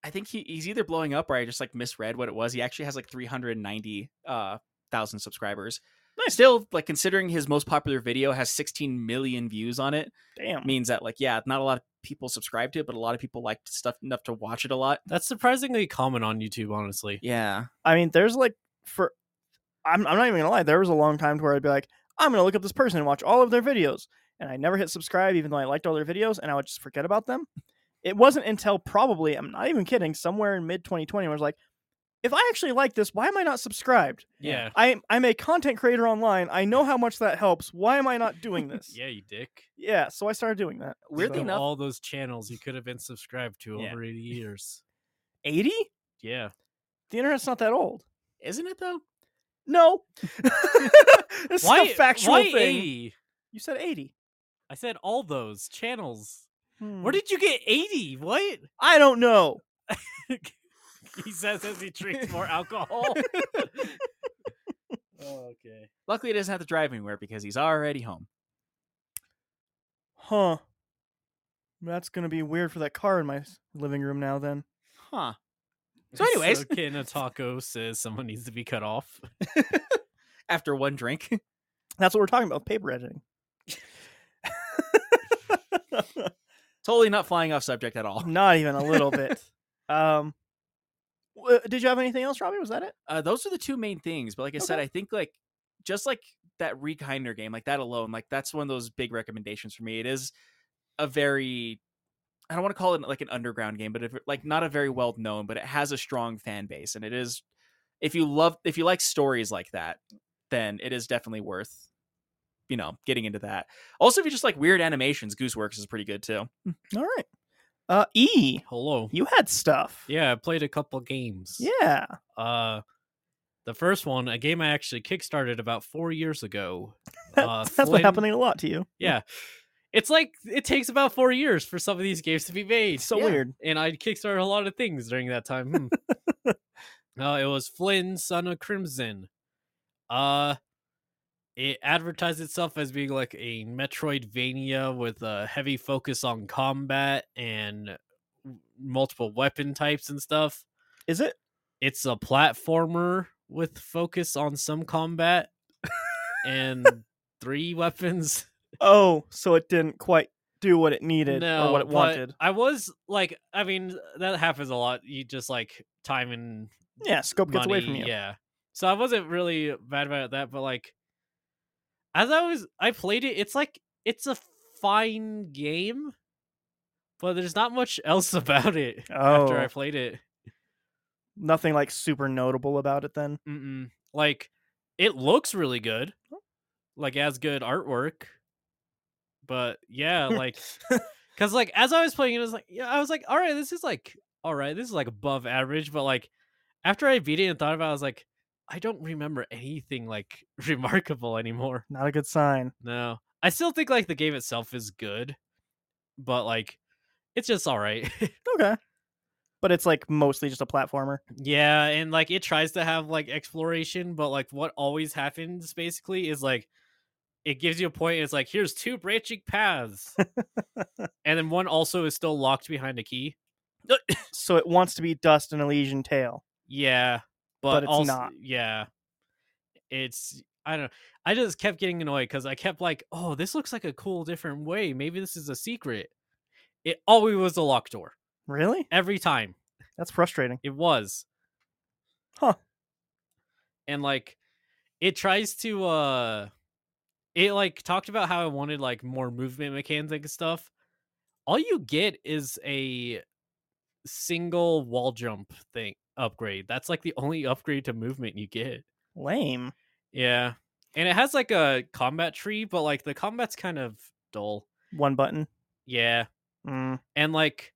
Speaker 4: I think he, he's either blowing up or I just like misread what it was. He actually has like 390 uh thousand subscribers. Still like considering his most popular video has 16 million views on it
Speaker 2: Damn.
Speaker 4: means that like yeah, not a lot of people subscribe to it, but a lot of people liked stuff enough to watch it a lot.
Speaker 3: that's surprisingly common on YouTube, honestly.
Speaker 4: Yeah.
Speaker 2: I mean, there's like for I'm I'm not even gonna lie, there was a long time to where I'd be like, I'm gonna look up this person and watch all of their videos. And I never hit subscribe even though I liked all their videos and I would just forget about them. It wasn't until probably, I'm not even kidding, somewhere in mid 2020 where I was like, if I actually like this, why am I not subscribed?
Speaker 3: Yeah.
Speaker 2: I I'm a content creator online. I know how much that helps. Why am I not
Speaker 3: (laughs)
Speaker 2: doing this?
Speaker 3: Yeah, you dick.
Speaker 2: Yeah, so I started doing that.
Speaker 4: Weirdly
Speaker 2: So-
Speaker 3: Of
Speaker 4: enough-
Speaker 3: all those channels you could have been subscribed to
Speaker 4: Yeah.
Speaker 3: over the years.
Speaker 2: 80?
Speaker 3: Yeah.
Speaker 2: The internet's not that old.
Speaker 4: Isn't it though?
Speaker 2: No. (laughs) this
Speaker 3: why
Speaker 2: is a factual
Speaker 3: why
Speaker 2: thing.
Speaker 3: 80?
Speaker 2: You said 80.
Speaker 3: I said all those channels.
Speaker 2: Hmm.
Speaker 3: Where did you get 80? What? (laughs)
Speaker 2: I don't know.
Speaker 3: he says as he drinks more alcohol. Oh, okay.
Speaker 4: Luckily he doesn't have to drive anywhere because he's already home.
Speaker 2: Huh. That's gonna be weird for that car in my s- living room now. Then
Speaker 4: Huh. So anyways.
Speaker 3: so Ken of Taco says someone needs to be cut off.
Speaker 4: After one drink. (laughs)
Speaker 2: that's what we're talking about: paper editing. (laughs)
Speaker 4: totally not flying off subject at all.
Speaker 2: Not even a little (laughs) bit. Um, w- did you have anything else, Robbie? Was that it?
Speaker 4: uh, those are the two main things. But like I said,
Speaker 2: Okay.
Speaker 4: I think like just like that Rekinder game, like that alone, like that's one of those big recommendations for me. It is a very I don't want to call it like an underground game, but if, like not a very well known, but it has a strong fan base, and it is if you love if you like stories like that, then it is definitely worth you know getting into that. Also, if you just like weird animations, Gooseworks is pretty good too.
Speaker 2: All right. Uh, E,
Speaker 3: Hello.
Speaker 2: you had stuff.
Speaker 3: Yeah, I played a couple games.
Speaker 2: Yeah.
Speaker 3: Uh the first one, a game I actually kickstarted about 4 years ago.
Speaker 2: That-
Speaker 3: uh,
Speaker 2: that's been
Speaker 3: Flynn-
Speaker 2: happening a lot to you.
Speaker 3: Yeah. It's like it takes about 4 years for some of these games to be made.
Speaker 2: It's so
Speaker 4: yeah.
Speaker 2: weird.
Speaker 3: and I kickstarted a lot of things during that time.
Speaker 2: (laughs)
Speaker 3: Hmm. uh, it was Flynn, Son of Crimson. Uh, it advertised itself as being like a Metroidvania with a heavy focus on combat and w- multiple weapon types and stuff.
Speaker 2: Is it?
Speaker 3: It's a platformer with focus on some combat
Speaker 2: (laughs)
Speaker 3: and three weapons.
Speaker 2: Oh, so it didn't quite do what it needed or what it
Speaker 3: but
Speaker 2: wanted.
Speaker 3: I was like, I mean, that happens a lot. You just like time and
Speaker 2: Yeah, scope gets away from
Speaker 3: money,
Speaker 2: you.
Speaker 3: Yeah. So I wasn't really bad about that, but like as I was I played it, it's like it's a fine game, but there's not much (laughs) else about it after I
Speaker 2: Oh,
Speaker 3: played it.
Speaker 2: nothing like super notable about it then.
Speaker 3: Mm-mm. Like it looks really good, like as good artwork, but
Speaker 2: (laughs)
Speaker 3: yeah, (laughs) like because like as I was playing it, I was like, yeah, I was like, all right, this is like all right, this is like above average, but like after I beat it and thought about, it, I was like, I don't remember anything like (laughs) remarkable anymore.
Speaker 2: Not a good sign.
Speaker 3: No, I still think like the game itself is good, but like it's just all right. (laughs)
Speaker 2: Okay. But it's like mostly just a platformer.
Speaker 3: Yeah, and like it tries to have like exploration, but like what always happens basically is like it gives you a point. And it's like here's two branching paths, and then one also is still locked behind a key.
Speaker 2: So it wants to be Dust and Elysian Tale.
Speaker 3: Yeah, but,
Speaker 2: But it's
Speaker 3: also
Speaker 2: not.
Speaker 3: yeah, it's I don't. I just kept getting annoyed because I kept like, oh, this looks like a cool different way. Maybe this is a secret. It always was a locked door
Speaker 2: Really?
Speaker 3: every time.
Speaker 2: That's frustrating.
Speaker 3: It was.
Speaker 2: Huh.
Speaker 3: And like it tries to uh it like talked about how it wanted like more movement mechanics and stuff. All you get is a single wall jump thing upgrade. That's like the only upgrade to movement you get.
Speaker 2: Lame.
Speaker 3: Yeah. And it has like a combat tree, but like the combat's kind of dull.
Speaker 2: One button.
Speaker 3: Yeah
Speaker 2: Mm.
Speaker 3: and like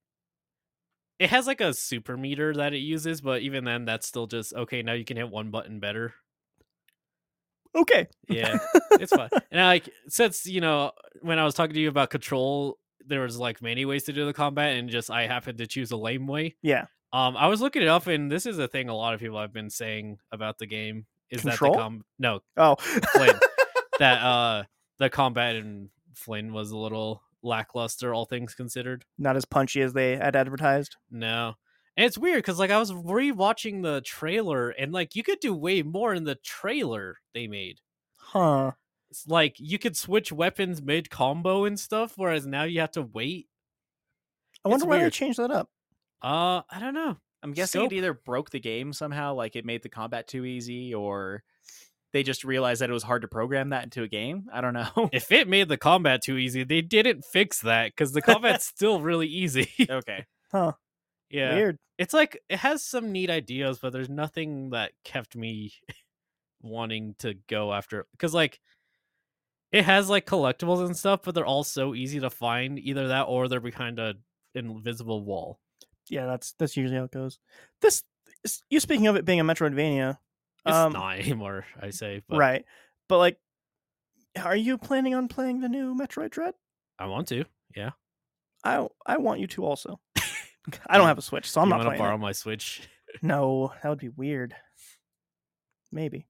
Speaker 3: it has like a super meter that it uses but even then that's still just okay now you can hit one button better
Speaker 2: Okay.
Speaker 3: yeah it's fun and I, like since you know when i was talking to you about control there was like many ways to do the combat and just i happened to choose a lame way
Speaker 2: Yeah.
Speaker 3: um i was looking it up and this is a thing a lot of people have been saying about the game is
Speaker 2: Control?
Speaker 3: that the com- no
Speaker 2: (laughs) Oh.
Speaker 3: flynn that uh the combat in flynn was a little lackluster all things considered
Speaker 2: (laughs) Not as punchy as they had advertised.
Speaker 3: No. And it's weird because like I was rewatching the trailer and like you could do way more in the trailer they made.
Speaker 2: Huh.
Speaker 3: It's like you could switch weapons mid combo and stuff, whereas now you have to wait.
Speaker 2: I wonder why they
Speaker 3: weird.
Speaker 2: changed that up.
Speaker 3: Uh I don't know.
Speaker 4: I'm guessing
Speaker 3: Scope?
Speaker 4: it either broke the game somehow, like it made the combat too easy, or they just realized that it was hard to program that into a game. I don't know.
Speaker 3: If it made the combat too easy, they didn't fix that because the combat's still really easy.
Speaker 4: (laughs)
Speaker 3: (laughs)
Speaker 4: okay.
Speaker 3: yeah.
Speaker 2: Weird.
Speaker 3: It's like it has some neat ideas, but there's nothing that kept me (laughs) wanting to go after because like it has like collectibles and stuff, but they're all so easy to find. Either that or they're behind a invisible wall.
Speaker 2: Yeah, that's that's usually how it goes. This s- you speaking of it being a Metroidvania.
Speaker 3: It's
Speaker 2: um,
Speaker 3: not (laughs) anymore, I say. But
Speaker 2: Right. But like are you planning on playing the new Metroid Dread?
Speaker 3: I want to. Yeah,
Speaker 2: I I want you to
Speaker 3: (laughs)
Speaker 2: also. I don't have a Switch, so I'm
Speaker 3: you
Speaker 2: not
Speaker 3: wanna
Speaker 2: playing. it.
Speaker 3: borrow my Switch.
Speaker 2: (laughs)
Speaker 3: (laughs)
Speaker 2: No, that would be weird. Maybe.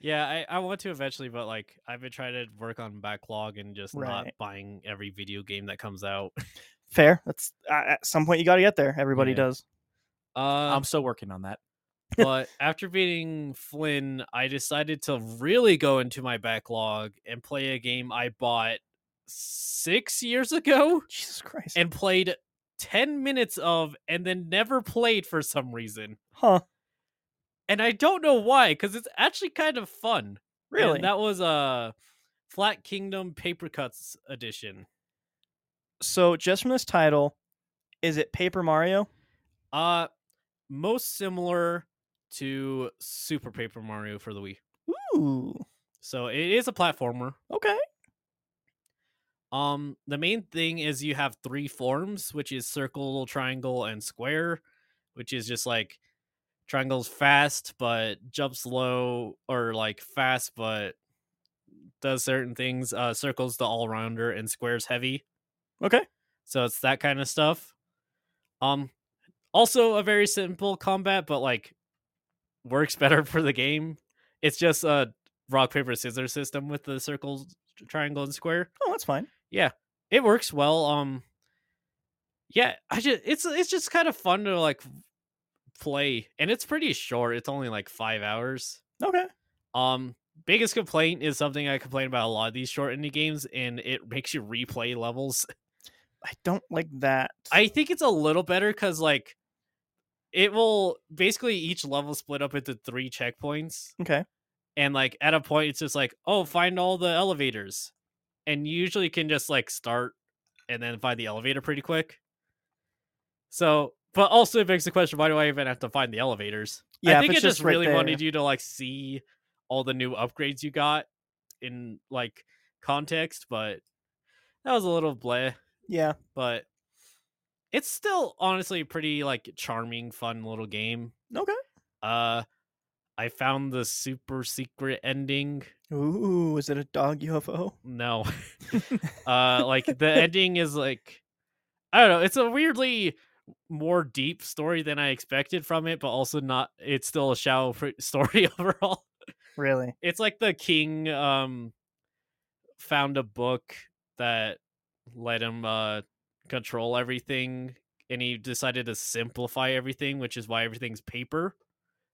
Speaker 3: yeah, I, I want to eventually, but like I've been trying to work on backlog and just not
Speaker 2: Right.
Speaker 3: buying every video game that comes out.
Speaker 2: Fair. That's uh, at some point you got to get there. Everybody
Speaker 3: Yeah.
Speaker 2: does.
Speaker 3: Um,
Speaker 4: I'm still working on that.
Speaker 3: but after beating Flynn, I decided to really go into my backlog and play a game I bought six years ago
Speaker 2: Jesus Christ.
Speaker 3: and played 10 minutes of and then never played for some reason.
Speaker 2: huh?
Speaker 3: And I don't know why, because it's actually kind of fun. And
Speaker 2: Really?
Speaker 3: that was uh, Flat Kingdom Paper Cuts edition.
Speaker 2: so just from this title, is it Paper Mario?
Speaker 3: Uh most similar to Super Paper Mario for the Wii.
Speaker 2: Ooh.
Speaker 3: So it is a platformer.
Speaker 2: Okay.
Speaker 3: Um, the main thing is you have three forms, which is circle, triangle, and square, which is just like triangles fast but jumps low, or like fast but does certain things. Uh, circles the all rounder, and squares heavy.
Speaker 2: Okay.
Speaker 3: So it's that kind of stuff. Um, also a very simple combat, but like works (laughs) better for the game. It's just a rock paper scissors system with the circle, triangle, and square
Speaker 2: Oh, that's fine.
Speaker 3: it works well um yeah i just it's it's just kind of fun to like play and it's pretty short it's only like five hours
Speaker 2: Okay.
Speaker 3: um biggest complaint is something i complain about a lot of these short indie games and it makes you replay levels
Speaker 2: I don't like that.
Speaker 3: i think it's a little better because like it will basically each level split up into three checkpoints
Speaker 2: okay.
Speaker 3: and like at a point it's just like oh find all the elevators and usually can just like start and then find the elevator pretty quick. So, but also it begs the question: Why do I even have to find the elevators?
Speaker 2: Yeah, if
Speaker 3: I think
Speaker 2: it's
Speaker 3: it just,
Speaker 2: just right
Speaker 3: really
Speaker 2: there.
Speaker 3: wanted you to like see all the new upgrades you got in like context, but that was a little bleh.
Speaker 2: Yeah.
Speaker 3: But it's still honestly a pretty like charming, fun little game.
Speaker 2: Okay.
Speaker 3: Uh, I found the super secret ending.
Speaker 2: Ooh, is it a dog UFO?
Speaker 3: (laughs) No. uh like the ending is like I don't know, it's a weirdly more deep story than I expected from it, but also not it's still a shallow fr- (laughs) story overall.
Speaker 2: (laughs) Really?
Speaker 3: It's like the king um found a book that let him uh control everything and he decided to simplify everything, which is why everything's paper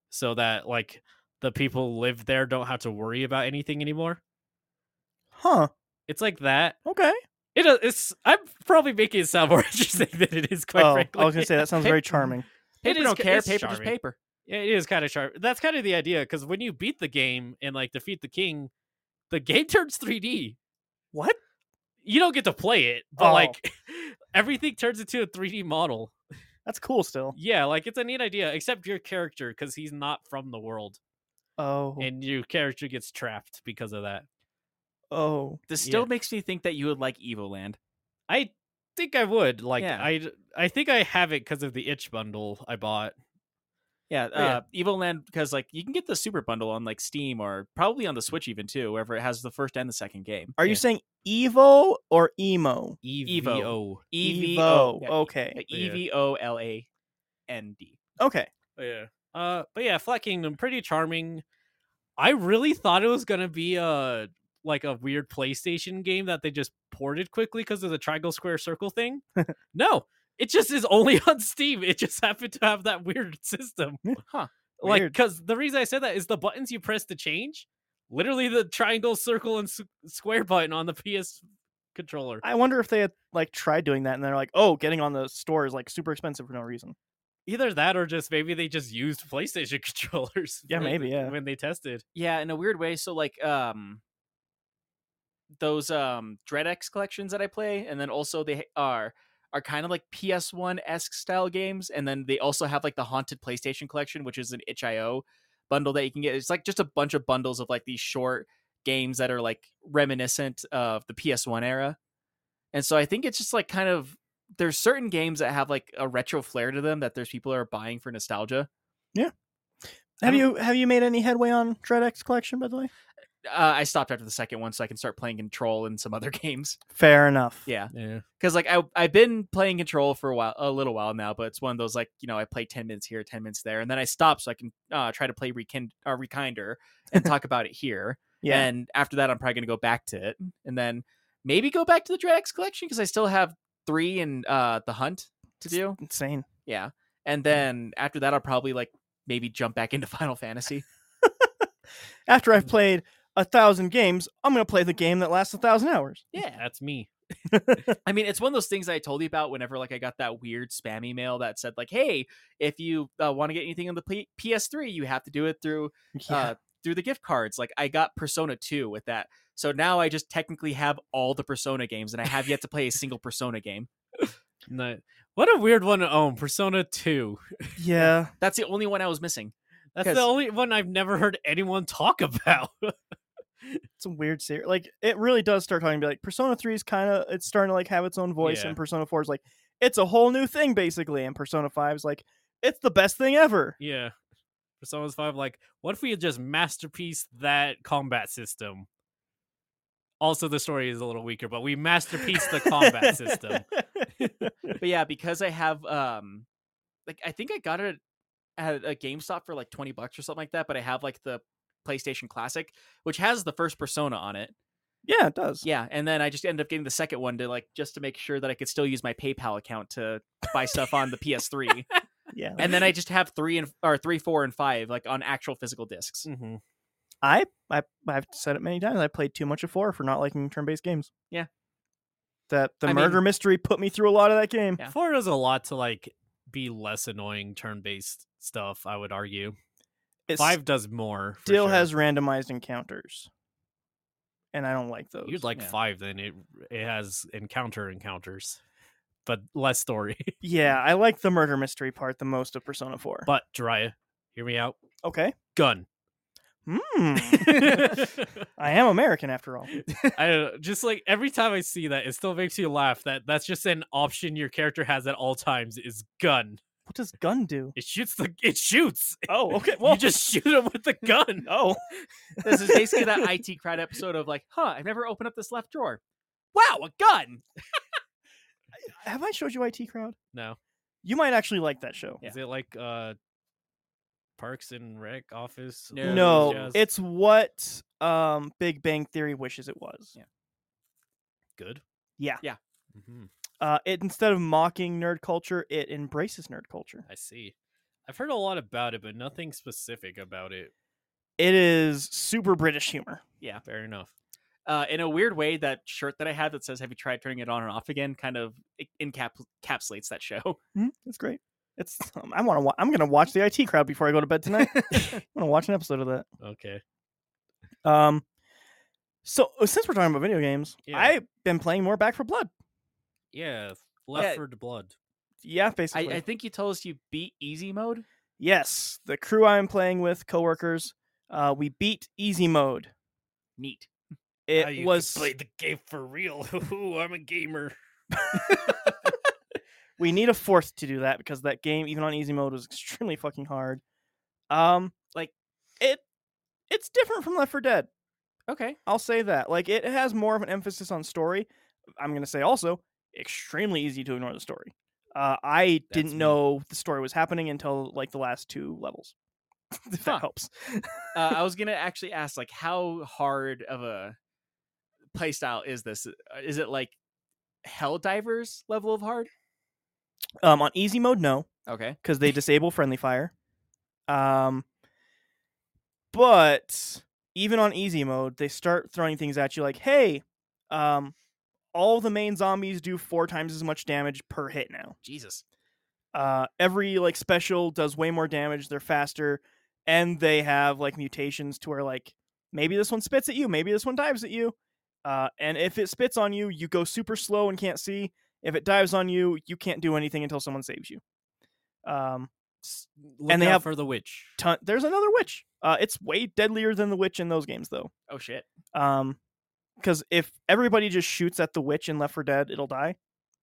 Speaker 3: so that like the people who live there don't have to worry about anything anymore.
Speaker 2: Huh.
Speaker 3: It's like that.
Speaker 2: Okay.
Speaker 3: It uh, it's I'm probably making it sound (laughs) more interesting than it is. Quite
Speaker 2: oh,
Speaker 3: frankly,
Speaker 2: I was gonna say that sounds
Speaker 4: Hey.
Speaker 2: very
Speaker 3: (laughs)
Speaker 2: charming.
Speaker 3: It
Speaker 4: Paper
Speaker 3: is
Speaker 4: don't
Speaker 3: ca-
Speaker 4: care.
Speaker 3: it's
Speaker 4: Paper just
Speaker 3: charming.
Speaker 4: paper.
Speaker 3: Yeah, it is kind of sharp. That's kind of the idea because when you beat the game and like defeat the king, the game (laughs) turns 3D.
Speaker 2: What?
Speaker 3: You don't get to play it, but
Speaker 2: Oh.
Speaker 3: like (laughs) everything turns into a 3D model.
Speaker 2: That's cool. Still.
Speaker 3: Yeah, like it's a neat idea, except your character because he's not from the world,
Speaker 2: Oh.
Speaker 3: and your character gets trapped because of that.
Speaker 2: oh.
Speaker 4: This still
Speaker 3: Yeah.
Speaker 4: makes me think that you would like Evoland.
Speaker 3: I think I would like
Speaker 4: Yeah.
Speaker 3: I I think I have it because of the itch bundle I bought.
Speaker 4: Yeah,
Speaker 3: Oh, yeah.
Speaker 4: uh, Evoland because like you can get the super bundle on like Steam or probably on the Switch even too, wherever it has the first and the second game.
Speaker 2: Are you
Speaker 4: Yeah.
Speaker 2: saying Evo or emo?
Speaker 3: E EVO.
Speaker 4: EVO? E Yeah,
Speaker 2: E Okay.
Speaker 4: E V O L A N D.
Speaker 2: Okay.
Speaker 3: Yeah. Uh, but yeah, Flat Kingdom, pretty charming. I really thought it was gonna be a like a weird PlayStation game that they just ported quickly because of the triangle, square, circle thing.
Speaker 2: (laughs)
Speaker 3: no, it just is only on Steam. It just happened to have that weird system.
Speaker 4: Huh.
Speaker 3: Like,
Speaker 2: Weird.
Speaker 3: because the reason I said that is the buttons you press to change, literally the triangle, circle, and s- square button on the PS controller.
Speaker 2: I wonder if they had like tried doing that and they're like, oh, getting on the store is like super expensive for no reason.
Speaker 3: Either that or just maybe they just used PlayStation (laughs) controllers.
Speaker 2: Yeah,
Speaker 3: for
Speaker 2: maybe,
Speaker 3: the-
Speaker 2: yeah.
Speaker 3: When they tested.
Speaker 4: Yeah, in a weird way. So like um those um Dreadx collections that I play, and then also they are are kind of like PS1 esque style games, and then they also have like the Haunted PlayStation collection, which is an itch.io bundle that you can get. It's like just a bunch of bundles of like these short games that are like reminiscent of the PS1 era. And so I think it's just like kind of there's certain games that have like a retro flair to them that there's people that are buying for nostalgia.
Speaker 2: Have you have you made any headway on Dreadx collection by the way?
Speaker 4: uh, I stopped after the second one so I can start playing Control and some other (laughs) games.
Speaker 2: Fair enough.
Speaker 4: Yeah,
Speaker 3: Yeah.
Speaker 4: because like I I've been playing Control for a while, a little while now, but it's one of those like you know I play ten minutes here, ten minutes there, and then I stop so I can uh, try to play Rekind uh, Rekinder and talk about it here.
Speaker 2: Yeah.
Speaker 4: And after that, I'm probably gonna go back to it, and then maybe go back to the Dreadx collection because I still have three and uh, the Hunt to do.
Speaker 2: Insane.
Speaker 4: Yeah, and then after that, I'll probably like maybe jump back into (laughs) Final Fantasy.
Speaker 2: After I've played a thousand games, I'm gonna play the game that lasts a thousand hours.
Speaker 4: Yeah,
Speaker 3: That's me.
Speaker 4: I mean, it's one of those things I told you about whenever like I got that weird spam email that said like, "Hey, if you uh, want to get anything on the P- PS3, you have to do it through uh, through the gift cards." Like I got Persona 2 with that. So now I just technically have all the Persona games and I have yet to play a single Persona game.
Speaker 3: No. What a weird one to own. Persona 2.
Speaker 2: yeah.
Speaker 4: That's the only one I was missing.
Speaker 3: That's the
Speaker 4: 'Cause-
Speaker 3: only one I've never heard (laughs) anyone talk about. (laughs)
Speaker 2: It's a weird series. Like it really does start talking about like Persona 3 is kind of it's starting to like have its own voice
Speaker 3: Yeah.
Speaker 2: and Persona 4 is like it's a whole new thing basically and Persona 5 is like it's the best thing ever.
Speaker 3: yeah. Persona 5, like, what if we had just masterpiece that combat system? Also, the story is a little weaker, but we masterpiece the
Speaker 4: (laughs)
Speaker 3: combat system.
Speaker 4: But yeah, because I have um like I think I got it at a GameStop for like 20 bucks or something like that, but I have like the PlayStation Classic, which has the first Persona on it.
Speaker 2: (laughs) Yeah, it does.
Speaker 4: Yeah, and then I just ended up getting the second one to like just to make sure that I could still use my PayPal account to buy stuff on the PS3.
Speaker 2: Yeah.
Speaker 4: And then I just have three and or three, four, and five like on actual physical discs.
Speaker 3: Mhm.
Speaker 2: I, I I've said it many times. I played too much of four for not liking turn-based games.
Speaker 4: Yeah.
Speaker 2: That the
Speaker 4: I
Speaker 2: murder
Speaker 4: mean-
Speaker 2: mystery put me through a lot of that game.
Speaker 4: Yeah.
Speaker 3: Four does a lot to, like, be less annoying turn based stuff, I would argue.
Speaker 2: It
Speaker 3: Five does more. for
Speaker 2: still
Speaker 3: sure.
Speaker 2: has randomized encounters. and I don't like those.
Speaker 3: You'd like
Speaker 4: yeah.
Speaker 3: five, then it it has encounter encounters, but less story.
Speaker 2: yeah, I like the murder mystery part the most of Persona Four.
Speaker 3: but Jiraiya, hear me out.
Speaker 2: okay, (laughs)
Speaker 3: Gun.
Speaker 2: Hmm.
Speaker 3: I
Speaker 2: I am American after all.
Speaker 3: don't know, just like every time I see that, it still makes you laugh. That that's just an option your character has at all times is gun.
Speaker 2: What does gun do?
Speaker 3: It shoots the it shoots.
Speaker 2: Oh, okay.
Speaker 3: (laughs)
Speaker 2: (laughs)
Speaker 3: you just shoot him with the gun.
Speaker 2: oh,
Speaker 4: This is basically that IT crowd episode of like, huh, I've never opened up this left drawer. Wow, a gun.
Speaker 2: have I showed you IT Crowd?
Speaker 3: No,
Speaker 2: You might actually like that show.
Speaker 3: is it like uh Parks and Rec office?
Speaker 4: No.
Speaker 3: all
Speaker 2: No,
Speaker 3: those jazz?
Speaker 2: it's what um, Big Bang Theory wishes it was.
Speaker 4: Yeah.
Speaker 3: good.
Speaker 2: Yeah.
Speaker 4: Yeah.
Speaker 3: Mhm,
Speaker 2: Uh, it instead of mocking nerd culture, it embraces nerd culture.
Speaker 3: I see. I've heard a lot about it, but nothing specific about it.
Speaker 2: It is super British humor.
Speaker 3: Fair enough.
Speaker 4: Uh, in a weird way, that shirt that I have that says, "Have you tried turning it on and off again?" kind of e- encap- encapsulates that show.
Speaker 2: Mm, it's great. It's um, I want to. Wa- I'm gonna watch the IT crowd before I go to bed
Speaker 4: (laughs)
Speaker 2: tonight. I'm gonna watch an episode of that.
Speaker 3: Okay.
Speaker 2: Um, so uh, since we're talking about video games,
Speaker 3: Yeah.
Speaker 2: I've been playing more Back for Blood.
Speaker 3: Yeah. Left
Speaker 4: Yeah.
Speaker 3: for the blood.
Speaker 2: Yeah,
Speaker 4: I,
Speaker 2: basically.
Speaker 4: I think you told us you beat easy mode.
Speaker 2: yes, the crew I'm playing with, coworkers, uh, we beat easy mode.
Speaker 4: Neat. Ah,
Speaker 2: It was
Speaker 3: played the game for real. (laughs) I'm a gamer.
Speaker 2: we need a fourth to do that because that game, even on easy mode, was (laughs) extremely fucking hard. Um, like it, it's different from Left for Dead.
Speaker 4: Okay.
Speaker 2: I'll say that. Like it has more of an emphasis on story. I'm gonna say also extremely easy to ignore the story. Uh, I
Speaker 3: That's
Speaker 2: didn't
Speaker 3: me.
Speaker 2: know the story was happening until like the last two levels. (laughs) if
Speaker 4: Huh.
Speaker 2: that helps.
Speaker 4: Uh, I was gonna actually ask, like, how hard of a play style is this? Uh, Is it like Hell Divers level of hard?
Speaker 2: Um, on easy mode, no,
Speaker 4: Okay.
Speaker 2: because they disable friendly fire. Um, but even on easy mode, they start throwing things at you like, "Hey, um, all the main zombies do four times as much damage per hit now."
Speaker 4: Jesus.
Speaker 2: uh, every like special does way more damage they're faster and they have like mutations to where like maybe this one spits at you maybe this one dives at you uh, and if it spits on you you go super slow and can't see if it dives on you you can't do anything until someone saves you um,
Speaker 3: and
Speaker 2: they
Speaker 3: they
Speaker 2: have-
Speaker 3: have for the witch.
Speaker 2: ton- there's another witch uh, it's way deadlier than the witch in those games though
Speaker 4: Oh shit.
Speaker 2: um because if everybody just shoots at the witch in left for dead it'll die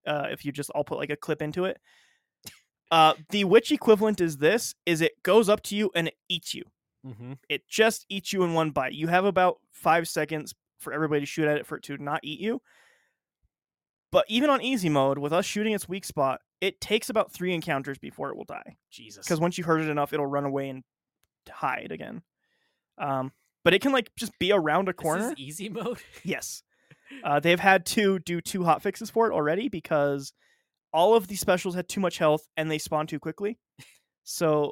Speaker 2: uh if you just i'll put like a clip into it uh the witch equivalent is this is it goes up to you and it eats you
Speaker 3: Mm-hmm.
Speaker 2: it just eats you in one bite you have about five seconds for everybody to shoot at it for it to not eat you but even on easy mode with us shooting its weak spot it takes about three encounters before it will die
Speaker 4: Jesus.
Speaker 2: because once you hurt it enough it'll run away and hide again um but it can like just be around a corner
Speaker 3: This is easy mode.
Speaker 2: Yes. Uh, they've had to do two hot fixes for it already because all of the specials had too much health and they spawn too quickly. So,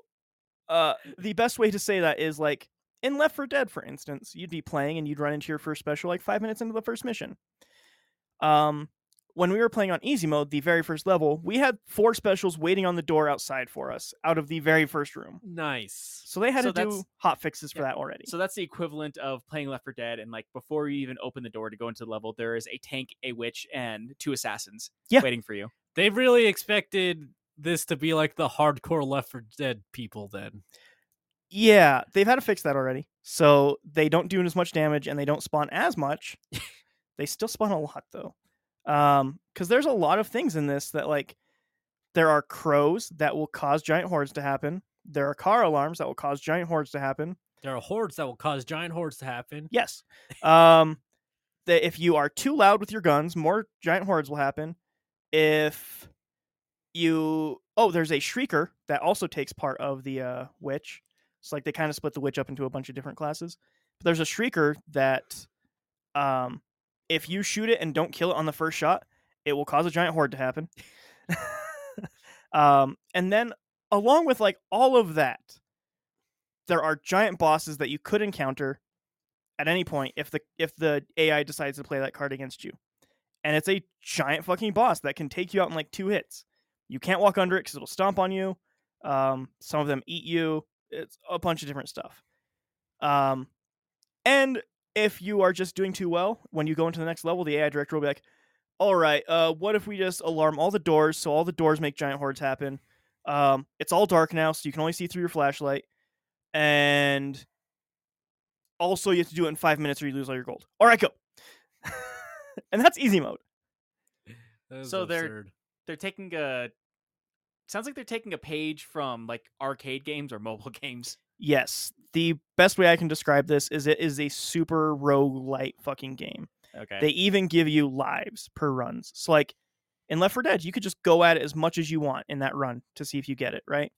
Speaker 2: uh, the best way to say that is like in Left 4 Dead, for instance, you'd be playing and you'd run into your first special like five minutes into the first mission. Um, when we were playing on easy mode, the very first level, we had four specials waiting on the door outside for us out of the very first room.
Speaker 3: Nice.
Speaker 2: So they had
Speaker 4: So
Speaker 2: to do
Speaker 4: that's-
Speaker 2: hot fixes for
Speaker 4: yeah.
Speaker 2: that already.
Speaker 4: So that's the equivalent of playing Left 4 Dead, and like before you even open the door to go into the level, there is a tank, a witch, and two assassins
Speaker 2: Yeah.
Speaker 4: waiting for you.
Speaker 3: They really expected this to be like the hardcore Left for Dead people. Then
Speaker 2: Yeah, they've had to fix that already. So they don't do as much damage and they don't spawn as much. they still spawn a lot though. Um cuz there's a lot of things in this that like there are crows that will cause giant hordes to happen. There are car alarms that will cause giant hordes to happen.
Speaker 3: there are hordes that will cause giant hordes to happen.
Speaker 2: Yes. Um that if you are too loud with your guns, more giant hordes will happen. If you oh, there's a shrieker that also takes part of the uh, witch. So like they kind of split the witch up into a bunch of different classes. But there's a shrieker that um if you shoot it and don't kill it on the first shot, it will cause a giant horde to happen. (laughs) um and then along with like all of that, there are giant bosses that you could encounter at any point if the if the AI decides to play that card against you. And it's a giant fucking boss that can take you out in like two hits. You can't walk under it because it'll stomp on you. Um, some of them eat you. It's a bunch of different stuff. Um, and if you are just doing too well, when you go into the next level, the AI director will be like, "All right, uh, what if we just alarm all the doors so all the doors make giant hordes happen? Um, it's all dark now, so you can only see through your flashlight, and also you have to do it in five minutes or you lose all your gold. All right, go." and that's easy mode.
Speaker 3: That is
Speaker 4: So they're-
Speaker 3: absurd.
Speaker 4: They're taking a sounds like they're taking a page from like arcade games or mobile (laughs) games.
Speaker 2: Yes, the best way I can describe this is it is a super roguelite fucking game.
Speaker 4: Okay.
Speaker 2: They even give you lives per runs. So like in Left 4 Dead, you could just go at it as much as you want in that run to see if you get it, right?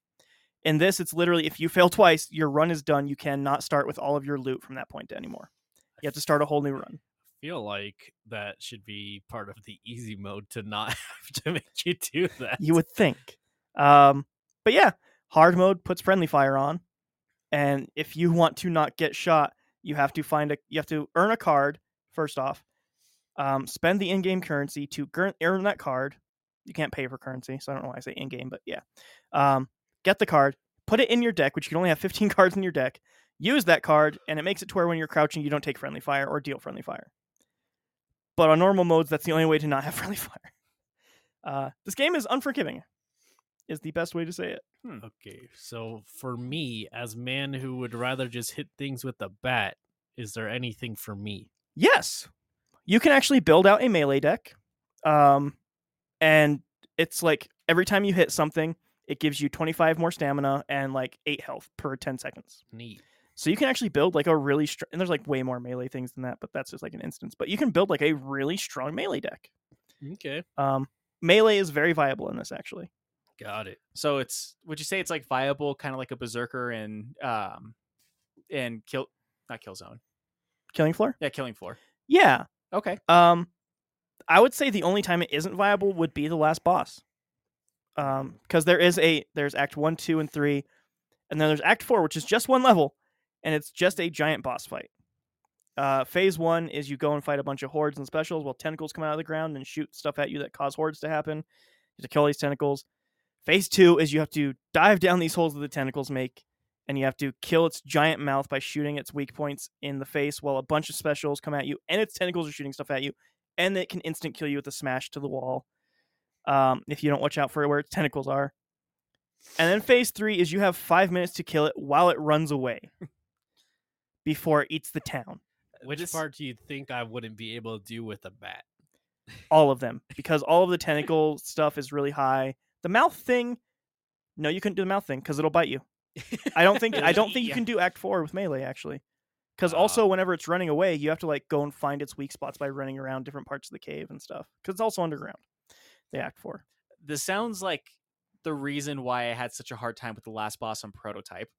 Speaker 2: In this, it's literally if you fail twice, your run is done. You cannot start with all of your loot from that point anymore. You have to start a whole new run.
Speaker 3: feel like that should be part of the easy mode to not (laughs) have to make you do that.
Speaker 2: You would think. Um, but yeah, hard mode puts friendly fire on. And if you want to not get shot, you have to find a you have to earn a card, first off. Um, spend the in-game currency to gurn- earn that card. You can't pay for currency, so I don't know why I say in-game, but yeah. Um, get the card, put it in your deck, which you can only have 15 (laughs) cards in your deck. Use that card, and it makes it to where when you're crouching, you don't take friendly fire or deal friendly fire. But on normal modes, that's the only way to not have friendly (laughs) fire. Uh, this game is unforgiving, is the best way to say it.
Speaker 3: Okay, so for me, as man who would rather just hit things with a bat, is there anything for me?
Speaker 2: Yes, you can actually build out a melee deck, um, and it's like every time you hit something, it gives you 25 more stamina and like eight health per 10 seconds.
Speaker 3: Neat.
Speaker 2: So you can actually build like a really str- and there's like way more melee things than that, but that's just like an instance. But you can build like a really strong melee deck.
Speaker 3: Okay,
Speaker 2: Um, melee is very viable in this actually.
Speaker 3: got it.
Speaker 4: so it's would you say it's like viable, kind of like a berserker and um and kill not kill zone.
Speaker 2: Killing floor,
Speaker 4: Yeah, killing floor.
Speaker 2: yeah.
Speaker 4: Okay.
Speaker 2: Um, I would say the only time it isn't viable would be the last boss, um, because there is a there's Act one, two, and three, and then there's Act four, which is just one level, and it's just a giant boss fight. Uh, phase one is you go and fight a bunch of hordes and specials while tentacles come out of the ground and shoot stuff at you that cause hordes to happen. You have to kill these tentacles. Phase two is you have to dive down these holes that the tentacles make, and you have to kill its giant mouth by shooting its weak points in the face while a bunch of specials come at you and its tentacles are shooting stuff at you, and it can instant kill you with a smash to the wall um, if you don't watch out for where its tentacles are. And then phase three is you have five minutes to kill it while it runs away before it eats the town.
Speaker 3: Which
Speaker 4: Uh, This- (laughs)
Speaker 3: part do you think I wouldn't be able to do with a (laughs) bat?
Speaker 2: all of them because all of the tentacle stuff is really high. The mouth thing, no, you couldn't do the mouth thing because it'll bite you. I don't think I don't think you
Speaker 4: Yeah.
Speaker 2: can do Act Four with melee actually, because
Speaker 3: Ah.
Speaker 2: also whenever it's running away, you have to like go and find its weak spots by running around different parts of the cave and stuff because it's also underground. The Act Four,
Speaker 4: This sounds like the reason why I had such a hard time with the last boss on prototype.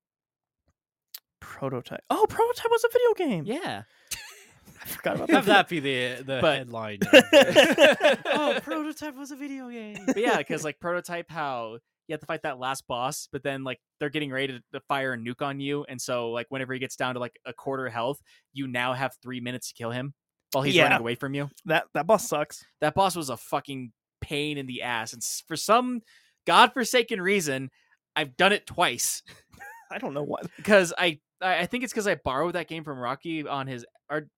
Speaker 2: prototype. Oh, prototype was a video game.
Speaker 4: Yeah.
Speaker 2: I forgot
Speaker 4: (laughs)
Speaker 2: about
Speaker 3: Have
Speaker 2: that.
Speaker 3: that be the the
Speaker 4: But-
Speaker 3: headline. (laughs)
Speaker 4: oh,
Speaker 3: prototype was a video game.
Speaker 4: (laughs) but yeah, because like prototype, how you have to fight that last boss, but then like they're getting ready to- to fire a nuke on you, and so like whenever he gets down to like a quarter health, you now have three minutes to kill him while he's
Speaker 2: Yeah.
Speaker 4: running away from you.
Speaker 2: that that boss sucks.
Speaker 4: That boss was a fucking pain in the ass, and s- for some godforsaken reason, I've done it twice
Speaker 2: I don't know what.
Speaker 4: because I I I think it's because I borrowed that game from Rocky on his or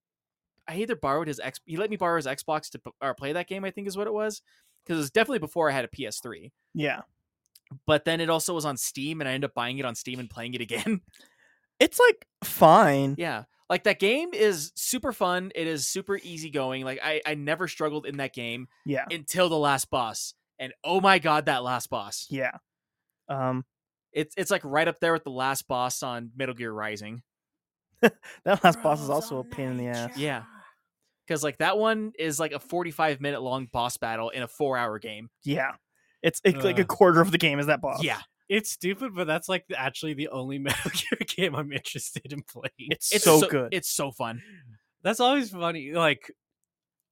Speaker 4: I either borrowed his X he let me borrow his Xbox to p- or play that game I think is what it was because it was definitely before I had a PS3.
Speaker 2: Yeah,
Speaker 4: but then it also was on Steam, and I ended up buying it on Steam and playing it again. (laughs)
Speaker 2: it's like fine.
Speaker 4: yeah, like that game is super fun. It is super easygoing. Like I, I never struggled in that game
Speaker 2: Yeah,
Speaker 4: until the last boss, and oh my god, that last boss!
Speaker 2: yeah. Um,
Speaker 4: It's it's like right up there with the last boss on Metal Gear Rising.
Speaker 2: that last boss is also a pain in the ass.
Speaker 4: Yeah, because like that one is like a forty-five minute long boss battle in a four-hour game.
Speaker 2: Yeah. It's, it's like a
Speaker 3: Ugh.
Speaker 2: quarter of the game is that boss.
Speaker 4: Yeah,
Speaker 3: (laughs) It's stupid, but that's like the- actually the only (laughs) Metal Gear game I'm interested in playing.
Speaker 2: It's, so, good.
Speaker 4: It's so fun.
Speaker 3: That's always funny. Like,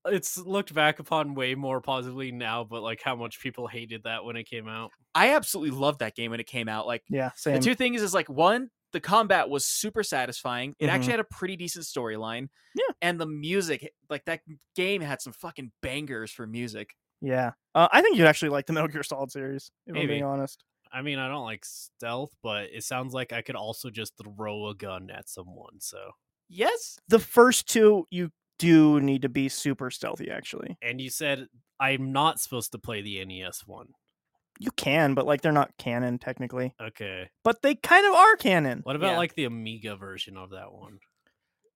Speaker 3: it's looked back upon way more positively now, but like how much people hated that when it came out.
Speaker 4: I absolutely loved that game when it came out. Like.
Speaker 2: yeah, same.
Speaker 4: The two things is like one, the combat was super satisfying. It
Speaker 2: Mhm.
Speaker 4: actually had a pretty decent storyline.
Speaker 2: Yeah.
Speaker 4: And the music, like that game had some fucking bangers for music.
Speaker 2: yeah. Uh, I think you'd actually like the Metal Gear Solid series, if I'm
Speaker 3: Maybe.
Speaker 2: being honest.
Speaker 3: I mean, I don't like stealth, but it sounds like I could also just throw a gun at someone. So
Speaker 4: Yes.
Speaker 2: The first two you do need to be super stealthy. Actually,
Speaker 3: And you said I'm not supposed to play the NES one.
Speaker 2: you can, but like they're not canon technically,
Speaker 3: Okay.
Speaker 2: but they kind of are canon.
Speaker 3: What about
Speaker 4: Yeah.
Speaker 3: like the Amiga version of that one?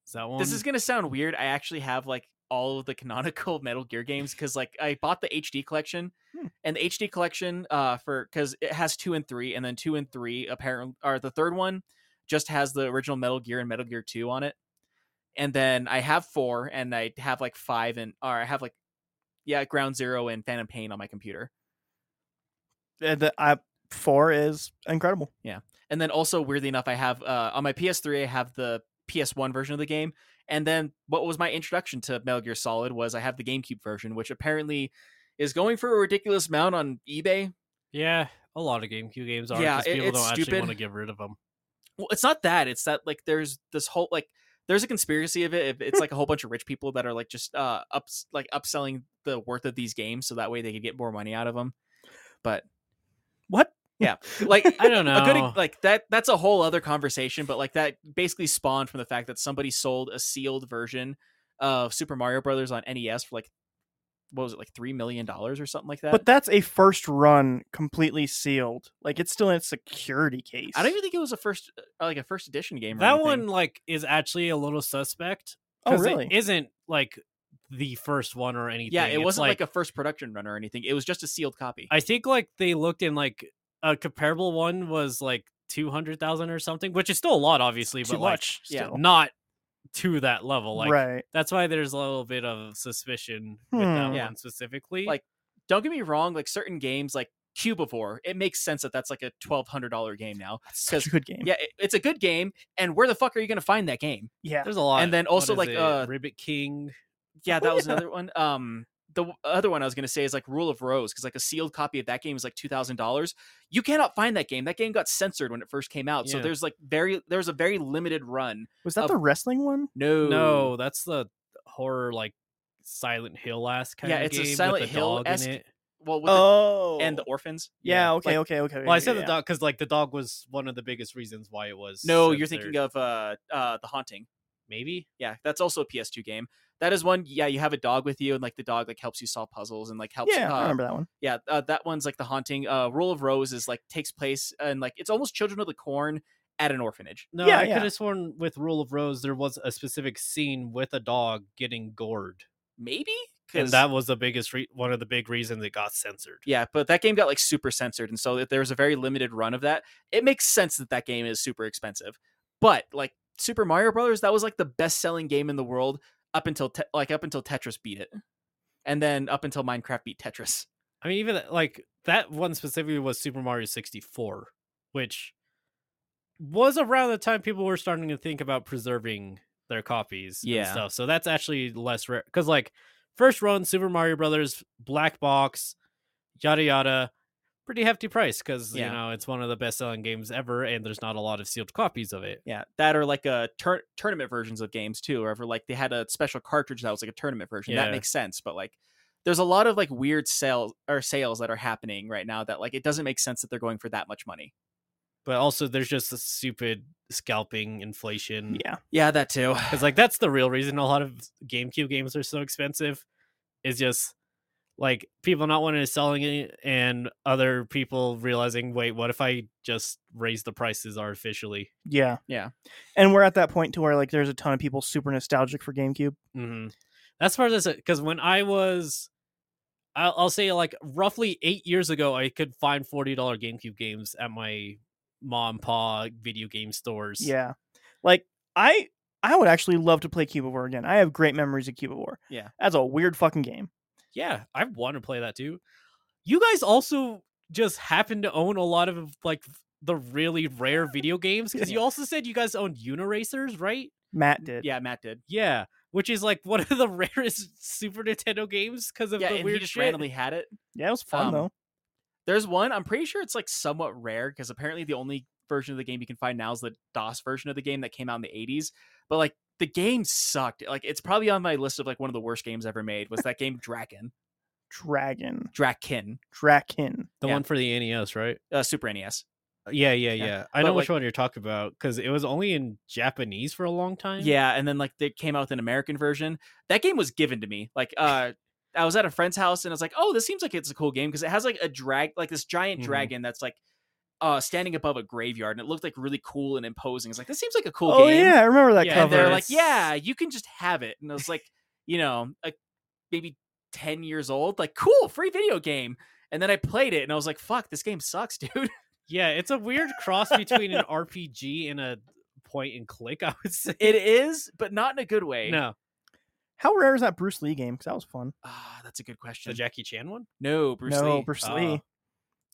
Speaker 3: Is that one?
Speaker 4: This is gonna sound weird. I actually have like all of the canonical (laughs) Metal Gear games because like I bought the HD collection,
Speaker 2: Hmm.
Speaker 4: and the HD collection uh for because it has two and three, and then two and three apparently or the third one just has the original Metal Gear and Metal Gear Two on it, and then I have four, and I have like five and or I have like yeah Ground Zero and Phantom Pain on my computer,
Speaker 2: Uh, The uh, four is incredible.
Speaker 4: and then also weirdly enough I have uh on my PS3 I have the PS1 version of the game And then what was my introduction to Metal Gear Solid was I have the GameCube version, which apparently is going for a ridiculous amount on eBay.
Speaker 3: yeah. A lot of GameCube games are.
Speaker 4: Yeah,
Speaker 3: 'cause
Speaker 4: it-
Speaker 3: people
Speaker 4: it's
Speaker 3: don't actually
Speaker 4: stupid.
Speaker 3: want to get rid
Speaker 4: (laughs)
Speaker 3: of them.
Speaker 4: Well, it's not that. It's that like there's this whole like there's a conspiracy of it. It's like a whole bunch of rich people that are like just uh ups like upselling the worth of these games so that way they could get more money out of them. But
Speaker 2: What?
Speaker 4: Yeah, like
Speaker 3: I don't know.
Speaker 4: a good e- like that that's a whole other conversation but like that basically spawned from the fact that somebody sold a sealed version of super mario brothers on nes for like what was it like three million dollars or something like that
Speaker 2: But that's a first run completely sealed. Like it's still in a security case.
Speaker 4: i don't even think it was a first uh, like a first edition game or
Speaker 3: that
Speaker 4: anything.
Speaker 3: one like is actually a little suspect.
Speaker 2: Oh
Speaker 3: 'cause
Speaker 2: really?
Speaker 3: It isn't like the first one or anything.
Speaker 4: yeah it
Speaker 3: It's
Speaker 4: wasn't like,
Speaker 3: like
Speaker 4: a first production run or anything it was just a sealed copy
Speaker 3: I think like they looked in like a comparable one was like two hundred thousand or something, which is still a lot, obviously,
Speaker 2: Too
Speaker 3: but
Speaker 2: much.
Speaker 4: yeah,
Speaker 3: like
Speaker 2: still.
Speaker 3: not to that level. Like
Speaker 2: right.
Speaker 3: that's why there's a little bit of suspicion with
Speaker 2: Hmm.
Speaker 3: that
Speaker 4: Yeah.
Speaker 3: one specifically.
Speaker 4: Like, don't get me wrong like certain games like cubivore it makes sense that that's like a $1200 game now
Speaker 2: Such a good game.
Speaker 4: yeah it- it's a good game and where the fuck are you going to find that game
Speaker 2: Yeah.
Speaker 3: there's a lot,
Speaker 4: and then
Speaker 3: what
Speaker 4: also,
Speaker 3: is
Speaker 4: like,
Speaker 3: it,
Speaker 4: uh,
Speaker 3: Ribbit King.
Speaker 4: yeah,
Speaker 2: Oh,
Speaker 4: that was
Speaker 2: yeah.
Speaker 4: another one. Um, the w- other one I was gonna say is like Rule of Rose because like a sealed copy of that game is like two thousand dollars. You cannot find that game. That game got censored when it first came out, so
Speaker 3: Yeah.
Speaker 4: there's like very there's a very limited run.
Speaker 2: Was that
Speaker 4: of-
Speaker 2: the wrestling one?
Speaker 4: No,
Speaker 3: No, that's the horror like Silent Hill ass kind
Speaker 4: Yeah,
Speaker 3: of
Speaker 4: it's a
Speaker 3: game
Speaker 4: Silent
Speaker 3: with the dog
Speaker 4: Hill-esque-
Speaker 3: in it.
Speaker 4: Well, with
Speaker 2: Oh.
Speaker 4: the, and the orphans.
Speaker 2: yeah, okay,
Speaker 4: like-
Speaker 2: okay, okay.
Speaker 3: Well, I said
Speaker 2: yeah,
Speaker 3: the dog because like the dog was one of the biggest reasons why it was.
Speaker 4: No, you're thinking
Speaker 3: censored.
Speaker 4: of uh uh the haunting.
Speaker 3: maybe.
Speaker 4: Yeah, that's also a PS2 game. That is one. Yeah, you have a dog with you, and like the dog like helps you solve puzzles and like helps.
Speaker 2: Yeah, I
Speaker 4: uh,
Speaker 2: remember that one.
Speaker 4: yeah uh, that one's like the haunting uh rule of rose is like takes place and like it's almost children of the corn at an orphanage
Speaker 3: No,
Speaker 2: Yeah,
Speaker 3: I
Speaker 2: yeah.
Speaker 3: could have sworn with Rule of Rose there was a specific scene with a dog getting gored,
Speaker 4: maybe
Speaker 3: and
Speaker 4: 'Cause-
Speaker 3: that was the biggest re- one of the big reasons it got censored.
Speaker 4: yeah but that game got like super censored and so that there was a very limited run of that it makes sense that that game is super expensive but like super mario brothers that was like the best selling game in the world up until te- like up until tetris beat it and then up until minecraft beat tetris
Speaker 3: I mean, even like that one specifically was Super Mario 64, which was around the time people were starting to think about preserving their copies and
Speaker 4: Yeah.
Speaker 3: stuff. So that's actually less rare because like first run Super Mario Brothers Black Box, yada yada, pretty hefty price because
Speaker 4: Yeah.
Speaker 3: you know it's one of the best selling games ever, and there's not a lot of sealed copies of it.
Speaker 4: yeah that are like a tur- tournament versions of games too or ever like they had a special cartridge that was like a tournament version
Speaker 3: Yeah.
Speaker 4: that makes sense but like there's a lot of like weird sales or sales that are happening right now that like it doesn't make sense that they're going for that much money
Speaker 3: But also there's just the stupid scalping
Speaker 4: mm,
Speaker 3: inflation.
Speaker 2: Yeah.
Speaker 4: yeah that too
Speaker 3: Because like that's the real reason a lot of GameCube games are so expensive, is just like people not wanting to selling it and other people realizing, wait, what if I just raise the prices artificially?
Speaker 2: Yeah.
Speaker 4: Yeah.
Speaker 2: And we're at that point to where like there's a ton of people super nostalgic for GameCube.
Speaker 3: Mm-hmm. That's part of this because when I was, I'll, I'll say like roughly eight years ago, I could find forty dollar GameCube games at my mom and pa video game stores.
Speaker 2: Yeah. Like I I would actually love to play Cubivore again. I have great memories of Cubivore.
Speaker 4: Yeah.
Speaker 2: That's a weird fucking game.
Speaker 3: Yeah, I want to play that too. You guys also just happen to own a lot of like the really rare video games because you
Speaker 4: Yeah.
Speaker 3: also said you guys owned Uniracers, right?
Speaker 2: Matt did.
Speaker 4: yeah matt did
Speaker 3: Yeah, which is like (laughs) one of the rarest Super Nintendo games because of
Speaker 4: yeah
Speaker 3: the
Speaker 4: and
Speaker 3: weird
Speaker 4: he just
Speaker 3: shit.
Speaker 4: randomly had it
Speaker 2: Yeah, it was fun
Speaker 4: Um,
Speaker 2: though.
Speaker 4: there's one i'm pretty sure it's like somewhat rare because apparently the only version of the game you can find now is the dos version of the game that came out in the 80s but like the game sucked like it's probably on my list of like one of the worst games ever made was that game draken
Speaker 2: Dragon.
Speaker 4: draken
Speaker 2: Draken.
Speaker 3: the
Speaker 4: yeah.
Speaker 3: one for the NES, right?
Speaker 4: uh, super nes
Speaker 3: Yeah, yeah,
Speaker 4: Yeah.
Speaker 3: yeah. I
Speaker 4: But,
Speaker 3: know which
Speaker 4: like-
Speaker 3: one you're talking about because it was only in Japanese for a long time.
Speaker 4: Yeah, and then like they came out with an American version. That game was given to me. Like uh I was at a friend's house and I was like, "Oh, this seems like it's a cool game because it has like a drag like this giant
Speaker 3: Mhm.
Speaker 4: dragon that's like uh standing above a graveyard and it looked like really cool and imposing. It's like this seems like a cool
Speaker 2: oh
Speaker 4: game."
Speaker 2: yeah, I remember that
Speaker 3: Yeah,
Speaker 4: And
Speaker 2: cover.
Speaker 4: they're
Speaker 3: covered.
Speaker 4: like, "Yeah, you can just have it." And I was like, you know, like maybe 10 years old, like, "Cool, free video game." And then I played it and I was like, "Fuck, this game sucks, (laughs) dude."
Speaker 3: yeah. It's a weird cross between an RPG and a point and click. (laughs) I would say
Speaker 4: it is, but not in a good way.
Speaker 3: no,
Speaker 2: How rare is that Bruce Lee game? Because that was fun.
Speaker 4: Ah, that's a good question.
Speaker 3: the Jackie Chan one.
Speaker 4: no, Bruce
Speaker 2: no,
Speaker 4: Lee. Uh,
Speaker 2: (laughs) Bruce
Speaker 3: Ah.
Speaker 2: Lee.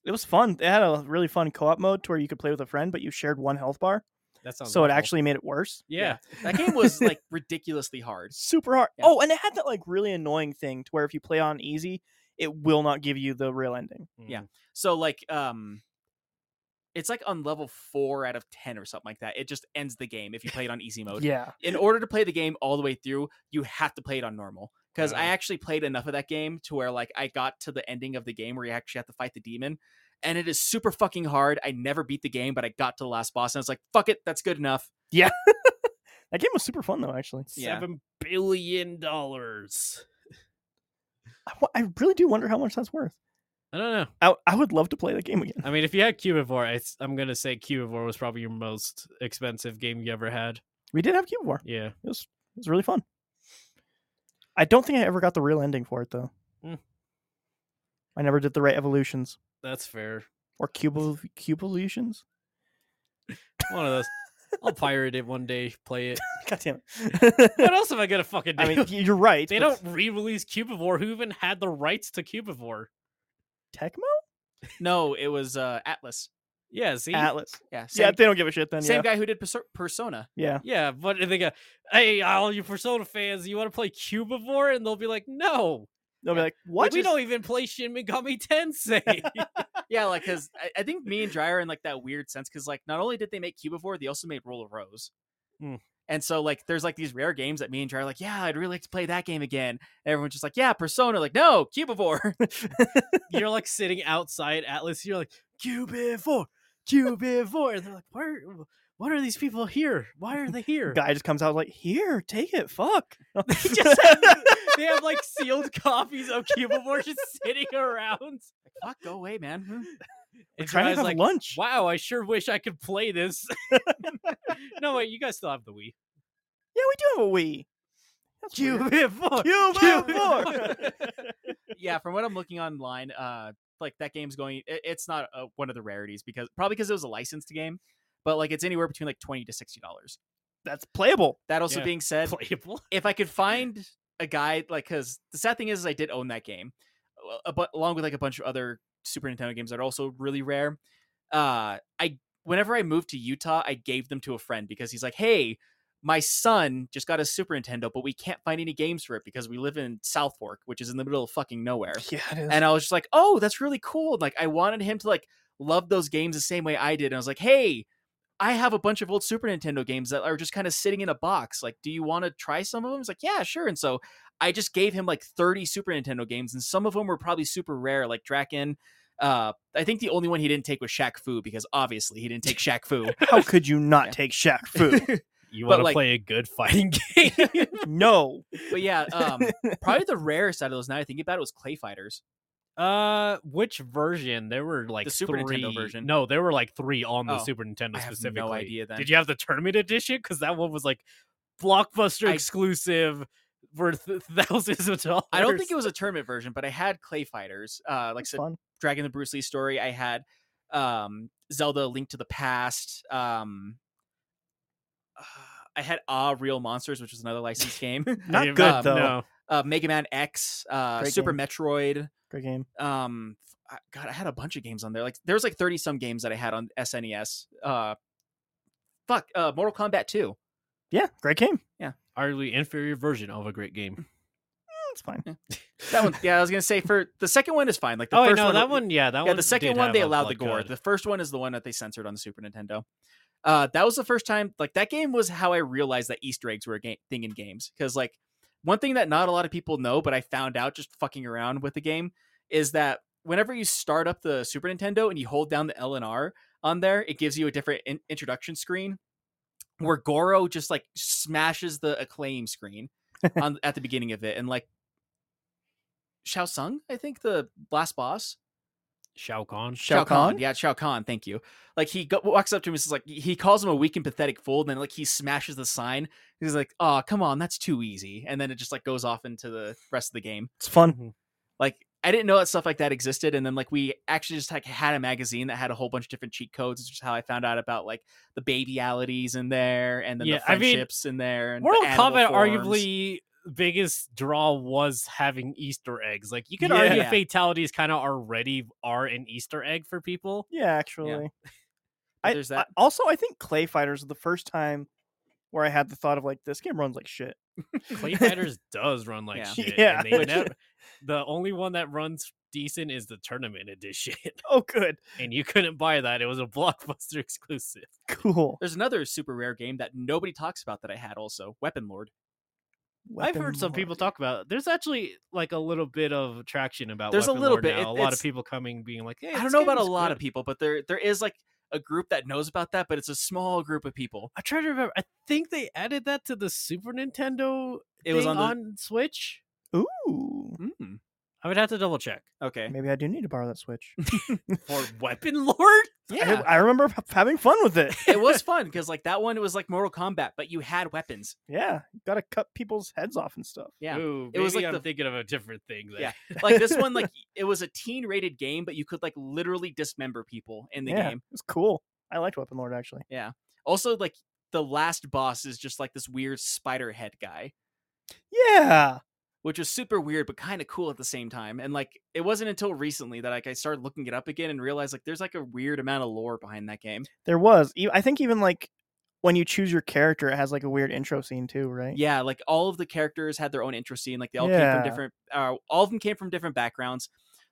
Speaker 2: It was fun. It had a really fun co-op mode to where you could play with a friend, but you shared one health bar,
Speaker 3: That sounds
Speaker 2: so it
Speaker 3: awful.
Speaker 2: actually made it worse.
Speaker 3: yeah.
Speaker 4: That game was like ridiculously hard.
Speaker 2: Super hard.
Speaker 4: Yeah.
Speaker 2: Oh, and it had that like really annoying thing to where if you play on easy, it will not give you the real ending.
Speaker 3: Hmm.
Speaker 4: Yeah. So like um it's like on level 4 out of 10 or something like that. It just ends the game if you play it on easy mode.
Speaker 2: Yeah.
Speaker 4: In order to play the game all the way through, you have to play it on normal. Because I
Speaker 3: Uh-huh.
Speaker 4: actually played enough of that game to where like I got to the ending of the game where you actually have to fight the demon. And it is super fucking hard. I never beat the game, but I got to the last boss and I was like, fuck it, that's good enough.
Speaker 2: That game was super fun though. Actually,
Speaker 4: Yeah.
Speaker 3: Seven billion dollars.
Speaker 2: I, wa- I really do wonder how much that's worth.
Speaker 3: I don't know.
Speaker 2: I, I would love to play the game again.
Speaker 3: I mean, if you had Cubivore, I, am gonna say Cubivore was probably your most expensive game you ever had.
Speaker 2: We did have Cube War.
Speaker 3: Yeah.
Speaker 2: It was it was really fun. I don't think I ever got the real ending for it though.
Speaker 3: Mm.
Speaker 2: I never did the right evolutions
Speaker 3: That's fair.
Speaker 2: or cube cube evolutions.
Speaker 3: One of those.
Speaker 2: (laughs)
Speaker 3: I'll pirate it one day, play it.
Speaker 2: God damn it! (laughs)
Speaker 3: (laughs) What else am I gonna fucking do?
Speaker 2: I mean,
Speaker 3: (laughs)
Speaker 2: y- you're right.
Speaker 3: they
Speaker 2: but
Speaker 3: don't re-release Cubivore. Who even had the rights to Cubivore?
Speaker 2: Tecmo
Speaker 4: No, it was uh Atlas.
Speaker 3: Yeah, see,
Speaker 2: Atlas.
Speaker 4: Yeah.
Speaker 2: yeah,
Speaker 4: Same,
Speaker 2: they don't give a shit then.
Speaker 4: same
Speaker 2: yeah.
Speaker 4: guy who did Perso- Persona.
Speaker 2: Yeah.
Speaker 3: yeah, but they go, "Hey, all you Persona fans, you want to play Cubivore?" And they'll be like, "No,
Speaker 2: They'll be
Speaker 4: Yeah.
Speaker 2: like, "What?
Speaker 3: we don't even play Shin Megami Tensei."
Speaker 4: Yeah, like because I, I think me and Dry are in like that weird sense because like not only did they make Cubivore, they also made Roll of Rose.
Speaker 3: Mm.
Speaker 4: And so like there's like these rare games that me and Dry are like, yeah, I'd really like to play that game again. And everyone's just like, yeah, Persona. Like, no, (laughs) Cubivore.
Speaker 3: you're like sitting outside Atlas. You're like Cubivore, Cubivore, and they're like, "Why? Are, what are these people here? Why are they here?"
Speaker 2: Guy just comes out like, "Here, take it. Fuck." (laughs)
Speaker 3: They just have, they have like sealed copies of Cubivore just sitting around.
Speaker 4: Fuck, go away, man. Hmm.
Speaker 2: We're
Speaker 3: And
Speaker 2: trying to
Speaker 3: Jiraiya's
Speaker 2: have
Speaker 3: like,
Speaker 2: lunch.
Speaker 3: Wow, I sure wish I could play this. (laughs) no, wait, you guys still have the Wii.
Speaker 2: Yeah, we do have a Wii. That's weird.
Speaker 4: (laughs)
Speaker 3: Cubivore.
Speaker 2: Cubivore!
Speaker 3: (laughs)
Speaker 4: yeah, from what I'm looking online, uh, like that game's going. It, it's not uh one of the rarities because probably because it was a licensed game, but like it's anywhere between like twenty to sixty dollars.
Speaker 2: That's playable.
Speaker 4: That also
Speaker 3: Yeah.
Speaker 4: being said,
Speaker 3: Playable.
Speaker 4: (laughs) if I could find a guy like because the sad thing is, is I did own that game, uh, a- a, bu- along with like a bunch of other Super Nintendo games that are also really rare. Uh, I whenever I moved to Utah, I gave them to a friend because he's like, "Hey, my son just got a Super Nintendo, but we can't find any games for it because we live in South Fork, which is in the middle of fucking nowhere."
Speaker 2: Yeah, it is.
Speaker 4: And I was just like, "Oh, that's really cool." Like I wanted him to like love those games the same way I did. And I was like, "Hey." I have a bunch of old Super Nintendo games that are just kind of sitting in a box. Like, do you want to try some of them? He's like, yeah, sure. And so I just gave him like 30 Super Nintendo games, and some of them were probably super rare, like Draken. Uh, I think the only one he didn't take was Shaq Fu because obviously he didn't take Shaq Fu.
Speaker 2: How could you not
Speaker 4: Yeah.
Speaker 2: take Shaq Fu?
Speaker 3: You
Speaker 4: But,
Speaker 3: want to
Speaker 4: like-
Speaker 3: play a good fighting game?
Speaker 2: no.
Speaker 4: (laughs) but yeah, um, probably the rarest out of those. Now I think about it was Clay Fighters.
Speaker 3: uh, which version? There were like
Speaker 4: Super Nintendo
Speaker 3: three-
Speaker 4: version.
Speaker 3: No, there were like three on the
Speaker 4: Oh,
Speaker 3: Super Nintendo
Speaker 4: I have no
Speaker 3: specifically.
Speaker 4: idea then.
Speaker 3: Did you have the tournament edition? Because that one was like blockbuster
Speaker 4: I-
Speaker 3: exclusive, worth thousands of dollars.
Speaker 4: I don't think it was a tournament version, but I had Clay Fighters. Uh, like
Speaker 2: That's
Speaker 4: so
Speaker 2: fun.
Speaker 4: Dragon the Bruce Lee story. I had um Zelda A Link to the Past. Um uh, I had Ah Real Monsters, which was another
Speaker 2: (laughs)
Speaker 4: licensed game.
Speaker 3: I
Speaker 2: Not
Speaker 3: didn't-
Speaker 2: good
Speaker 4: um,
Speaker 2: though.
Speaker 3: No.
Speaker 4: Uh Mega Man X, uh
Speaker 2: Great
Speaker 4: Super
Speaker 2: game.
Speaker 4: Metroid.
Speaker 2: Great game.
Speaker 4: Um I- God, I had a bunch of games on there. Like there was like 30 some games that I had on SNES. Uh fuck, uh Mortal Kombat 2.
Speaker 2: Yeah, great game.
Speaker 3: Arguably inferior version of a great game.
Speaker 2: Mm, It's fine.
Speaker 4: That one, yeah, I was gonna say for the second one is fine. Like the
Speaker 3: oh, wait,
Speaker 4: first
Speaker 3: no,
Speaker 4: one,
Speaker 3: that one, yeah, that one.
Speaker 4: yeah, the second
Speaker 3: did
Speaker 4: one
Speaker 3: have
Speaker 4: they
Speaker 3: a
Speaker 4: allowed the
Speaker 3: blood
Speaker 4: gore.
Speaker 3: god.
Speaker 4: The first one is the one that they censored on the Super Nintendo. Uh, that was the first time. Like that game was how I realized that Easter eggs were a game, thing in games. Because like one thing that not a lot of people know, but I found out just fucking around with the game, is that whenever you start up the Super Nintendo and you hold down the L and R, on there, it gives you a different in- introduction screen where Goro just like smashes the acclaim screen (laughs) on at the beginning of it, and like Shao Tsung, I think the last boss,
Speaker 3: Shao Kahn.
Speaker 2: Shao Kahn?
Speaker 4: yeah, Shao Kahn, thank you. Like he go- walks up to him, and says like he calls him a weak and pathetic fool, and then like he smashes the sign. He's like, "Oh, come on, that's too easy," and then it just like goes off into the rest of the game
Speaker 5: It's fun.
Speaker 4: like I didn't know that stuff like that existed, and then like we actually just like had a magazine that had a whole bunch of different cheat codes, which is how I found out about like the babyalities in there, and then
Speaker 3: Yeah,
Speaker 4: the
Speaker 3: I mean,
Speaker 4: friendships in there. And the
Speaker 3: Mortal
Speaker 4: animal
Speaker 3: Kombat
Speaker 4: forms.
Speaker 3: arguably biggest draw was having Easter eggs. Like you could
Speaker 4: Yeah.
Speaker 3: argue
Speaker 4: Yeah.
Speaker 3: fatalities kind of already are an Easter egg for people.
Speaker 2: Yeah, actually. I,
Speaker 4: there's
Speaker 2: I-
Speaker 4: that.
Speaker 2: also, I think Clay Fighters is the first time where I had the thought of like this game runs like shit.
Speaker 3: (laughs) Clay Fighters does run like
Speaker 4: Yeah.
Speaker 3: shit.
Speaker 2: Yeah.
Speaker 3: And they
Speaker 2: Which-
Speaker 3: never, the only one that runs decent is the tournament edition.
Speaker 2: (laughs)
Speaker 3: (laughs)
Speaker 2: Oh, good,
Speaker 3: and you couldn't buy that. It was a blockbuster (laughs) exclusive.
Speaker 2: cool.
Speaker 4: There's another super rare game that nobody talks about that I had also, Weapon Lord.
Speaker 3: I've heard some
Speaker 2: Weapon
Speaker 3: people
Speaker 2: Lord.
Speaker 3: talk about it. There's actually like a little bit of traction about
Speaker 4: There's a
Speaker 3: Weapon
Speaker 4: little
Speaker 3: Lord
Speaker 4: bit.
Speaker 3: now.
Speaker 4: It-
Speaker 3: a lot of
Speaker 4: it's-
Speaker 3: people coming being like, hey,
Speaker 4: I don't
Speaker 3: this
Speaker 4: know
Speaker 3: game
Speaker 4: about a
Speaker 3: is
Speaker 4: lot of
Speaker 3: good."
Speaker 4: people, but there there is like a group that knows about that, but it's a small group of people.
Speaker 3: I'm trying to remember. I think they added that to the Super Nintendo.
Speaker 4: It was
Speaker 3: thing
Speaker 4: on the
Speaker 3: Switch.
Speaker 2: Ooh,
Speaker 4: Mm,
Speaker 3: I would have to double check
Speaker 4: (laughs) okay.
Speaker 2: maybe I do need to borrow that
Speaker 4: (laughs)
Speaker 2: Switch.
Speaker 3: for Weapon Lord.
Speaker 2: I,
Speaker 4: Yeah.
Speaker 2: I remember h- having fun with it.
Speaker 4: it was fun because like that one was like Mortal Kombat, but you had weapons.
Speaker 2: (laughs) yeah, got to cut people's heads off and stuff.
Speaker 4: Yeah.
Speaker 3: Ooh,
Speaker 4: It was
Speaker 3: maybe
Speaker 4: like
Speaker 3: I'm
Speaker 4: the-
Speaker 3: thinking of a different thing. Then.
Speaker 4: Yeah. like this one
Speaker 3: (laughs)
Speaker 4: like it was a teen rated game but you could like literally dismember people in the
Speaker 2: yeah,
Speaker 4: game
Speaker 2: it's cool. I liked Weapon Lord actually.
Speaker 4: also like the last boss is just like this weird spider head guy
Speaker 2: Yeah,
Speaker 4: which was super weird but kind of cool at the same time and like it wasn't until recently that like i started looking it up again and realized like there's like a weird amount of lore behind that game
Speaker 2: there was. E- I think even like when you choose your character, it has like a weird intro scene too, right?
Speaker 4: yeah like all of the characters had their own intro scene like they all came
Speaker 2: Yeah.
Speaker 4: from different uh, all of them came from different backgrounds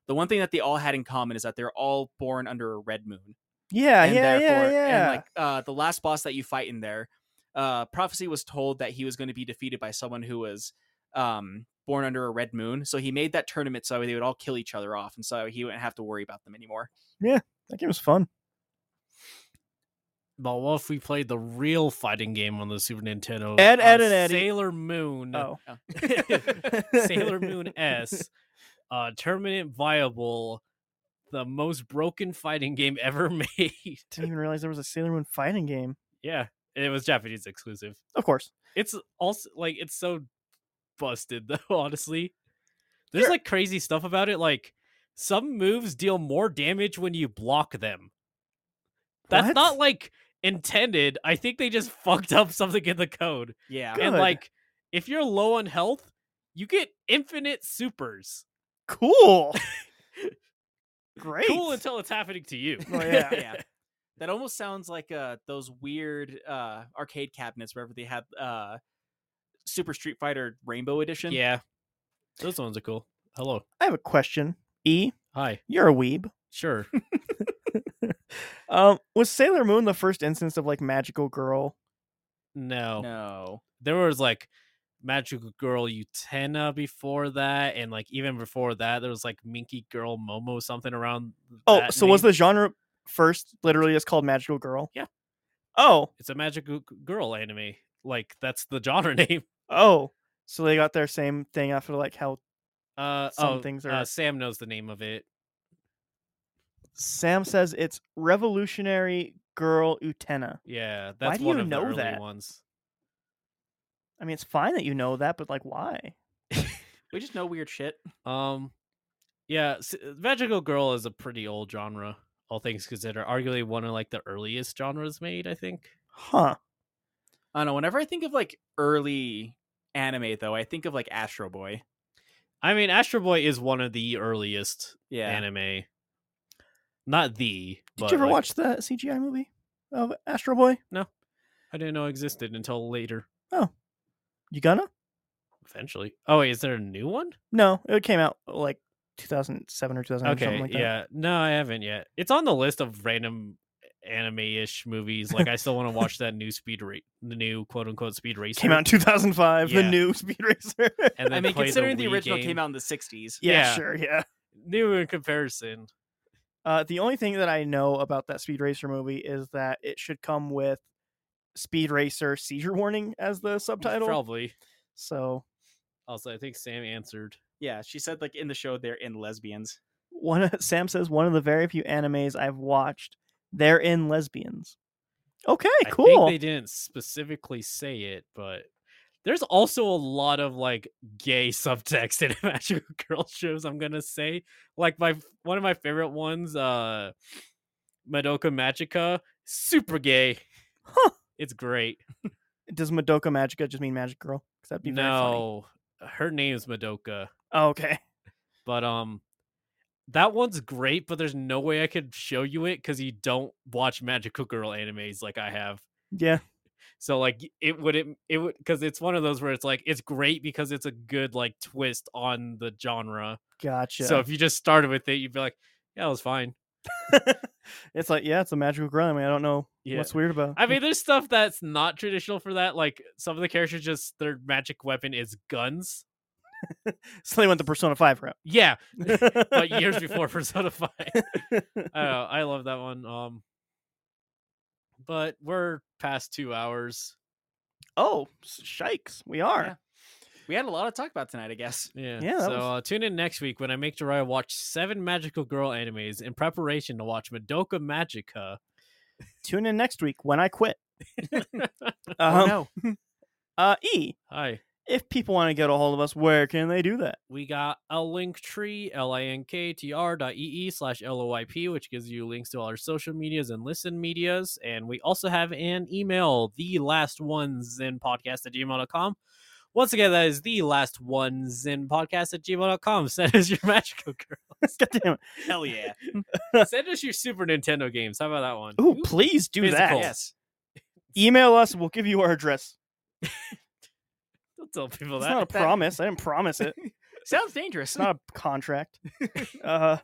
Speaker 4: the one thing that they all had in common is that they're all born under a red moon
Speaker 2: yeah,
Speaker 4: and
Speaker 2: yeah, yeah,
Speaker 4: therefore,
Speaker 2: yeah.
Speaker 4: and like uh, the last boss that you fight in there, uh, prophecy was told that he was going to be defeated by someone who was um, born under a red moon. So he made that tournament so they would all kill each other off, and so he wouldn't have to worry about them anymore.
Speaker 2: that game was fun.
Speaker 3: But what if we played the real fighting game on the Super Nintendo?
Speaker 2: Ed, Ed,
Speaker 3: uh,
Speaker 2: and Eddie.
Speaker 3: Sailor Moon.
Speaker 2: Oh,
Speaker 4: oh.
Speaker 3: (laughs)
Speaker 2: (laughs)
Speaker 4: (laughs)
Speaker 3: Sailor Moon S, uh, Terminate Viable, the most broken fighting game ever (laughs) made.
Speaker 2: didn't even realize there was a Sailor Moon fighting game.
Speaker 3: yeah, it was Japanese exclusive.
Speaker 2: Of course.
Speaker 3: It's also like it's so busted though. (laughs) Honestly, there's like crazy stuff about it. Like some moves deal more damage when you block them. That's
Speaker 2: What?
Speaker 3: not like intended. I think they just (laughs) fucked up something in the code.
Speaker 4: yeah,
Speaker 3: (laughs)
Speaker 2: Good.
Speaker 3: And like, if you're low on health, you get infinite supers.
Speaker 4: (laughs)
Speaker 2: Cool. Great.
Speaker 3: Cool until it's happening to you.
Speaker 4: (laughs)
Speaker 2: Oh, yeah.
Speaker 4: yeah. That almost sounds like uh, those weird uh, arcade cabinets wherever they had uh, Super Street Fighter Rainbow Edition.
Speaker 3: Yeah. Those ones are cool. Hello.
Speaker 2: I have a question. E,
Speaker 3: Hi.
Speaker 2: you're a weeb. (laughs)
Speaker 3: Sure.
Speaker 2: Um, was Sailor Moon the first instance of like magical girl?
Speaker 3: No.
Speaker 4: No.
Speaker 3: There was like Magical Girl Utena before that, and like even before that, there was like Minky Girl Momo something around.
Speaker 2: Oh,
Speaker 3: that
Speaker 2: so was
Speaker 3: name.
Speaker 2: the genre first literally just called magical girl?
Speaker 3: Yeah.
Speaker 2: Oh,
Speaker 3: It's a Magical G- Girl anime. Like that's the genre (laughs) name.
Speaker 2: oh. So they got their same thing after like how
Speaker 3: Uh,
Speaker 2: Some
Speaker 3: oh,
Speaker 2: things
Speaker 3: uh,
Speaker 2: are-
Speaker 3: Sam knows the name of it.
Speaker 2: Sam says it's revolutionary girl Utena.
Speaker 3: Yeah, that's
Speaker 2: do
Speaker 3: one
Speaker 2: you
Speaker 3: of
Speaker 2: know
Speaker 3: the early
Speaker 2: that?
Speaker 3: ones.
Speaker 2: I mean, it's fine that you know that, but like, why?
Speaker 4: We just know weird shit.
Speaker 3: Um, yeah, s- uh, magical girl is a pretty old genre. All things considered, arguably one of like the earliest genres made. I think.
Speaker 2: Huh?
Speaker 4: I don't know. Whenever I think of like early anime, though, I think of like Astro Boy.
Speaker 3: I mean, Astro Boy is one of the earliest
Speaker 4: Yeah.
Speaker 3: anime. Not the.
Speaker 2: Did
Speaker 3: but,
Speaker 2: you ever
Speaker 3: like,
Speaker 2: watch the CGI movie of Astro Boy?
Speaker 3: I didn't know it existed until later.
Speaker 2: You gonna?
Speaker 3: Eventually. Oh wait, is there a new one?
Speaker 2: No, it came out like 2007 or 2008 or
Speaker 3: okay,
Speaker 2: Uh, something like that.
Speaker 3: yeah. No, I haven't yet. It's on the list of random eh, anime-ish movies. Like I still want to watch that new speed rate, the new quote-unquote speed racer.
Speaker 2: Came out in 2005,
Speaker 3: Yeah.
Speaker 2: the new (laughs) Speed Racer.
Speaker 3: and
Speaker 4: I
Speaker 3: then
Speaker 4: mean,
Speaker 3: play
Speaker 4: considering the,
Speaker 3: Wii
Speaker 4: original
Speaker 3: game.
Speaker 4: came out in the '60s,
Speaker 3: Yeah.
Speaker 2: sure, yeah.
Speaker 3: new in comparison.
Speaker 2: Uh, the only thing that I know about that Speed Racer movie is that it should come with Speed Racer Seizure Warning as the subtitle.
Speaker 3: Probably.
Speaker 2: So
Speaker 3: Also, I think Sam answered.
Speaker 4: Yeah, she said like in the show they're in lesbians.
Speaker 2: one of, Sam says one of the very few animes I've watched they're in lesbians. Okay, cool.
Speaker 3: I think they didn't specifically say it, but there's also a lot of like gay (laughs) subtext in Magical Girl shows. I'm gonna say, like my one of my favorite ones, uh, Madoka Magica, super gay.
Speaker 2: Huh.
Speaker 3: It's great.
Speaker 2: Does Madoka Magica just mean Magic Girl? 'Cause that'd be very funny.
Speaker 3: No, her name's Madoka.
Speaker 2: Oh, okay. (laughs)
Speaker 3: but um that one's great but there's no way i could show you it because you don't watch magical girl animes like i have
Speaker 2: Yeah.
Speaker 3: so like y- it would it, it would because it's one of those where it's like it's great because it's a good like twist on the genre
Speaker 2: Gotcha.
Speaker 3: so if you just started with it you'd be like yeah it was fine
Speaker 2: (laughs) it's like, yeah, it's a magical girl anime. I don't know
Speaker 3: Yeah.
Speaker 2: what's weird about.
Speaker 3: i mean there's stuff that's not traditional for that like some of the characters just their magic weapon is guns
Speaker 2: (laughs) so they went the Persona Five route,
Speaker 3: yeah (laughs) but years
Speaker 2: (laughs)
Speaker 3: before (laughs) Uh, persona 5 I don't know, I love that one. Um, but we're past two hours.
Speaker 2: oh, s- shikes, we are.
Speaker 4: We had a lot to talk about tonight, I guess.
Speaker 3: Yeah.
Speaker 2: Yeah, that
Speaker 3: So
Speaker 2: was-
Speaker 3: uh, tune in next week when I make Jiraiya watch seven magical girl animes in preparation to watch Madoka Magica.
Speaker 2: (laughs)
Speaker 3: (laughs)
Speaker 2: Tune in next week when I quit.
Speaker 4: Oh
Speaker 2: Um,
Speaker 4: no.
Speaker 2: (laughs) uh, E,
Speaker 3: Hi.
Speaker 2: if people want to get a hold of us, where can they do that? (laughs)
Speaker 3: We got a link tree, L I N K T R dot E E slash L O I P, which gives you links to all our social medias and listen medias. And we also have an email, the last ones in podcast at gmail.com. Once again, that is the last ones in podcast at gmail.com. (laughs) Send us your magical (laughs) girls.
Speaker 2: God damn it.
Speaker 4: Hell yeah.
Speaker 3: Send us your Super Nintendo games. How about that one?
Speaker 2: Ooh, please do
Speaker 3: Physical.
Speaker 2: that.
Speaker 4: Yes.
Speaker 2: Email us. We'll give you our address.
Speaker 3: Don't tell people
Speaker 2: It's
Speaker 3: Oh, that.
Speaker 2: not a promise. I didn't promise it. It's
Speaker 4: Sounds dangerous.
Speaker 2: not a contract. Uh,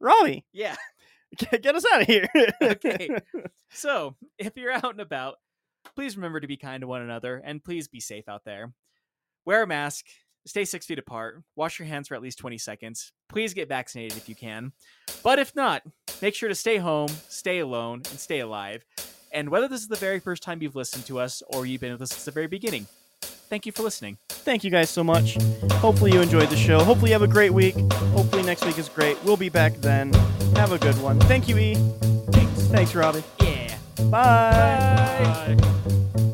Speaker 2: Robbie,
Speaker 4: yeah.
Speaker 2: (laughs) get get us out of here.
Speaker 4: Okay. So, if you're out and about, please remember to be kind to one another and please be safe out there. Wear a mask, stay six feet apart, wash your hands for at least 20 seconds. Please get vaccinated if you can. But if not, make sure to stay home, stay alone, and stay alive. And whether this is the very first time you've listened to us or you've been with us since the very beginning, thank you for listening.
Speaker 2: (laughs) Thank you guys so much. Hopefully you enjoyed the show. Hopefully you have a great week. Hopefully next week is great. We'll be back then. Have a good one. Thank you, E. Thanks, Robbie.
Speaker 4: Yeah.
Speaker 2: Bye.
Speaker 3: Bye.